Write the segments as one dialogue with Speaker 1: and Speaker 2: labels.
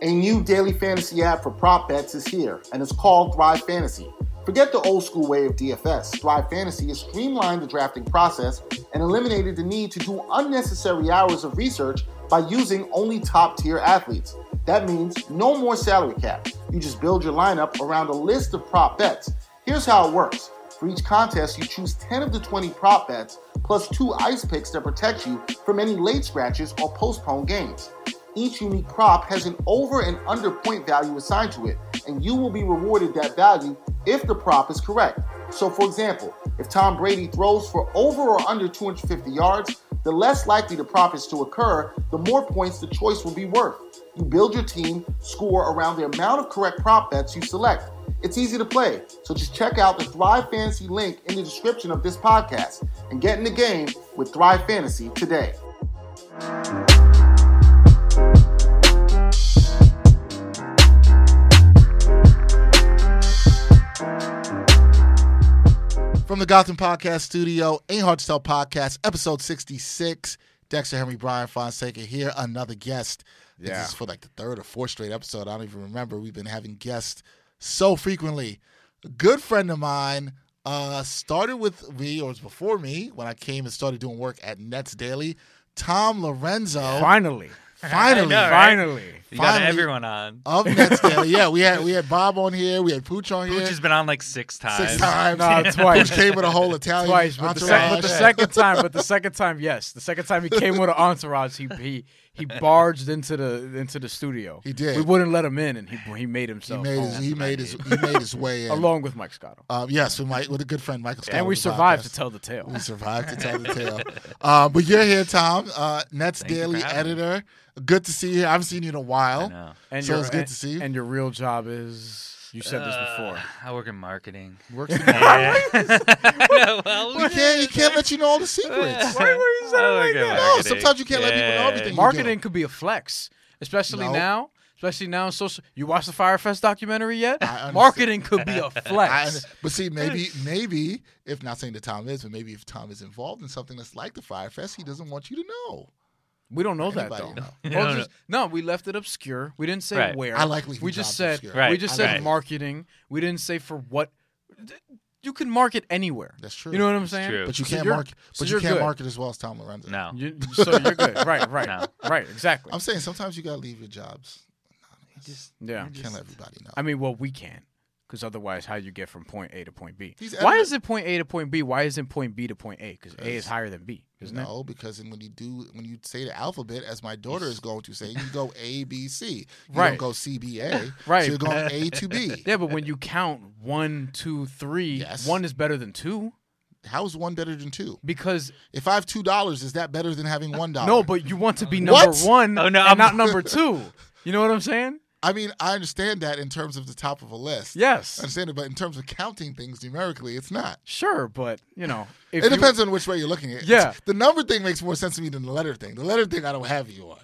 Speaker 1: A new daily fantasy app for prop bets is here, and it's called Thrive Fantasy. Forget the old school way of DFS. Thrive Fantasy has streamlined the drafting process and eliminated the need to do unnecessary hours of research by using only top tier athletes. That means no more salary cap. You just build your lineup around a list of prop bets. Here's how it works for each contest, you choose 10 of the 20 prop bets plus two ice picks that protect you from any late scratches or postponed games. Each unique prop has an over and under point value assigned to it, and you will be rewarded that value if the prop is correct. So, for example, if Tom Brady throws for over or under 250 yards, the less likely the prop is to occur, the more points the choice will be worth. You build your team score around the amount of correct prop bets you select. It's easy to play, so just check out the Thrive Fantasy link in the description of this podcast and get in the game with Thrive Fantasy today. From the Gotham Podcast Studio, Ain't Hard to Tell Podcast, episode 66. Dexter Henry, Brian Fonseca here, another guest.
Speaker 2: Yeah.
Speaker 1: This is for like the third or fourth straight episode. I don't even remember. We've been having guests so frequently. A good friend of mine uh, started with me, or was before me, when I came and started doing work at Nets Daily. Tom Lorenzo,
Speaker 2: Finally.
Speaker 1: finally,
Speaker 3: I know, right?
Speaker 2: Finally.
Speaker 3: You got
Speaker 1: Finally- Oh,
Speaker 3: everyone on.
Speaker 1: of Nets Daily. Yeah, we had we had Bob on here, we had Pooch on
Speaker 3: Pooch
Speaker 1: here
Speaker 3: has been on like six times.
Speaker 1: six times.
Speaker 2: No,
Speaker 1: Pooch
Speaker 2: twice.
Speaker 1: came with a whole Italian
Speaker 2: Twice, but the, sec- but the
Speaker 1: entourage.
Speaker 2: second time, but the second time, yes, the second time he came with an entourage, he he he barged into the into the studio.
Speaker 1: He did.
Speaker 2: We wouldn't let him in, and he he made
Speaker 1: He
Speaker 2: himself
Speaker 1: made his
Speaker 2: home
Speaker 1: he made his he made his way in.
Speaker 2: along with Mike Scotto,
Speaker 1: Uh, yes, with my with a good friend Michael Scott.
Speaker 2: and we
Speaker 1: was the
Speaker 2: survived
Speaker 1: podcast.
Speaker 2: to tell the tale.
Speaker 1: We survived to tell the tale. Uh, but you're here, Tom, uh, Nets
Speaker 3: you
Speaker 1: Daily
Speaker 3: for having me.
Speaker 1: editor. Good to see you. I haven't seen you in a
Speaker 3: I
Speaker 1: while.
Speaker 3: know.
Speaker 2: And
Speaker 1: So
Speaker 2: your-
Speaker 1: it's good
Speaker 2: and-
Speaker 1: to see you.
Speaker 2: And your real job is you said this before.
Speaker 3: Uh, I work in marketing.
Speaker 1: Works in-
Speaker 3: Yeah. no, well, Oh,
Speaker 1: you can't you can't let you know all the secrets.
Speaker 3: Why were you sounding like that?
Speaker 1: No, sometimes you can't let people know everything. you do.
Speaker 2: Marketing could be a flex, especially
Speaker 1: No.
Speaker 2: now. Especially now in social. You watch the Firefest documentary yet?
Speaker 1: understand.
Speaker 2: Marketing could be a
Speaker 1: I,
Speaker 2: flex.
Speaker 1: but see, maybe, maybe if not saying that Tom is, but maybe if Tom is involved in something that's like the Fire Fest, he doesn't want you to know.
Speaker 2: we don't know that
Speaker 1: Anybody
Speaker 2: though.
Speaker 3: know.
Speaker 2: Well,
Speaker 3: No, no.
Speaker 2: just- no, we left it obscure. We didn't say
Speaker 3: Right.
Speaker 2: where.
Speaker 1: I like leaving
Speaker 2: we just
Speaker 1: jobs
Speaker 2: said
Speaker 1: obscure.
Speaker 3: Right,
Speaker 2: we just said
Speaker 3: right.
Speaker 2: marketing. We didn't say for what. You can market anywhere.
Speaker 1: That's true.
Speaker 2: You know what I'm saying?
Speaker 3: true.
Speaker 1: But you
Speaker 2: So
Speaker 1: can't
Speaker 2: you're-
Speaker 1: market.
Speaker 2: so
Speaker 1: But you
Speaker 2: you're
Speaker 1: can't
Speaker 2: good.
Speaker 1: market as well as Tom Lorenzo.
Speaker 3: No.
Speaker 2: You, so you're good. Right. Right.
Speaker 3: No.
Speaker 2: Right. Exactly.
Speaker 1: I'm saying sometimes you gotta leave your jobs. anonymous.
Speaker 2: yeah.
Speaker 1: You can't let everybody know.
Speaker 2: I mean, well, we can, because otherwise, how you get from point A to point B?
Speaker 1: He's
Speaker 2: Why
Speaker 1: evident-
Speaker 2: is it point A to point B? Why isn't point B to point A? Because A
Speaker 1: Because-
Speaker 2: is higher than B, isn't it?
Speaker 1: no, because when you do, when you say the alphabet, as my daughter is going to say, you go A B C. You don't
Speaker 2: Right.
Speaker 1: go C B A.
Speaker 2: Right.
Speaker 1: So you're going A to B.
Speaker 2: Yeah, but when you count one, two, three,
Speaker 1: Yes.
Speaker 2: one is better than two
Speaker 1: How is one better than two?
Speaker 2: because
Speaker 1: If I have two dollars, is that better than having one dollar?
Speaker 2: no, but you want to be number
Speaker 1: What?
Speaker 2: one
Speaker 3: Oh,
Speaker 2: and
Speaker 3: no, I'm-
Speaker 2: not number two. You know what I'm saying?
Speaker 1: I mean, I understand that in terms of the top of a list. I
Speaker 2: Yes,
Speaker 1: understand it, but in terms of counting things numerically, it's not.
Speaker 2: sure, but you know, if
Speaker 1: it
Speaker 2: you-
Speaker 1: depends on which way you're looking at. it.
Speaker 2: Yeah.
Speaker 1: the number thing makes more sense to me than the letter thing. The letter thing, I don't have you on.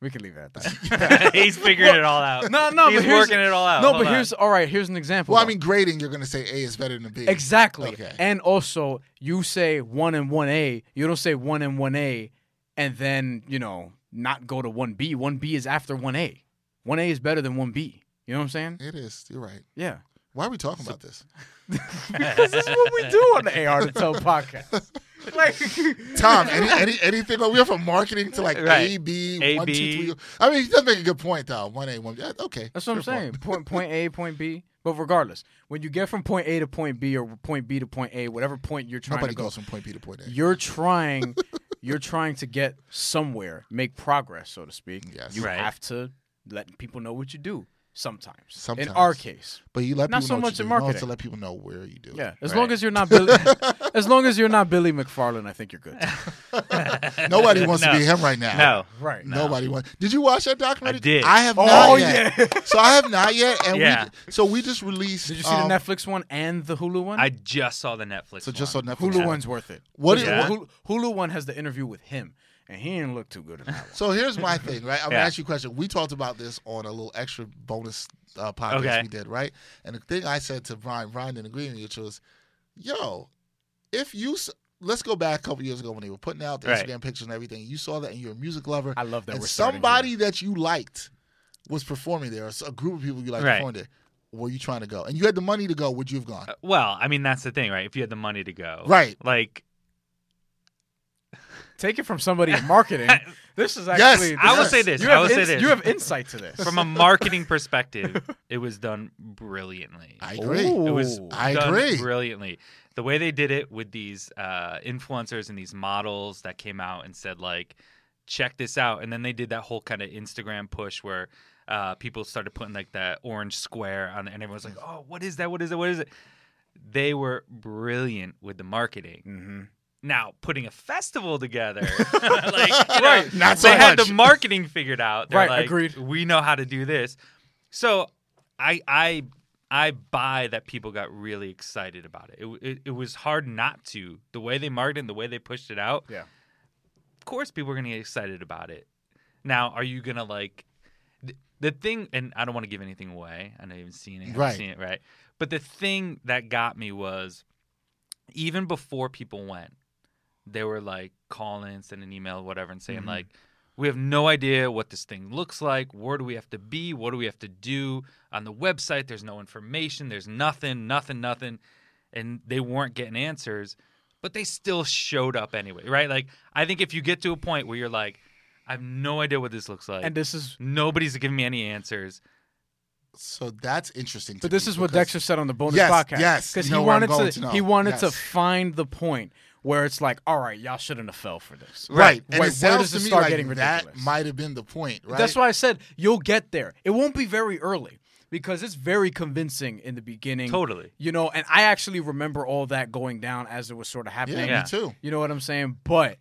Speaker 2: we can leave it at that.
Speaker 3: He's figuring it all out.
Speaker 2: No, no,
Speaker 3: He's
Speaker 2: but here's-
Speaker 3: working it all out.
Speaker 2: No,
Speaker 3: Hold
Speaker 2: but
Speaker 3: on.
Speaker 2: here's all right. Here's an example.
Speaker 1: Well, I
Speaker 2: though.
Speaker 1: mean, grading, you're going to say A is better than B.
Speaker 2: Exactly.
Speaker 1: Okay.
Speaker 2: And also, you say one and one A. You don't say one and one A, and then you know not go to one B. One B is after one A. One A is better than one B. You know what I'm saying?
Speaker 1: It is. You're right.
Speaker 2: Yeah.
Speaker 1: Why are we talking about this?
Speaker 2: Because this is what we do on the AR to Tell podcast. Like,
Speaker 1: Tom, any, any anything? Like, we went from marketing to like A,
Speaker 3: Right.
Speaker 1: B,
Speaker 3: A,
Speaker 1: one, two,
Speaker 3: B.
Speaker 1: three. I mean, he does make a good point, though. One A, one B. Yeah, Okay.
Speaker 2: that's what I'm
Speaker 1: Good point.
Speaker 2: saying. Point point A, point B. But regardless, when you get from point A to point B or point B to point A, whatever point you're trying
Speaker 1: Nobody
Speaker 2: to go,
Speaker 1: goes from point B to point A.
Speaker 2: you're trying you're trying to get somewhere make progress so to speak
Speaker 1: Yes.
Speaker 2: you
Speaker 3: Right.
Speaker 2: have to let people know what you do sometimes,
Speaker 1: Sometimes.
Speaker 2: in our case
Speaker 1: But you let
Speaker 2: Not
Speaker 1: people
Speaker 2: so
Speaker 1: know what
Speaker 2: much
Speaker 1: you do.
Speaker 2: in
Speaker 1: You don't have
Speaker 2: marketing.
Speaker 1: to let people know where you do. it.
Speaker 2: yeah as
Speaker 3: Right.
Speaker 2: long as you're not billy as long as you're not billy mcfarland i think you're good
Speaker 1: Nobody wants to
Speaker 3: No.
Speaker 1: be him right now.
Speaker 3: no.
Speaker 2: right
Speaker 3: No.
Speaker 1: Nobody wants. Did you watch that documentary?
Speaker 3: I did.
Speaker 1: I have
Speaker 2: Oh,
Speaker 1: not yet. So I have not yet. And
Speaker 3: Yeah.
Speaker 1: we so we just released.
Speaker 2: did you see
Speaker 1: um,
Speaker 2: the netflix one and the hulu one
Speaker 3: I just saw the Netflix.
Speaker 1: So just
Speaker 3: one.
Speaker 1: on Netflix.
Speaker 2: hulu one's worth it
Speaker 1: What
Speaker 2: Hulu-
Speaker 1: is-
Speaker 3: Yeah.
Speaker 2: hulu, hulu one has the interview with him and he didn't look too good in that one
Speaker 1: So here's my thing, right? I'm gonna
Speaker 3: Yeah.
Speaker 1: ask you a question. We talked about this on a little extra bonus uh, podcast
Speaker 3: Okay.
Speaker 1: we did, right? And the thing I said to Brian, Brian didn't agree with me, which was, "Yo, if you s- let's go back a couple years ago when they were putting out the
Speaker 3: Right.
Speaker 1: Instagram pictures and everything, you saw that, and you're a music lover,
Speaker 2: i love that
Speaker 1: and
Speaker 2: we're starting here.
Speaker 1: somebody that you liked was performing there, or a group of people you like
Speaker 3: Right.
Speaker 1: performed there, were you trying to go? And you had the money to go. Would you have gone?
Speaker 3: Uh, Well, I mean that's the thing, right? If you had the money to go,
Speaker 1: Right.
Speaker 3: Like
Speaker 2: Take it from somebody in marketing. This is
Speaker 1: Yes,
Speaker 2: actually.
Speaker 3: I will
Speaker 1: Yes.
Speaker 3: say this.
Speaker 2: You
Speaker 3: I
Speaker 2: have,
Speaker 3: will say
Speaker 2: ins-
Speaker 3: this.
Speaker 2: you have insight to this.
Speaker 3: From a marketing perspective, it was done brilliantly.
Speaker 1: I agree.
Speaker 3: It was
Speaker 1: I
Speaker 3: done
Speaker 1: agree.
Speaker 3: brilliantly. The way they did it with these uh, influencers and these models that came out and said like, "Check this out," and then they did that whole kind of Instagram push where uh, people started putting like that orange square on, it, and everyone's like, "Oh, what is that? What is it? What is it?" They were brilliant with the marketing.
Speaker 1: Mm-hmm.
Speaker 2: Mhm.
Speaker 3: Now putting a festival together, like, you know,
Speaker 2: Right.
Speaker 1: Not so
Speaker 3: they had
Speaker 1: much.
Speaker 3: the marketing figured out. They're
Speaker 2: Right,
Speaker 3: like,
Speaker 2: agreed.
Speaker 3: We know how to do this. So I I I buy that people got really excited about it. It it, it was hard not to. The way they marketed, and the way they pushed it out.
Speaker 2: Yeah.
Speaker 3: Of course, people are gonna get excited about it. Now, are you gonna like th- the thing? And I don't want to give anything away. I know you haven't seen it. haven't
Speaker 1: Right.
Speaker 3: Seen it. Right. But the thing that got me was even before people went, they were like calling, sending an email, whatever, and saying
Speaker 2: Mhm.
Speaker 3: like, "We have no idea what this thing looks like. Where do we have to be? What do we have to do on the website? There's no information. There's nothing. Nothing. Nothing." And they weren't getting answers, but they still showed up anyway, right? Like, I think if you get to a point where you're like, "I have no idea what this looks like,"
Speaker 2: and this is,
Speaker 3: nobody's giving me any answers.
Speaker 1: So that's interesting. To
Speaker 2: but this
Speaker 1: me
Speaker 2: is what
Speaker 1: because-
Speaker 2: Dexter said on the bonus
Speaker 1: Yes,
Speaker 2: podcast.
Speaker 1: yes,
Speaker 2: because
Speaker 1: you
Speaker 2: he
Speaker 1: know where I'm
Speaker 2: wanted
Speaker 1: going
Speaker 2: to,
Speaker 1: to now.
Speaker 2: he wanted to
Speaker 1: Yes.
Speaker 2: find the point where it's like, all right, y'all shouldn't have fell for this.
Speaker 1: Right. And
Speaker 2: Where,
Speaker 1: it
Speaker 2: where
Speaker 1: sounds
Speaker 2: does
Speaker 1: to
Speaker 2: it
Speaker 1: me
Speaker 2: start
Speaker 1: like
Speaker 2: getting ridiculous?
Speaker 1: That might have been the point, right?
Speaker 2: That's why I said you'll get there. It won't be very early because it's very convincing in the beginning.
Speaker 3: Totally.
Speaker 2: You know, and I actually remember all that going down as it was sort of
Speaker 1: Yeah,
Speaker 2: happening.
Speaker 3: Yeah.
Speaker 1: me too.
Speaker 2: You know what I'm saying? But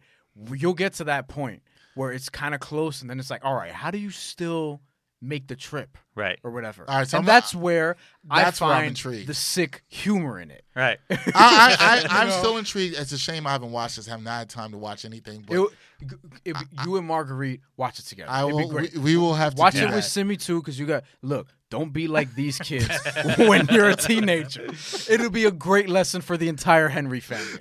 Speaker 2: you'll get to that point where it's kind of close, and then it's like, all right, how do you still make the trip
Speaker 3: Right.
Speaker 2: or whatever?
Speaker 1: All right, so
Speaker 2: and
Speaker 1: I'm-
Speaker 2: that's where
Speaker 1: that's
Speaker 2: I
Speaker 1: where I'm
Speaker 2: find
Speaker 1: intrigued.
Speaker 2: the sick humor in it.
Speaker 3: Right.
Speaker 1: I, I, I, I'm
Speaker 2: You know?
Speaker 1: still intrigued. It's a shame I haven't watched this. Haven't had time to watch anything. But
Speaker 2: It, it- you and Marguerite watch it together.
Speaker 1: I
Speaker 2: It'd
Speaker 1: will.
Speaker 2: be great.
Speaker 1: We, we will have to
Speaker 2: Watch
Speaker 1: do
Speaker 2: it with
Speaker 1: that.
Speaker 2: Simi too, because you got look. Don't be like these kids when you're a teenager. It'll be a great lesson for the entire Henry family.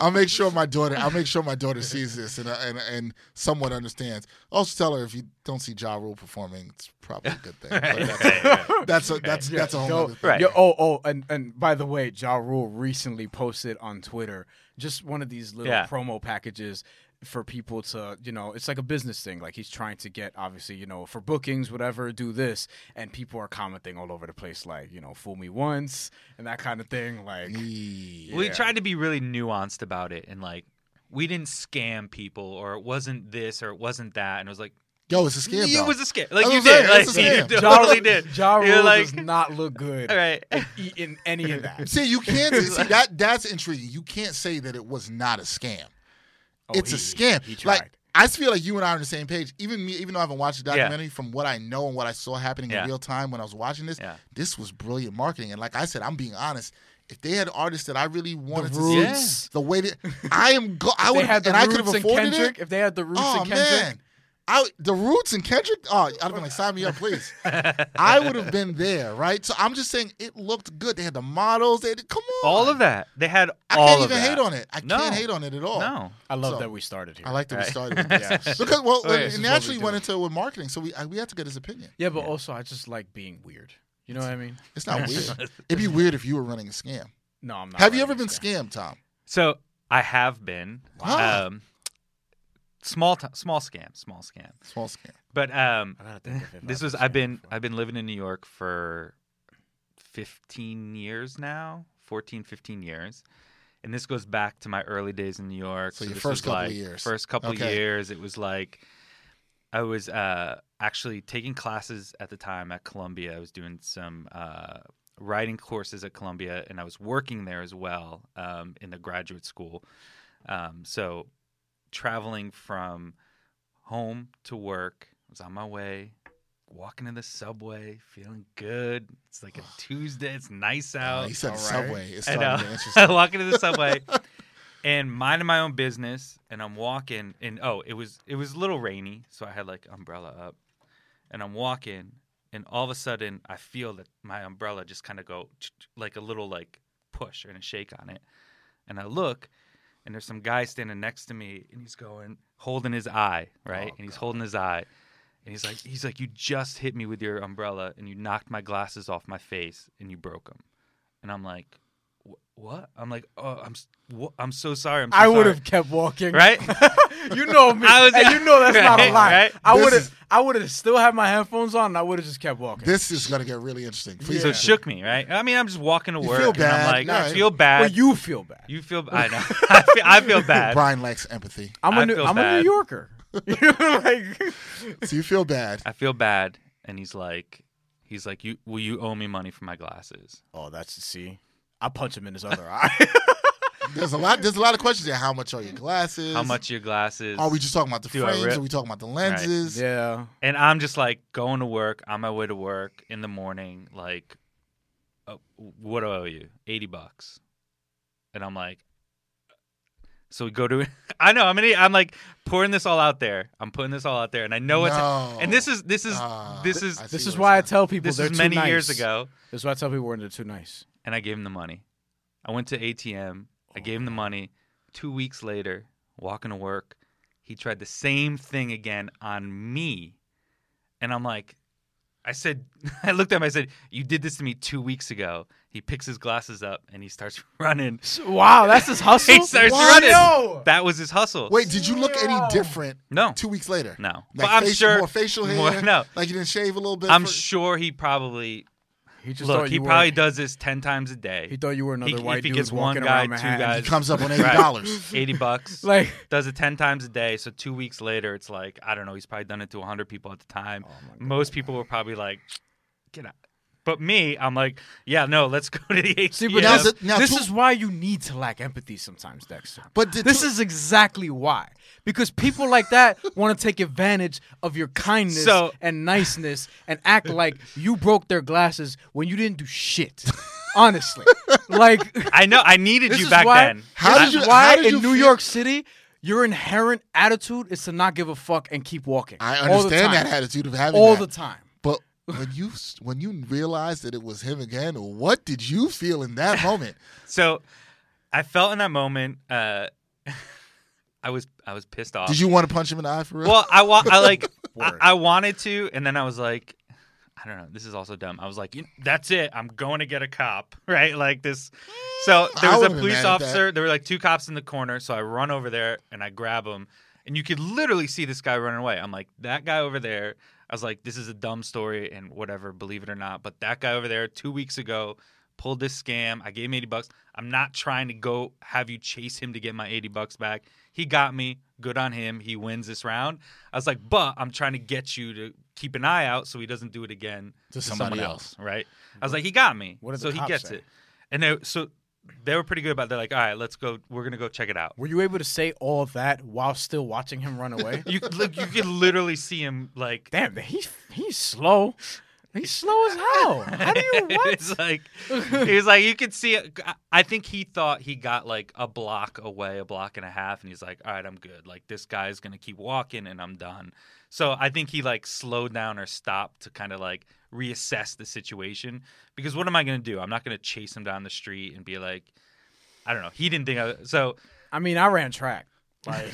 Speaker 1: I'll make sure my daughter. I'll make sure my daughter sees this and uh, and and somewhat understands. Also, tell her if you don't see Ja Rule performing, it's probably a good thing. But that's, that's a that's that's a whole
Speaker 2: Yo,
Speaker 1: other thing.
Speaker 3: Right.
Speaker 2: yo- oh, oh, and and by the way, Ja Rule recently posted on Twitter just one of these little
Speaker 3: Yeah.
Speaker 2: promo packages for people to, you know, it's like a business thing. Like he's trying to get, obviously, you know, for bookings, whatever, do this, and people are commenting all over the place, like, you know, fool me once and that kind of thing. Like,
Speaker 1: Yeah.
Speaker 3: We
Speaker 2: Yeah.
Speaker 3: tried to be really nuanced about it and like we didn't scam people or it wasn't this or it wasn't that and it was like
Speaker 1: Yo, it's a scam.
Speaker 3: it
Speaker 1: though.
Speaker 3: was a scam.
Speaker 1: That's
Speaker 3: Like you
Speaker 1: what I'm
Speaker 3: did.
Speaker 1: saying,
Speaker 3: Like
Speaker 1: it's a
Speaker 3: you
Speaker 1: scam.
Speaker 2: Ja
Speaker 3: totally
Speaker 2: Rule-
Speaker 3: did.
Speaker 2: Ja Rule
Speaker 3: You're like
Speaker 2: does not look good
Speaker 3: all right.
Speaker 2: e- in any of that.
Speaker 1: See, you can't see that. That's intriguing. You can't say that it was not a scam. it's a scam.
Speaker 2: Oh, He tried.
Speaker 1: Like I feel like you and I are on the same page. Even me, even though I haven't watched the
Speaker 3: Yeah.
Speaker 1: documentary, from what I know and what I saw happening
Speaker 3: Yeah.
Speaker 1: in real time when I was watching this,
Speaker 3: Yeah.
Speaker 1: this was brilliant marketing. And like I said, I'm being honest. If they had artists that I really wanted to see,
Speaker 2: roots.
Speaker 1: the way that I am, go- I
Speaker 2: If
Speaker 1: would,
Speaker 2: they had the
Speaker 1: and I could have
Speaker 2: roots and
Speaker 1: afforded
Speaker 2: Kendrick.
Speaker 1: it.
Speaker 2: If they had the roots
Speaker 1: Oh
Speaker 2: and Kendrick,
Speaker 1: man, I the roots and Kendrick. Oh, I'd have been like, sign me up, please. I would have been there, right? So I'm just saying, it looked good. They had the models. They had, come on,
Speaker 3: All of that. They had
Speaker 1: I
Speaker 3: all
Speaker 1: can't
Speaker 3: of
Speaker 1: even
Speaker 3: that.
Speaker 1: hate on it. I
Speaker 3: No.
Speaker 1: can't hate on it at all.
Speaker 3: No.
Speaker 2: I love
Speaker 1: So-
Speaker 2: that we started here.
Speaker 1: I like that
Speaker 3: Right.
Speaker 1: we started with this. because well,
Speaker 3: Okay, this
Speaker 1: we
Speaker 3: is what
Speaker 1: naturally
Speaker 3: we do.
Speaker 1: went into it with marketing, so we I, we had to get his opinion.
Speaker 2: yeah, but also I just like being weird. You know what I mean?
Speaker 1: It's not weird. It'd be weird if you were running a scam.
Speaker 2: No, I'm not.
Speaker 1: Have you
Speaker 2: running
Speaker 1: ever been
Speaker 2: this guy.
Speaker 1: scammed, Tom?
Speaker 3: So I have been
Speaker 1: Wow.
Speaker 3: um small t- small scam, small scam.
Speaker 1: Small scam.
Speaker 3: But um
Speaker 2: I gotta think of if
Speaker 3: this
Speaker 2: I've
Speaker 3: was
Speaker 2: been
Speaker 3: I've
Speaker 2: scammed
Speaker 3: been
Speaker 2: before.
Speaker 3: I've been living in New York for 15 years now, 14 15 years. And this goes back to my early days in New York.
Speaker 1: So your
Speaker 3: this
Speaker 1: first
Speaker 3: was
Speaker 1: couple of
Speaker 3: like-
Speaker 1: years.
Speaker 3: First couple
Speaker 1: Okay.
Speaker 3: of years, it was like I was uh, actually taking classes at the time at Columbia. I was doing some uh, writing courses at Columbia, and I was working there as well um, in the graduate school. Um, so traveling from home to work, I was on my way, walking in the subway, feeling good. It's like a Tuesday. It's nice out.
Speaker 1: he said
Speaker 2: all right.
Speaker 1: subway. It's
Speaker 3: Oh, I
Speaker 1: starting to get
Speaker 3: know.
Speaker 1: interesting.
Speaker 3: walking to the subway and minding my own business, and I'm walking, and oh, it was it was a little rainy, so I had like umbrella up, and I'm walking, and all of a sudden I feel that my umbrella just kind of go ch- ch- like a little like push and a shake on it, and I look, and there's
Speaker 1: Oh,
Speaker 3: some guy standing next to me, and he's going holding his eye, right, and he's holding his eye. And he's like, he's like, you just hit me with your umbrella and you knocked my glasses off my face and you broke them. And I'm like, "Wh- what? I'm like, oh, I'm, s- wha- I'm so sorry. I'm so
Speaker 2: I would
Speaker 3: sorry."
Speaker 2: have kept walking.
Speaker 3: right?
Speaker 2: you know me.
Speaker 3: I was-
Speaker 2: and you know that's not a
Speaker 3: Right,
Speaker 2: lie.
Speaker 3: right?
Speaker 2: I
Speaker 1: This
Speaker 2: would
Speaker 1: is-
Speaker 2: have. I would have still had my headphones on. and I would have just kept walking.
Speaker 1: This is gonna get really interesting. Please
Speaker 3: So
Speaker 1: yeah.
Speaker 3: it shook me, right? I mean, I'm just walking to
Speaker 1: You
Speaker 3: work
Speaker 1: feel
Speaker 3: and I'm
Speaker 1: bad.
Speaker 3: like,
Speaker 1: No,
Speaker 3: I
Speaker 1: it-
Speaker 3: feel bad.
Speaker 2: well, you feel bad.
Speaker 3: You feel I know. I feel, I feel bad.
Speaker 1: Brian lacks empathy.
Speaker 2: I'm
Speaker 3: I
Speaker 2: a new,
Speaker 3: feel
Speaker 2: I'm a
Speaker 3: bad.
Speaker 2: New Yorker. like,
Speaker 1: So you feel bad.
Speaker 3: I feel bad, and he's like, he's like, you will you owe me money for my glasses?
Speaker 2: oh, that's see. I punch him in his other eye.
Speaker 1: There's a lot. There's a lot of questions there. How much are your glasses?
Speaker 3: How much are your glasses?
Speaker 1: Are we just talking about the
Speaker 3: Do I
Speaker 1: frames?
Speaker 3: rip-
Speaker 1: Are we talking about the lenses?
Speaker 2: yeah.
Speaker 3: and I'm just like going to work on my way to work in the morning. Like, oh, what do I owe you? Eighty bucks. And I'm like, so we go to. I know. I'm gonna. I'm like pouring this all out there. I'm putting this all out there, and I know it's.
Speaker 1: No.
Speaker 3: And this is this is
Speaker 1: Ah,
Speaker 3: this is
Speaker 1: I see
Speaker 2: This is
Speaker 1: what's
Speaker 2: why I
Speaker 1: happening.
Speaker 2: tell people
Speaker 3: this
Speaker 2: they're
Speaker 3: is
Speaker 2: too
Speaker 3: many years
Speaker 2: nice.
Speaker 3: ago.
Speaker 2: This is why I tell people they're too nice.
Speaker 3: and I gave him the money. I went to ATM. I gave him
Speaker 1: Oh,
Speaker 3: the money. Two weeks later, walking to work, he tried the same thing again on me, and I'm like, I said, I looked at him. I said, "You did this to me two weeks ago." He picks his glasses up and he starts running.
Speaker 2: Wow, that's his hustle.
Speaker 3: He starts
Speaker 1: What?
Speaker 3: running.
Speaker 2: No!
Speaker 3: That was his hustle.
Speaker 1: Wait, did you look
Speaker 2: Zero.
Speaker 1: any different
Speaker 3: no,
Speaker 1: two weeks later?
Speaker 3: no.
Speaker 1: Like
Speaker 3: but I'm
Speaker 1: facial-
Speaker 3: sure.
Speaker 1: more facial hair.
Speaker 3: more- no,
Speaker 1: like you didn't shave a little bit.
Speaker 3: I'm
Speaker 1: for-
Speaker 3: sure he probably
Speaker 2: He just
Speaker 3: look.
Speaker 2: thought
Speaker 3: He
Speaker 2: you
Speaker 3: probably
Speaker 2: were,
Speaker 3: does this ten times a day.
Speaker 2: He thought you were another
Speaker 3: He-
Speaker 2: white
Speaker 3: if he
Speaker 2: dude
Speaker 3: gets
Speaker 2: walking
Speaker 3: one guy,
Speaker 2: around
Speaker 3: two
Speaker 2: Manhattan.
Speaker 1: He
Speaker 3: guys.
Speaker 1: comes up on eighty
Speaker 3: Right.
Speaker 1: dollars.
Speaker 3: Eighty bucks.
Speaker 2: Like,
Speaker 3: does it 10 times a day. So two weeks later, it's like, I don't know, he's probably done it to 100 people at the time. Most people were probably like, get out. But me, I'm like, yeah, no, let's go to the ATM.
Speaker 2: see, but
Speaker 1: Now
Speaker 2: this,
Speaker 1: the- now
Speaker 2: this
Speaker 1: two-
Speaker 2: is why you need to lack empathy sometimes, Dexter.
Speaker 1: But the
Speaker 2: this
Speaker 1: two-
Speaker 2: is exactly why, because people like that want to take advantage of your kindness
Speaker 3: So-
Speaker 2: and niceness and act like you broke their glasses when you didn't do shit. Honestly, like
Speaker 3: I know, I needed
Speaker 2: this
Speaker 3: you
Speaker 2: is
Speaker 3: back
Speaker 2: why,
Speaker 3: then.
Speaker 1: How
Speaker 2: this
Speaker 1: did
Speaker 2: is
Speaker 1: you-
Speaker 2: why
Speaker 1: how did
Speaker 2: in
Speaker 1: you
Speaker 2: New
Speaker 1: feel-
Speaker 2: York City, your inherent attitude is to not give a fuck and keep walking.
Speaker 1: I
Speaker 2: all the
Speaker 1: understand
Speaker 2: time.
Speaker 1: that attitude of having
Speaker 2: all
Speaker 1: that.
Speaker 2: the time.
Speaker 1: But when you when you realized that it was him again, what did you feel in that moment?
Speaker 3: So I felt in that moment, uh, I was I was pissed off.
Speaker 1: Did you want to punch him in the eye for real?
Speaker 3: Uh, Well, I wa- I like I,
Speaker 2: Word.
Speaker 3: I wanted to, and then I was like, I don't know. This is also dumb. I was like, you that's it. I'm going to get a cop, right? Like this. So there
Speaker 1: I
Speaker 3: was a
Speaker 1: would've been
Speaker 3: police
Speaker 1: mad at that.
Speaker 3: officer. There were like two cops in the corner. So I run over there and I grab him, and you could literally see this guy running away. I'm like, that guy over there. I was like, this is a dumb story and whatever, believe it or not. But that guy over there two weeks ago pulled this scam. I gave him 80 bucks. I'm not trying to go have you chase him to get my 80 bucks back. He got me. Good on him. He wins this round. I was like, but I'm trying to get you to keep an eye out so he doesn't do it again
Speaker 1: To
Speaker 3: to,
Speaker 1: somebody
Speaker 3: someone else. Right. I was like, he got me.
Speaker 2: What did
Speaker 3: so
Speaker 2: the
Speaker 3: he
Speaker 2: cops
Speaker 3: gets
Speaker 2: say?
Speaker 3: it. And they, so they were pretty good about it. They're like, all right, let's go. We're going to go check it out.
Speaker 2: Were you able to say all of that while still watching him run away?
Speaker 3: You, like, you could literally see him like.
Speaker 2: Damn, he's he's slow. He's slow as hell. How do you what?
Speaker 3: it's like he was like you could see it. I think he thought he got like a block away, a block and a half, and he's like, "All right, I'm good. Like this guy's gonna keep walking, and I'm done." So I think he like slowed down or stopped to kind of like reassess the situation because what am I gonna do? I'm not gonna chase him down the street and be like, I don't know. He didn't think I was, so.
Speaker 2: I mean, I ran track. Like,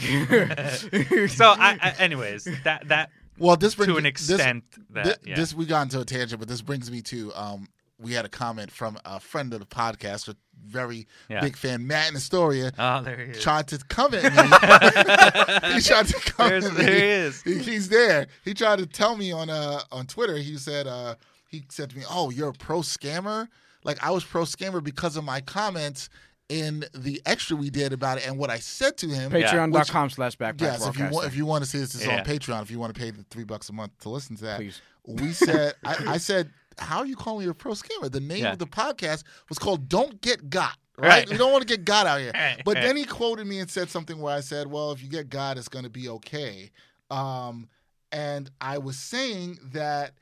Speaker 3: So I, I anyways that that
Speaker 1: Well, this brings
Speaker 3: to an
Speaker 1: this-
Speaker 3: extent that
Speaker 1: Th-
Speaker 3: yeah.
Speaker 1: This we got into a tangent, but this brings me to um, we had a comment from a friend of the podcast, a very
Speaker 3: Yeah.
Speaker 1: big fan, Matt Astoria,
Speaker 3: oh there he is.
Speaker 1: tried to come at me. he tried to come
Speaker 3: There's-
Speaker 1: at me.
Speaker 3: there he is.
Speaker 1: He- he's there. He tried to tell me on uh on Twitter. He said uh he said to me, "Oh, you're a pro scammer." Like I was pro scammer because of my comments in the extra we did about it and what I said to him.
Speaker 2: Patreon.com slash backpack
Speaker 1: Yes, if you want, if you want to see this, this is on
Speaker 3: Yeah.
Speaker 1: Patreon. If you want to pay the three bucks a month to listen to that,
Speaker 2: Please.
Speaker 1: we said, I, I said, how are you calling your pro scammer? The name
Speaker 3: Yeah.
Speaker 1: of the podcast was called "Don't Get Got." Right?
Speaker 3: Right.
Speaker 1: we don't want to get God out here.
Speaker 3: Right,
Speaker 1: But
Speaker 3: right.
Speaker 1: then he quoted me and said something where I said, "Well, if you get God, it's going to be okay." Um, and I was saying that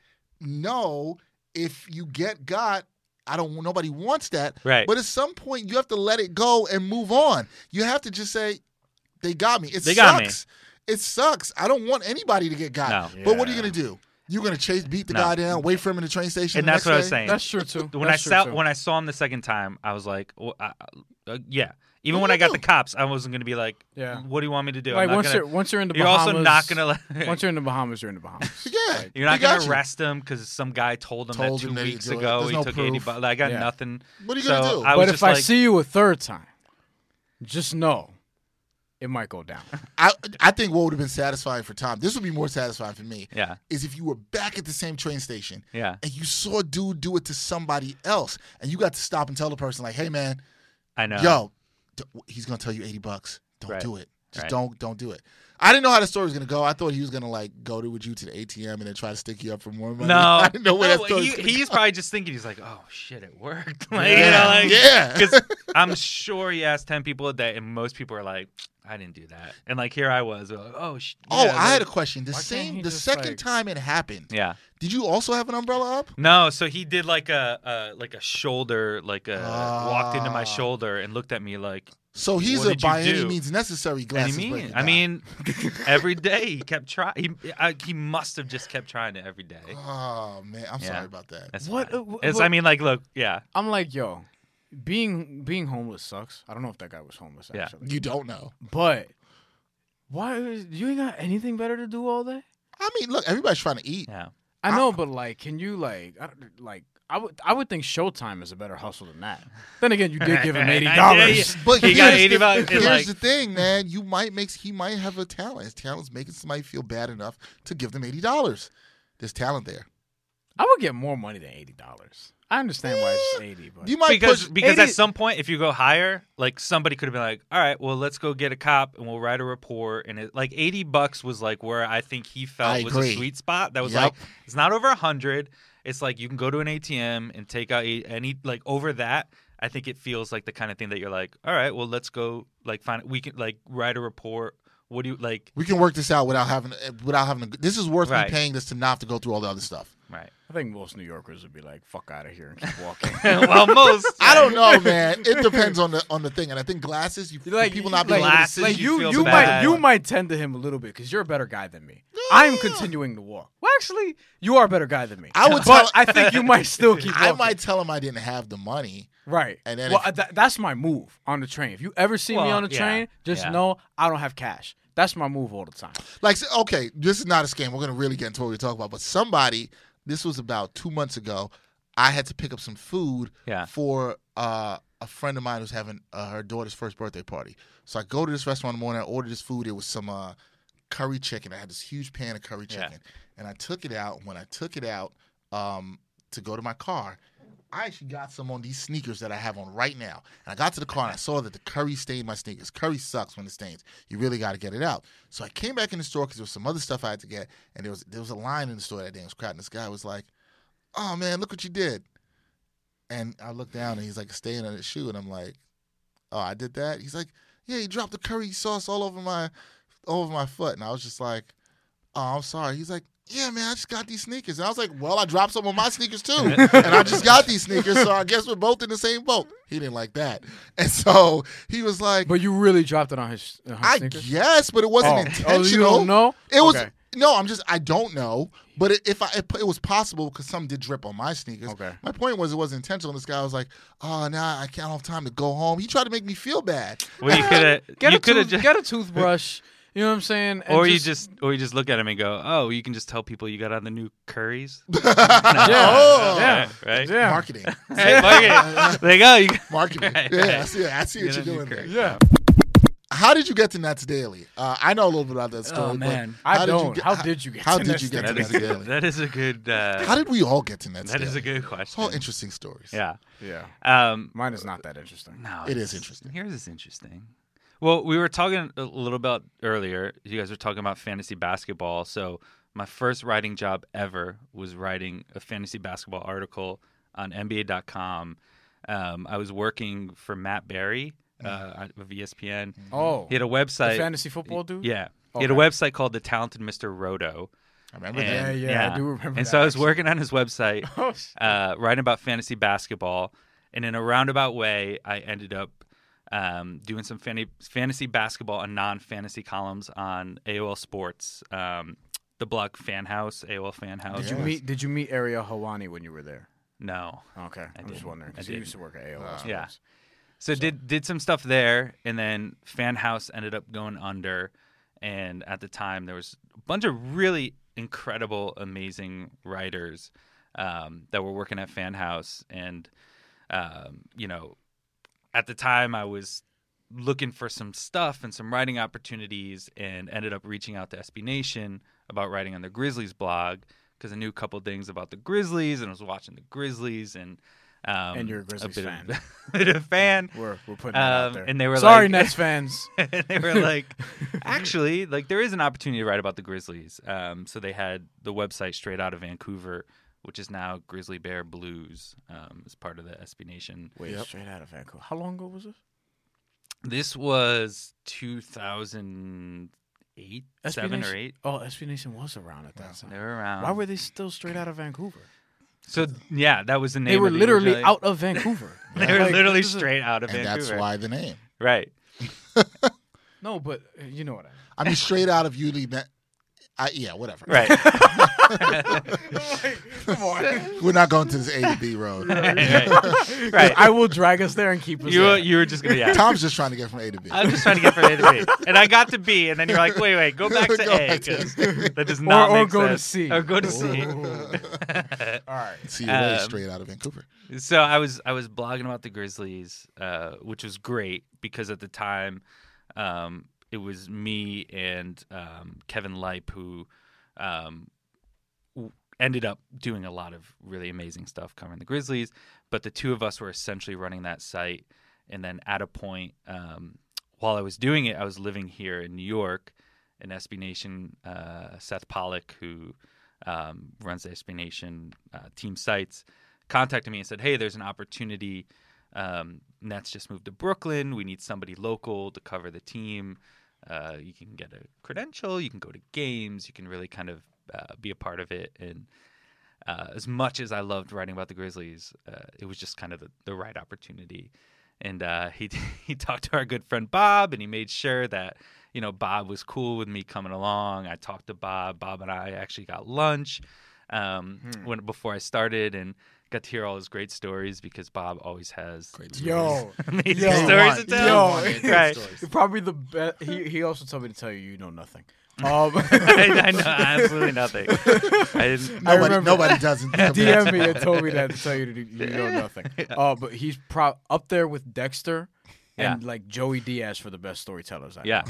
Speaker 1: no, if you get God, I don't. Nobody wants that.
Speaker 3: Right.
Speaker 1: But at some point, you have to let it go and move on. You have to just say, "They got me." It
Speaker 3: They got me.
Speaker 1: sucks. It sucks. I don't want anybody to get got.
Speaker 3: No.
Speaker 1: But what are you
Speaker 2: Yeah.
Speaker 1: gonna do? You're gonna chase, beat the
Speaker 3: No.
Speaker 1: guy down, wait for him in the train station,
Speaker 3: and
Speaker 1: the next
Speaker 3: that's what I was
Speaker 1: day?
Speaker 3: saying.
Speaker 2: That's true too.
Speaker 3: when I
Speaker 2: That's true,
Speaker 3: saw
Speaker 2: too.
Speaker 3: when I saw him the second time, I was like, well, I, uh, yeah, Even
Speaker 1: What
Speaker 3: when
Speaker 1: do
Speaker 3: I
Speaker 1: you
Speaker 3: got
Speaker 1: do?
Speaker 3: the cops, I wasn't gonna be like,
Speaker 2: Yeah.
Speaker 3: What do you want me to do? I'm
Speaker 2: Like
Speaker 3: not
Speaker 2: once
Speaker 3: gonna-
Speaker 2: you're once you're in the
Speaker 3: you're
Speaker 2: Bahamas,
Speaker 3: also not gonna let-
Speaker 2: once you're in the Bahamas, you're in the Bahamas.
Speaker 1: Yeah,
Speaker 2: Like,
Speaker 3: You're not
Speaker 1: they got
Speaker 3: gonna
Speaker 1: you.
Speaker 3: arrest him because some guy told him
Speaker 1: Told
Speaker 3: that
Speaker 1: him
Speaker 3: two
Speaker 1: that he
Speaker 3: weeks
Speaker 1: did it.
Speaker 3: ago
Speaker 1: There's
Speaker 3: he
Speaker 1: no
Speaker 3: took
Speaker 1: proof.
Speaker 3: eighty bucks. I got
Speaker 2: Yeah.
Speaker 3: nothing.
Speaker 1: What are you
Speaker 3: so
Speaker 1: gonna do?
Speaker 3: I was
Speaker 2: but if
Speaker 3: just
Speaker 2: I
Speaker 3: like,
Speaker 2: see you a third time, just know it might go down.
Speaker 1: I I think what would have been satisfying for Tom, this would be more satisfying for me,
Speaker 3: yeah,
Speaker 1: is if you were back at the same train station
Speaker 3: yeah,
Speaker 1: and you saw a dude do it to somebody else, and you got to stop and tell the person like, "Hey man,
Speaker 3: I know.
Speaker 1: yo, d- he's gonna tell you eighty bucks. Don't
Speaker 3: Right.
Speaker 1: do it. Just
Speaker 3: Right.
Speaker 1: don't don't do it." I didn't know how the story was gonna go. I thought he was gonna like go to with you to the ATM and then try to stick you up for more money.
Speaker 3: no,
Speaker 1: I didn't know where
Speaker 3: no,
Speaker 1: that story.
Speaker 3: he,
Speaker 1: was gonna
Speaker 3: he's
Speaker 1: go.
Speaker 3: probably just thinking he's like, oh shit, it worked. like,
Speaker 1: yeah,
Speaker 3: you know, like,
Speaker 1: yeah.
Speaker 3: Because I'm sure he asked 10 people a day, and most people are like, I didn't do that. And like, here I was. like, oh, sh-
Speaker 1: Oh,
Speaker 3: yeah,
Speaker 1: I had a
Speaker 3: like-
Speaker 1: question. The
Speaker 2: Why can't
Speaker 1: same,
Speaker 2: he
Speaker 1: the
Speaker 2: just,
Speaker 1: second
Speaker 2: like-
Speaker 1: time it happened,
Speaker 3: Yeah.
Speaker 1: did you also have an umbrella up?
Speaker 3: No, so he did like a, a like a shoulder, like a walked into
Speaker 1: Ah.
Speaker 3: my shoulder and looked at me like,
Speaker 1: So he's
Speaker 3: What
Speaker 1: a
Speaker 3: did you
Speaker 1: by any
Speaker 3: do?
Speaker 1: means necessary
Speaker 3: what do
Speaker 1: glasses
Speaker 3: you mean?
Speaker 1: breaking
Speaker 3: I
Speaker 1: guy.
Speaker 3: mean, every day he kept trying. He I, he must have just kept trying it every day.
Speaker 1: Oh man, I'm
Speaker 3: Yeah.
Speaker 1: sorry about that.
Speaker 3: That's
Speaker 2: What-
Speaker 3: fine.
Speaker 2: uh, wh-
Speaker 3: It's-
Speaker 2: wh-
Speaker 3: I mean, like, look, yeah,
Speaker 2: I'm like, yo, being being homeless sucks. I don't know if that guy was homeless
Speaker 3: Yeah.
Speaker 2: actually,
Speaker 1: You don't know.
Speaker 2: but why is- you ain't got anything better to do all day?
Speaker 1: I mean, look, everybody's trying to eat.
Speaker 3: yeah.
Speaker 2: I know, but like, can you like I, don't- like I would I would think Showtime is a better hustle than that. Then again, you did give him
Speaker 3: I
Speaker 2: eighty
Speaker 3: did,
Speaker 2: dollars.
Speaker 1: But
Speaker 3: He
Speaker 1: here's,
Speaker 3: got
Speaker 1: the,
Speaker 3: 80 bucks,
Speaker 1: here's
Speaker 3: like-
Speaker 1: the thing, man. You might make he might have a talent. His talent's making somebody feel bad enough to give them eighty dollars. There's talent there.
Speaker 2: I would get more money than eighty dollars. I understand why it's just eighty, but
Speaker 1: You might
Speaker 3: because
Speaker 1: push
Speaker 3: because
Speaker 2: 80
Speaker 3: at some point if you go higher like somebody could have been like all right well let's go get a cop and we'll write a report and it like 80 bucks was like where i think he felt
Speaker 1: I
Speaker 3: was
Speaker 1: agree.
Speaker 3: a sweet spot that was
Speaker 1: Yep.
Speaker 3: like it's not over 100 it's like you can go to an atm and take out a- any like over that i think it feels like the kind of thing that you're like all right well let's go like find we can like write a report what do you like
Speaker 1: we can work this out without having eh, without having. To, this is worth
Speaker 3: Right.
Speaker 1: me paying this to not have to go through all the other stuff.
Speaker 3: right
Speaker 2: I think most New Yorkers would be like, "Fuck out of here" and keep walking.
Speaker 3: well most
Speaker 1: I don't know, man. It depends on the on the thing, and I think glasses. You for
Speaker 2: like
Speaker 1: people not
Speaker 2: like,
Speaker 1: being able to
Speaker 3: Glasses,
Speaker 1: see.
Speaker 2: like
Speaker 3: you
Speaker 2: you
Speaker 3: feel
Speaker 2: you might
Speaker 3: bad.
Speaker 2: you might tend to him a little bit because you're a better guy than me. I'm continuing to walk. Well, actually, you are a better guy than me.
Speaker 1: I would
Speaker 2: but
Speaker 1: tell-
Speaker 2: I think you might still keep.
Speaker 1: I
Speaker 2: Walking.
Speaker 1: might tell him I didn't have the money.
Speaker 2: right.
Speaker 1: and then
Speaker 2: well,
Speaker 1: if-
Speaker 2: tha- that's my move on the train. If you ever see me
Speaker 3: Well,
Speaker 2: on the
Speaker 3: yeah,
Speaker 2: train, just
Speaker 3: yeah.
Speaker 2: know I don't have cash. That's my move all the time.
Speaker 1: Like, s- okay, this is not a scam. We're gonna really get into what we're talking about. But somebody, this was about two months ago. I had to pick up some food
Speaker 3: Yeah.
Speaker 1: for uh, a friend of mine who's having uh, her daughter's first birthday party. So I go to this restaurant in the morning. I ordered this food. It was some uh, curry chicken. I had this huge pan of curry
Speaker 3: Yeah.
Speaker 1: chicken, and I took it out. When I took it out um, to go to my car, I actually got some on these sneakers that I have on right now. And I got to the car and I saw that the curry stained my sneakers. Curry sucks when it stains. You really got to get it out. So I came back in the store because there was some other stuff I had to get, and there was there was a line in the store that day. It was crowded. And this guy was like, "Oh man, look what you did." And I looked down and he's like staying on his shoe, and I'm like, "Oh, I did that." He's like, "Yeah, you dropped the curry sauce all over my all over my foot," and I was just like, "Oh, I'm sorry." He's like. Yeah, man, I just got these sneakers. And I was like, well, I dropped some of my sneakers too. and I just got these sneakers, so I guess we're both in the same boat. He didn't like that. And so he was like,
Speaker 2: But you really dropped it on his. On his
Speaker 1: I
Speaker 2: sneakers?
Speaker 1: guess, but it wasn't
Speaker 2: Oh.
Speaker 1: intentional.
Speaker 2: Oh, you don't know?
Speaker 1: It was
Speaker 2: Okay.
Speaker 1: no. I'm just I don't know. But it, if I it, it was possible because some did drip on my sneakers.
Speaker 2: Okay.
Speaker 1: My point was it wasn't intentional. This guy was like, "Oh, now I can't I don't have time to go home." He tried to make me feel bad.
Speaker 3: well you could have
Speaker 2: Get
Speaker 3: you
Speaker 2: a
Speaker 3: could have
Speaker 2: tooth,
Speaker 3: just
Speaker 2: get a toothbrush. You know what I'm saying? And
Speaker 3: or you just or you just look at him and go, "Oh, you can just tell people you got on the new curries."
Speaker 2: yeah,
Speaker 1: Oh.
Speaker 2: yeah,
Speaker 3: Right?
Speaker 2: yeah.
Speaker 1: Marketing,
Speaker 3: Hey, market. There you go. You
Speaker 1: marketing.
Speaker 3: Right,
Speaker 1: yeah, I
Speaker 3: right.
Speaker 1: see. I see what you're
Speaker 3: got a new
Speaker 1: doing there.
Speaker 3: curry.
Speaker 2: Yeah.
Speaker 1: How did you get to Nuts Daily? Uh, I know a little bit about that story.
Speaker 3: Oh, man.
Speaker 1: but
Speaker 2: I
Speaker 1: how
Speaker 2: don't.
Speaker 1: Did you get,
Speaker 2: how, did you get?
Speaker 1: how
Speaker 2: to
Speaker 1: did
Speaker 2: this
Speaker 1: you get
Speaker 2: thing?
Speaker 3: That
Speaker 1: to
Speaker 3: is
Speaker 1: Nuts
Speaker 3: a good.
Speaker 1: Daily?
Speaker 3: That is a good. Uh,
Speaker 1: How did we all get to Nuts
Speaker 3: that
Speaker 1: Daily?
Speaker 3: is a good
Speaker 1: It's all
Speaker 3: question.
Speaker 1: interesting stories.
Speaker 3: Yeah.
Speaker 2: Yeah.
Speaker 3: Um,
Speaker 2: Mine is not that interesting.
Speaker 3: no,
Speaker 1: It is
Speaker 3: it's-
Speaker 1: interesting.
Speaker 3: Here's is interesting. Well, we were talking a little about earlier. You guys were talking about fantasy basketball. So my first writing job ever was writing a fantasy basketball article on NBA.com. Um, I was working for Matt Barry uh, of ESPN.
Speaker 2: Oh,
Speaker 3: He had a
Speaker 2: the
Speaker 3: website.
Speaker 2: fantasy football dude.
Speaker 3: Yeah. He had a
Speaker 2: Okay.
Speaker 3: website called The Talented Mr. Roto.
Speaker 1: I remember
Speaker 3: And,
Speaker 1: that.
Speaker 2: Yeah, yeah, I do remember that,
Speaker 3: And so I was
Speaker 2: actually.
Speaker 3: working on his website,
Speaker 2: Oh, shit.
Speaker 3: uh, writing about fantasy basketball. And in a roundabout way, I ended up um, doing some fanny- fantasy basketball and non fantasy columns on AOL Sports, um, the blog Fan House, AOL Fan House.
Speaker 2: Did you meet Did you meet Ariel Hawani when you were there?
Speaker 3: No.
Speaker 2: Okay, I am just
Speaker 3: didn't.
Speaker 2: wondering.
Speaker 3: I
Speaker 2: 'cause He
Speaker 3: didn't. Uh,
Speaker 2: used to work at AOL.
Speaker 3: Yeah. So, did did some stuff there, and then Fan House ended up going under, and at the time there was a bunch of really incredible, amazing writers um, that were working at Fan House, and um, you know, at the time I was looking for some stuff and some writing opportunities, and ended up reaching out to SB Nation about writing on the Grizzlies blog because I knew a couple things about the Grizzlies and I was watching the Grizzlies and. Um,
Speaker 2: And you're a Grizzlies
Speaker 3: bit
Speaker 2: fan.
Speaker 3: Of, bit of fan.
Speaker 2: We're, we're putting that out
Speaker 3: Um,
Speaker 2: there.
Speaker 3: and they were
Speaker 2: sorry,
Speaker 3: like-
Speaker 2: Nets fans.
Speaker 3: and they were like, actually, like there is an opportunity to write about the Grizzlies. Um, so they had the website straight out of Vancouver, which is now Grizzly Bear Blues, um, as part of the SB Nation.
Speaker 2: Wait, straight out of Vancouver. How long ago was this?
Speaker 3: This was 2008, seven or eight.
Speaker 2: Oh, SB Nation was around at that
Speaker 3: They
Speaker 2: time.
Speaker 3: were around.
Speaker 2: Why were they still straight out of Vancouver?
Speaker 3: so yeah, that was the name.
Speaker 2: They were
Speaker 3: of the
Speaker 2: literally
Speaker 3: original-
Speaker 2: out of Vancouver.
Speaker 3: They were
Speaker 2: Like,
Speaker 3: literally
Speaker 2: this is a-
Speaker 3: straight out of
Speaker 1: and
Speaker 3: Vancouver.
Speaker 1: that's why the name.
Speaker 3: Right.
Speaker 2: No, but uh, you know what I mean.
Speaker 1: I mean, straight out of UD. Ma- I, yeah, whatever.
Speaker 3: Right.
Speaker 2: Come on.
Speaker 1: We're not going to this A to B road.
Speaker 3: right. right.
Speaker 2: I will drag us there and keep us
Speaker 3: You were,
Speaker 2: there.
Speaker 3: you were just gonna yeah.
Speaker 1: Tom's just trying to get from A to B.
Speaker 3: I'm just trying to get from A to B. And I got to B, and then you're like, wait, wait, go back to
Speaker 1: Go
Speaker 3: A.
Speaker 1: back to
Speaker 3: 'cause that does not
Speaker 2: or
Speaker 3: make
Speaker 2: go to
Speaker 3: sense.
Speaker 2: C.
Speaker 3: Or go to
Speaker 1: Oh.
Speaker 2: All right.
Speaker 1: See, you're really
Speaker 3: um,
Speaker 1: straight out of Vancouver.
Speaker 3: C. so I was I was blogging about the Grizzlies, uh, which was great because at the time um, it was me and um, Kevin Lipe who um, w- ended up doing a lot of really amazing stuff covering the Grizzlies. But the two of us were essentially running that site. And then at a point, um, while I was doing it, I was living here in New York. And SB Nation, uh, Seth Pollock, who um, runs the SB Nation uh, team sites, contacted me and said, "Hey, there's an opportunity. Um, Nets just moved to Brooklyn. We need somebody local to cover the team. Uh, you can get a credential. You can go to games. You can really kind of uh, be a part of it." And uh, as much as I loved writing about the Grizzlies, uh, it was just kind of the, the right opportunity. And uh, he he talked to our good friend Bob, and he made sure that you know Bob was cool with me coming along. I talked to Bob. Bob and I actually got lunch um, when before I started, and got to hear all his great stories because Bob always has
Speaker 1: Great
Speaker 2: Yo.
Speaker 3: amazing
Speaker 2: Yo.
Speaker 3: stories to
Speaker 1: Yo.
Speaker 3: tell.
Speaker 1: Yo.
Speaker 3: right?
Speaker 1: Stories.
Speaker 2: Probably the best. He, he also told me to tell you you know nothing. Um,
Speaker 3: I, I know absolutely nothing. I didn't.
Speaker 2: I
Speaker 1: Nobody,
Speaker 2: remember-
Speaker 1: nobody doesn't.
Speaker 2: DM me and told me that to tell you to do, you know nothing. Uh, but he's pro- up there with Dexter and like Joey Diaz for the best storytellers. I
Speaker 3: Yeah.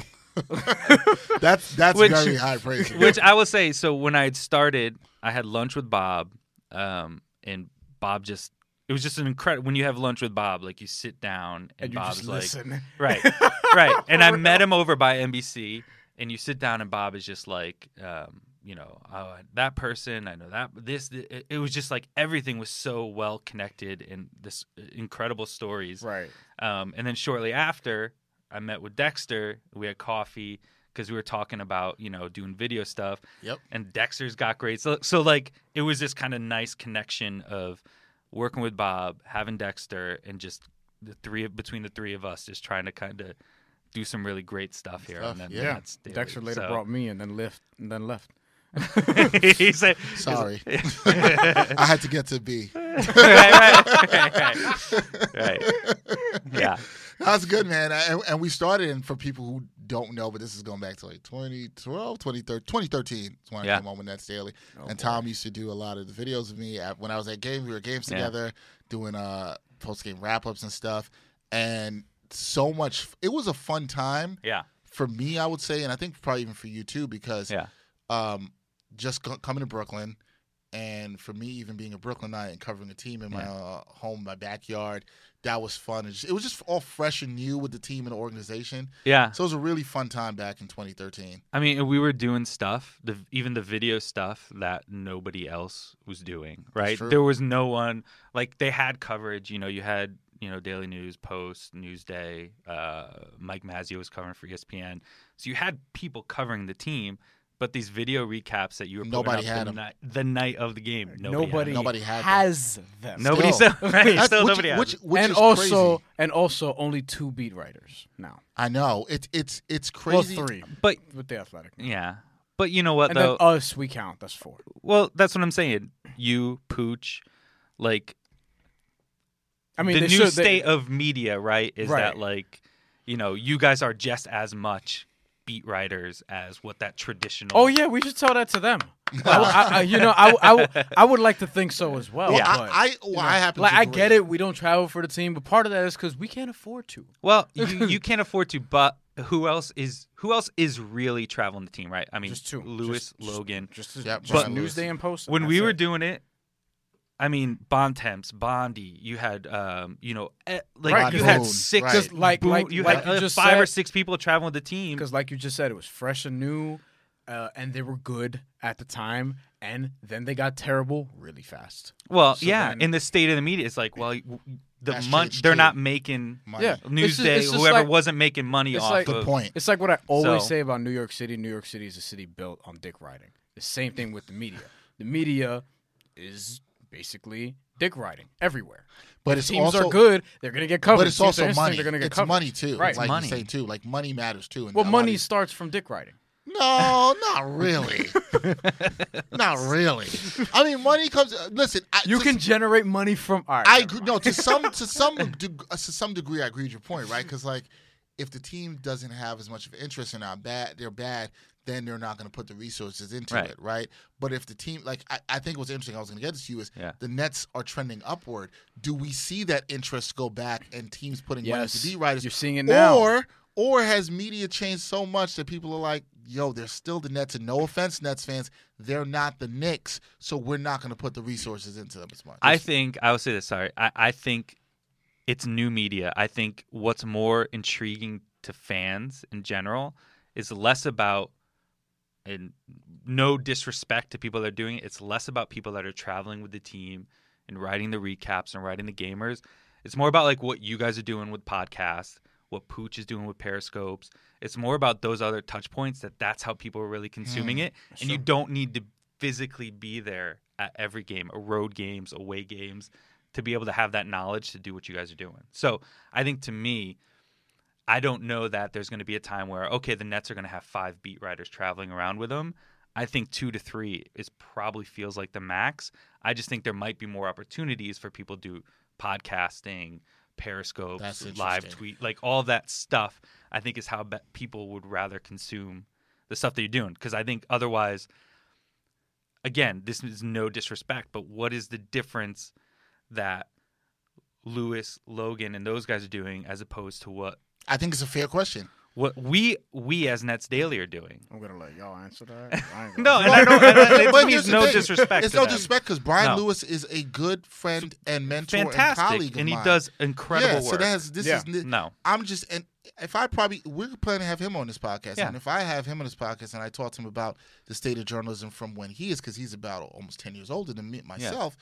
Speaker 1: That's that's
Speaker 3: Which-
Speaker 1: very high praise.
Speaker 3: Which I will say, so when I had started, I had lunch with Bob, um, and Bob just it was just an incredible when you have lunch with Bob, like you sit down and,
Speaker 2: and you
Speaker 3: Bob's
Speaker 2: just
Speaker 3: like
Speaker 2: listen.
Speaker 3: Right. Right. And I met him over by NBC and you sit down and Bob is just like um, you know, oh, that person, I know that this th- it- it was just like everything was so well connected and this uh, incredible stories.
Speaker 2: Right.
Speaker 3: Um, and then shortly after, I met with Dexter. We had coffee because we were talking about you know doing video stuff.
Speaker 1: Yep.
Speaker 3: And Dexter's got great. So, so like it was this kind of nice connection of working with Bob, having Dexter, and just the three of between the three of us, just trying to kind of do some really great stuff here.
Speaker 1: Stuff,
Speaker 3: and then
Speaker 1: yeah.
Speaker 3: that's daily.
Speaker 2: Dexter later
Speaker 3: So-
Speaker 2: brought me and then left and then left.
Speaker 3: he said,
Speaker 1: Sorry, I had to get to B.
Speaker 3: right, right, right, right, right. Yeah.
Speaker 1: That's good, man. And, and we started, and for people who don't know, but this is going back to like 2012, 2013, 2013 is when I
Speaker 3: Yeah.
Speaker 1: came on with Nets Daily. and Tom used to do a lot of the videos of me at, when I was at games. We were at games
Speaker 3: Yeah.
Speaker 1: together, doing uh, post game wrap ups and stuff. And so much, it was a fun time
Speaker 3: Yeah.
Speaker 1: for me, I would say, and I think probably even for you too, because
Speaker 3: Yeah.
Speaker 1: um, just co- coming to Brooklyn, and for me, even being a Brooklynite and covering a team in my
Speaker 3: Yeah.
Speaker 1: uh, home, my backyard, that was fun. It, just, it was just all fresh and new with the team and the organization.
Speaker 3: Yeah.
Speaker 1: So it was a really fun time back in 2013.
Speaker 3: I mean, we were doing stuff, the, even the video stuff that nobody else was doing, right?
Speaker 1: true.
Speaker 3: There was no one like they had coverage. You know, you had you know Daily News, Post, Newsday. Uh, Mike Mazio was covering for E ESPN, so you had people covering the team. But these video recaps that you were putting
Speaker 1: Nobody
Speaker 3: up
Speaker 1: had
Speaker 3: the,
Speaker 1: 'em.
Speaker 3: Night, the night of the game, nobody, had
Speaker 2: Nobody,
Speaker 3: 'em.
Speaker 1: Nobody had them.
Speaker 2: has them.
Speaker 3: nobody
Speaker 1: Still.
Speaker 3: still, right?
Speaker 1: That's-
Speaker 3: still
Speaker 1: which,
Speaker 3: nobody had
Speaker 1: which,
Speaker 3: 'em.
Speaker 1: which
Speaker 2: and
Speaker 1: is
Speaker 2: also
Speaker 1: crazy.
Speaker 2: and also only two beat writers now.
Speaker 1: I know it, it's it's crazy.
Speaker 2: Well, three
Speaker 3: But
Speaker 2: with the athletic.
Speaker 3: yeah, but you know what
Speaker 2: And
Speaker 3: though?
Speaker 2: then us, we count. That's four.
Speaker 3: well, that's what I'm saying. You, Pooch, like
Speaker 2: I mean,
Speaker 3: the
Speaker 2: they
Speaker 3: new
Speaker 2: should- they-
Speaker 3: state of media, right, is
Speaker 2: Right.
Speaker 3: that like, you know, you guys are just as much beat writers as what that traditional.
Speaker 2: Oh yeah, we should tell that to them. I, would- I- I- you know, I, would- I, would- I would like to think so as well.
Speaker 1: Well, I,
Speaker 2: but,
Speaker 1: I, well,
Speaker 2: you know,
Speaker 1: I happen
Speaker 2: like
Speaker 1: to
Speaker 2: I
Speaker 1: agree.
Speaker 2: get it. We don't travel for the team, but part of that is because we can't afford to.
Speaker 3: Well, you, you can't afford to, but who else is who else is really traveling the team, right? I mean,
Speaker 2: Just two.
Speaker 3: Lewis,
Speaker 2: Just- just-
Speaker 3: Logan.
Speaker 2: Just, just,
Speaker 1: Yep,
Speaker 3: But-
Speaker 2: Newsday and Post.
Speaker 3: when we were doing it, I mean, Bon Temps, Bondi, you had, um, you know, eh, like
Speaker 2: Right,
Speaker 3: you
Speaker 2: Boone,
Speaker 3: had six,
Speaker 1: right.
Speaker 2: Just like-
Speaker 3: Boone-
Speaker 2: like-
Speaker 3: you
Speaker 2: like
Speaker 3: had
Speaker 2: you
Speaker 3: uh,
Speaker 2: just
Speaker 3: five or
Speaker 2: said.
Speaker 3: six people traveling with the team.
Speaker 2: because, like you just said, it was fresh and new, uh, and they were good at the time, and then they got terrible really fast.
Speaker 3: Well,
Speaker 2: So
Speaker 3: yeah,
Speaker 2: then-
Speaker 3: in the state of the media, it's like, well, you- the
Speaker 1: That's
Speaker 3: month
Speaker 1: changed
Speaker 3: they're
Speaker 1: too.
Speaker 3: not making
Speaker 1: Money.
Speaker 2: Yeah. It's just-
Speaker 3: Newsday,
Speaker 2: it's just
Speaker 3: whoever
Speaker 2: like-
Speaker 3: wasn't making money
Speaker 2: it's
Speaker 3: off
Speaker 2: like-
Speaker 3: of.
Speaker 2: Good
Speaker 1: Good point.
Speaker 2: It's like what I always
Speaker 3: So-
Speaker 2: say about New York City. New York City is a city built on dick riding. The same thing with the media. The media is basically dick riding everywhere.
Speaker 1: But it's
Speaker 2: Teams
Speaker 1: also
Speaker 2: are good. They're gonna get covered.
Speaker 1: But it's
Speaker 2: Teams are
Speaker 1: also
Speaker 2: interesting,
Speaker 1: money.
Speaker 2: They're gonna get
Speaker 1: It's
Speaker 2: covered.
Speaker 1: money too.
Speaker 2: Right.
Speaker 1: It's like
Speaker 3: Money.
Speaker 1: you say too. Like money matters too. And
Speaker 2: Well,
Speaker 1: a lot
Speaker 2: money
Speaker 1: of-
Speaker 2: starts from dick riding.
Speaker 1: No, not really. not really. I mean, money comes. Listen, I,
Speaker 2: You
Speaker 1: to-
Speaker 2: can generate money from art.
Speaker 1: I agree- no to some to some deg- uh, to some degree I agree with your point, right? Because like if the team doesn't have as much of an interest and are bad, they're bad. Then they're not going to put the resources into
Speaker 3: Right.
Speaker 1: it, right? But if the team, like I, I think what's interesting, I was going to get this to you is
Speaker 3: Yeah.
Speaker 1: the Nets are trending upward. Do we see that interest go back and teams putting money
Speaker 2: Yes.
Speaker 1: to be writers?
Speaker 2: You're seeing it now.
Speaker 1: Or or has media changed so much that people are like, yo, they're still the Nets, and no offense, Nets fans, they're not the Knicks, so we're not going to put the resources into them as much.
Speaker 3: I think I will say this. Sorry, I, I think it's new media. I think what's more intriguing to fans in general is less about and no disrespect to people that are doing it. It's less about people that are traveling with the team and writing the recaps and writing the gamers. It's more about like what you guys are doing with podcasts, what Pooch is doing with Periscopes. It's more about those other touch points that that's how people are really consuming it, and you don't need to physically be there at every game, uh, road games, away games, to be able to have that knowledge to do what you guys are doing. So I think to me, I don't know that there's going to be a time where okay, the Nets are going to have five beat writers traveling around with them. I think two to three is probably feels like the max. I just think there might be more opportunities for people to do podcasting,
Speaker 1: That's
Speaker 3: Periscopes, live
Speaker 1: interesting.
Speaker 3: tweet, like all that stuff. I think is how be- people would rather consume the stuff that you're doing because I think otherwise, again, this is no disrespect, but what is the difference that Lewis, Logan, and those guys are doing as opposed to what
Speaker 1: I think it's a fair question.
Speaker 3: what we we as Nets Daily are doing.
Speaker 2: I'm gonna let y'all answer that. I ain't gonna-
Speaker 3: No, and I don't. And I, it
Speaker 1: But
Speaker 3: means
Speaker 1: here's the
Speaker 3: no
Speaker 1: thing.
Speaker 3: disrespect.
Speaker 1: It's
Speaker 3: to
Speaker 1: no
Speaker 3: them.
Speaker 1: disrespect because Brian
Speaker 3: No.
Speaker 1: Lewis is a good friend and mentor and
Speaker 3: Fantastic,
Speaker 1: colleague,
Speaker 3: and,
Speaker 1: of
Speaker 3: he
Speaker 1: mine.
Speaker 3: does incredible
Speaker 1: yeah,
Speaker 3: work.
Speaker 1: So that has this
Speaker 2: Yeah.
Speaker 1: is n-
Speaker 3: no,
Speaker 1: I'm just and if I probably we're planning to have him on this podcast,
Speaker 3: Yeah.
Speaker 1: and if I have him on this podcast and I talk to him about the state of journalism from when he is, because he's about almost ten years older than me myself,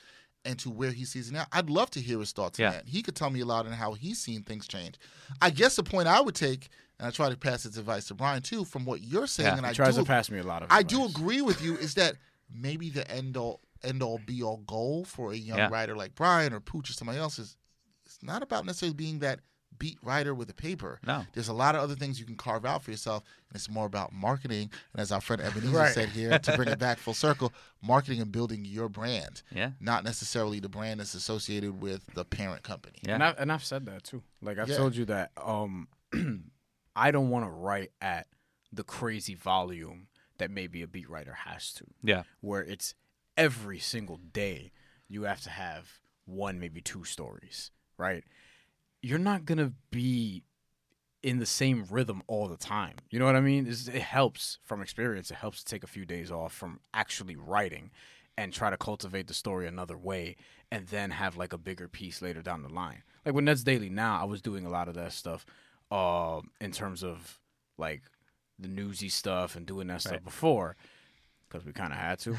Speaker 1: and to where he sees it now, I'd love to hear his thoughts
Speaker 3: Yeah.
Speaker 1: on that. He could tell me a lot on how he's seen things change. I guess the point I would take, and I try to pass this advice to Brian too, from what you're saying,
Speaker 3: Yeah.
Speaker 1: and
Speaker 2: He
Speaker 1: I
Speaker 2: tries
Speaker 1: do
Speaker 2: to pass me a lot of.
Speaker 1: I do
Speaker 2: advice.
Speaker 1: agree with you is that maybe the end all end all be all goal for a young
Speaker 3: Yeah.
Speaker 1: writer like Brian or Pooch or somebody else is it's not about necessarily being that beat writer with a paper.
Speaker 3: No.
Speaker 1: There's a lot of other things you can carve out for yourself and it's more about marketing and as our friend Ebenezer
Speaker 2: Right.
Speaker 1: said here to bring it back full circle, marketing and building your brand,
Speaker 3: yeah,
Speaker 1: not necessarily the brand that's associated with the parent company.
Speaker 3: yeah.
Speaker 2: And, I, and I've said that too. Like I've
Speaker 1: Yeah.
Speaker 2: told you that um, I don't want to write at the crazy volume that maybe a beat writer has to.
Speaker 3: Yeah.
Speaker 2: Where it's every single day you have to have one, maybe two stories, right? You're not gonna be in the same rhythm all the time. You know what I mean? It's, it helps from experience. It helps to take a few days off from actually writing and try to cultivate the story another way and then have like a bigger piece later down the line. Like with Nets Daily now, I was doing a lot of that stuff uh, in terms of like the newsy stuff and doing that stuff
Speaker 3: Right.
Speaker 2: before because we kind of had to.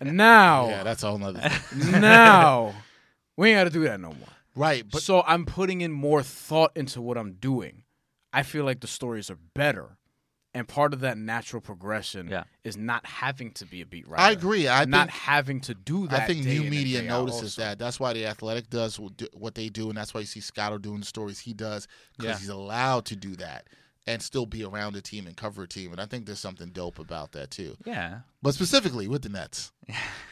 Speaker 2: and now,
Speaker 1: Yeah, that's a whole nother thing.
Speaker 2: now, we ain't got to do that no more
Speaker 1: right. But
Speaker 2: so I'm putting in more thought into what I'm doing. I feel like the stories are better. And part of that natural progression
Speaker 3: Yeah.
Speaker 2: is not having to be a beat writer.
Speaker 1: I agree. I
Speaker 2: not
Speaker 1: think,
Speaker 2: having to do that.
Speaker 1: I think
Speaker 2: day
Speaker 1: new
Speaker 2: in and
Speaker 1: media
Speaker 2: day out
Speaker 1: notices
Speaker 2: also.
Speaker 1: that. That's why the athletic does wh- do- what they do, and that's why you see Scotto doing the stories he does because
Speaker 3: Yeah.
Speaker 1: he's allowed to do that. and still be around a team and cover a team. And I think there's something dope about that too.
Speaker 3: Yeah.
Speaker 1: But specifically with the Nets,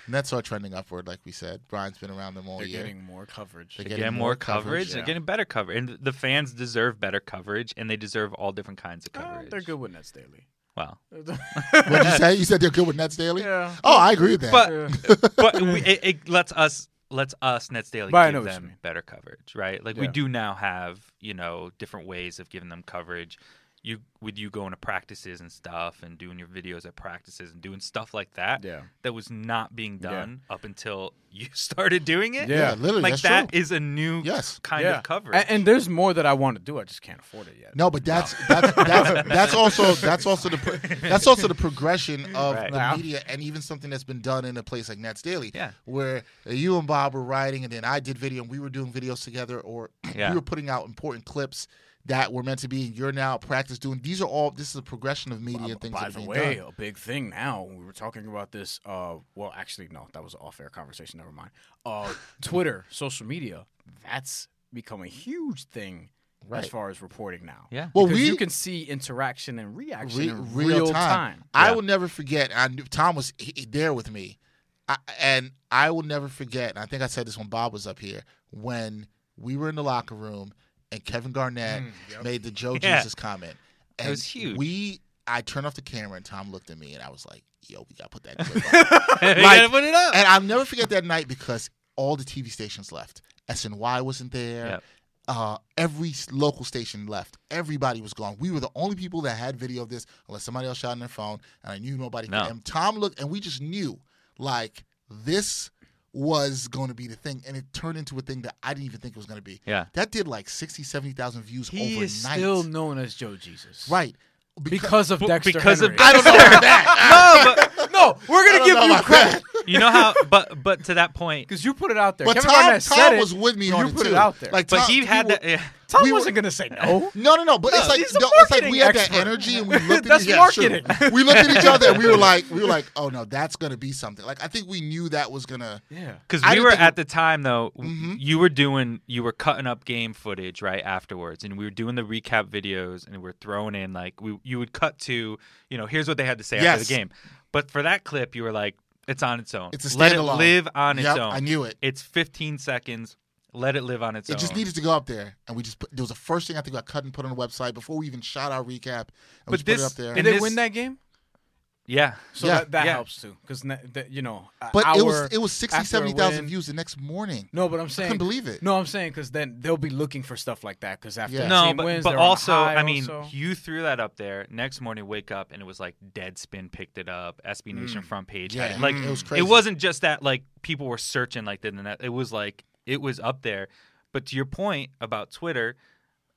Speaker 1: Nets are trending upward, like we said. Brian's been around them all
Speaker 2: Oh, They're
Speaker 1: year.
Speaker 2: getting more coverage.
Speaker 1: They
Speaker 3: They're getting more coverage. They're
Speaker 2: yeah.
Speaker 3: getting better coverage. And the fans deserve better coverage, and they deserve all different kinds of
Speaker 2: Uh,
Speaker 3: coverage.
Speaker 2: they're good with Nets daily.
Speaker 3: Wow.
Speaker 1: What you say? You said they're good with Nets daily.
Speaker 2: yeah.
Speaker 1: Oh, I agree with that.
Speaker 2: Yeah.
Speaker 3: But but we, it, it lets us lets us Nets Daily
Speaker 2: But I know
Speaker 3: give
Speaker 2: what you
Speaker 3: them
Speaker 2: mean.
Speaker 3: better coverage, right? Like we
Speaker 2: Yeah.
Speaker 3: do now have you know different ways of giving them coverage. You with you going to practices and stuff, and doing your videos at practices and doing stuff like that.
Speaker 2: Yeah.
Speaker 3: That was not being
Speaker 2: Yeah.
Speaker 3: done up until you started doing it.
Speaker 2: Yeah.
Speaker 1: yeah, literally,
Speaker 3: Like
Speaker 1: that's
Speaker 3: that
Speaker 1: true.
Speaker 3: is a new
Speaker 1: Yes.
Speaker 3: kind
Speaker 2: yeah.
Speaker 3: of coverage.
Speaker 2: And, and there's more that I want to do. I just can't afford it yet.
Speaker 1: No, but that's that's that's that's also that's also the pro- that's also the progression of
Speaker 3: Right.
Speaker 1: the
Speaker 2: Yeah.
Speaker 1: media and even something that's been done in a place like Nets Daily,
Speaker 3: Yeah.
Speaker 1: where you and Bob were writing and then I did video and we were doing videos together, or
Speaker 3: Yeah.
Speaker 1: we were putting out important clips that were meant to be. You're now at practice doing these are all this is a progression of media and things
Speaker 2: By
Speaker 1: that
Speaker 2: the
Speaker 1: are being
Speaker 2: way,
Speaker 1: done.
Speaker 2: a big thing now. We were talking about this. Uh, well, actually, no, that was an off-air conversation. Never mind. Uh, Twitter, social media, that's become a huge thing as
Speaker 1: Right.
Speaker 2: far as reporting now.
Speaker 3: yeah.
Speaker 1: Well,
Speaker 2: because
Speaker 1: we
Speaker 2: you can see interaction and reaction
Speaker 1: Re-
Speaker 2: in real, time.
Speaker 1: I
Speaker 3: Yeah.
Speaker 1: will never forget. I knew Tom was he, he- there with me, I, and I will never forget. And I think I said this when Bob was up here when we were in the locker room and Kevin Garnett made the Joe
Speaker 3: Mm, Yeah.
Speaker 1: Jesus comment. And
Speaker 3: was huge.
Speaker 1: We, I turned off the camera and Tom looked at me and I was like, "Yo, we gotta put that." clip up."
Speaker 3: You
Speaker 1: Like-
Speaker 3: gotta put it up.
Speaker 1: and I'll never forget that night because all the TV stations left. SNY wasn't there.
Speaker 3: Yep.
Speaker 1: Uh, every s- local station left. Everybody was gone. We were the only people that had video of this, unless somebody else shot on their phone. And I knew nobody.
Speaker 3: No.
Speaker 1: And Tom looked, and we just knew like this was going to be the thing, and it turned into a thing that I didn't even think it was going to be.
Speaker 3: Yeah.
Speaker 1: That did like 60, 70,000 views
Speaker 2: He
Speaker 1: overnight.
Speaker 2: is still known as Joe Jesus,
Speaker 1: right.
Speaker 2: Because of
Speaker 3: Well,
Speaker 2: Dexter
Speaker 3: because of
Speaker 2: Henry.
Speaker 1: I don't know about that.
Speaker 3: no, but
Speaker 2: no, we're
Speaker 1: I
Speaker 2: gonna
Speaker 1: don't
Speaker 2: give
Speaker 1: know
Speaker 2: you
Speaker 1: about
Speaker 2: credit
Speaker 3: you know how. But but to that point,
Speaker 2: because you put it out there.
Speaker 1: But
Speaker 2: Kevin
Speaker 1: Tom,
Speaker 2: Garnett said
Speaker 1: Tom
Speaker 2: it.
Speaker 1: was with me
Speaker 2: You
Speaker 1: on it
Speaker 2: put
Speaker 1: too.
Speaker 2: it out there.
Speaker 1: Like,
Speaker 3: but
Speaker 1: Tom-
Speaker 3: he had
Speaker 1: were-
Speaker 3: that. Yeah.
Speaker 2: Tom
Speaker 1: we were-
Speaker 2: wasn't gonna say no.
Speaker 1: No, no, no. But it's like
Speaker 2: he's a
Speaker 1: no, it's like
Speaker 2: marketing
Speaker 1: we had that
Speaker 2: expert.
Speaker 1: energy and we looked at
Speaker 2: That's
Speaker 1: each yeah, sure.
Speaker 2: marketing.
Speaker 1: We looked at each other and we were like, we were like, oh no, that's gonna be something. Like I think we knew that was gonna.
Speaker 2: Yeah.
Speaker 3: Because
Speaker 1: I
Speaker 3: we
Speaker 1: didn't
Speaker 3: were
Speaker 1: think-
Speaker 3: at the time though, w-
Speaker 1: Mhm.
Speaker 3: you were doing you were cutting up game footage right afterwards, and we were doing the recap videos, and we are throwing in like we you would cut to you know here's what they had to say after
Speaker 1: Yes.
Speaker 3: the game, but for that clip you were like it's on its own,
Speaker 1: It's a
Speaker 3: let it
Speaker 1: standalone.
Speaker 3: live on
Speaker 1: Yep,
Speaker 3: its own.
Speaker 1: I knew it.
Speaker 3: It's 15 seconds, let it live on its
Speaker 1: It
Speaker 3: own.
Speaker 1: just needed to go up there, and we just put, it was the first thing I think I cut and put on the website before we even shot our recap. And we
Speaker 3: But
Speaker 1: just
Speaker 3: this-
Speaker 1: put it up
Speaker 2: Did
Speaker 1: there.
Speaker 3: and
Speaker 2: they
Speaker 3: this-
Speaker 2: win that game?
Speaker 3: yeah,
Speaker 2: So
Speaker 1: Yeah.
Speaker 2: that, that
Speaker 3: Yeah.
Speaker 2: helps too, because you know, a
Speaker 1: But it
Speaker 2: hour
Speaker 1: was it was sixty
Speaker 2: after a
Speaker 1: seventy thousand
Speaker 2: win-
Speaker 1: views the next morning.
Speaker 2: No, but I'm
Speaker 1: I
Speaker 2: saying
Speaker 1: couldn't believe it.
Speaker 2: No, I'm saying because then they'll be looking for stuff like that. Because after
Speaker 1: Yeah.
Speaker 2: the
Speaker 3: no,
Speaker 2: team
Speaker 3: but,
Speaker 2: wins,
Speaker 3: but
Speaker 2: they're on a
Speaker 3: also
Speaker 2: high
Speaker 3: I mean
Speaker 2: also.
Speaker 3: you threw that up there. Next morning wake up and it was like Deadspin picked it up, SB Nation front page,
Speaker 1: Mm.
Speaker 3: had
Speaker 1: Yeah, Mm.
Speaker 3: it. like
Speaker 1: it was crazy.
Speaker 3: It wasn't just that like people were searching like the internet. It was like it was up there. But to your point about Twitter,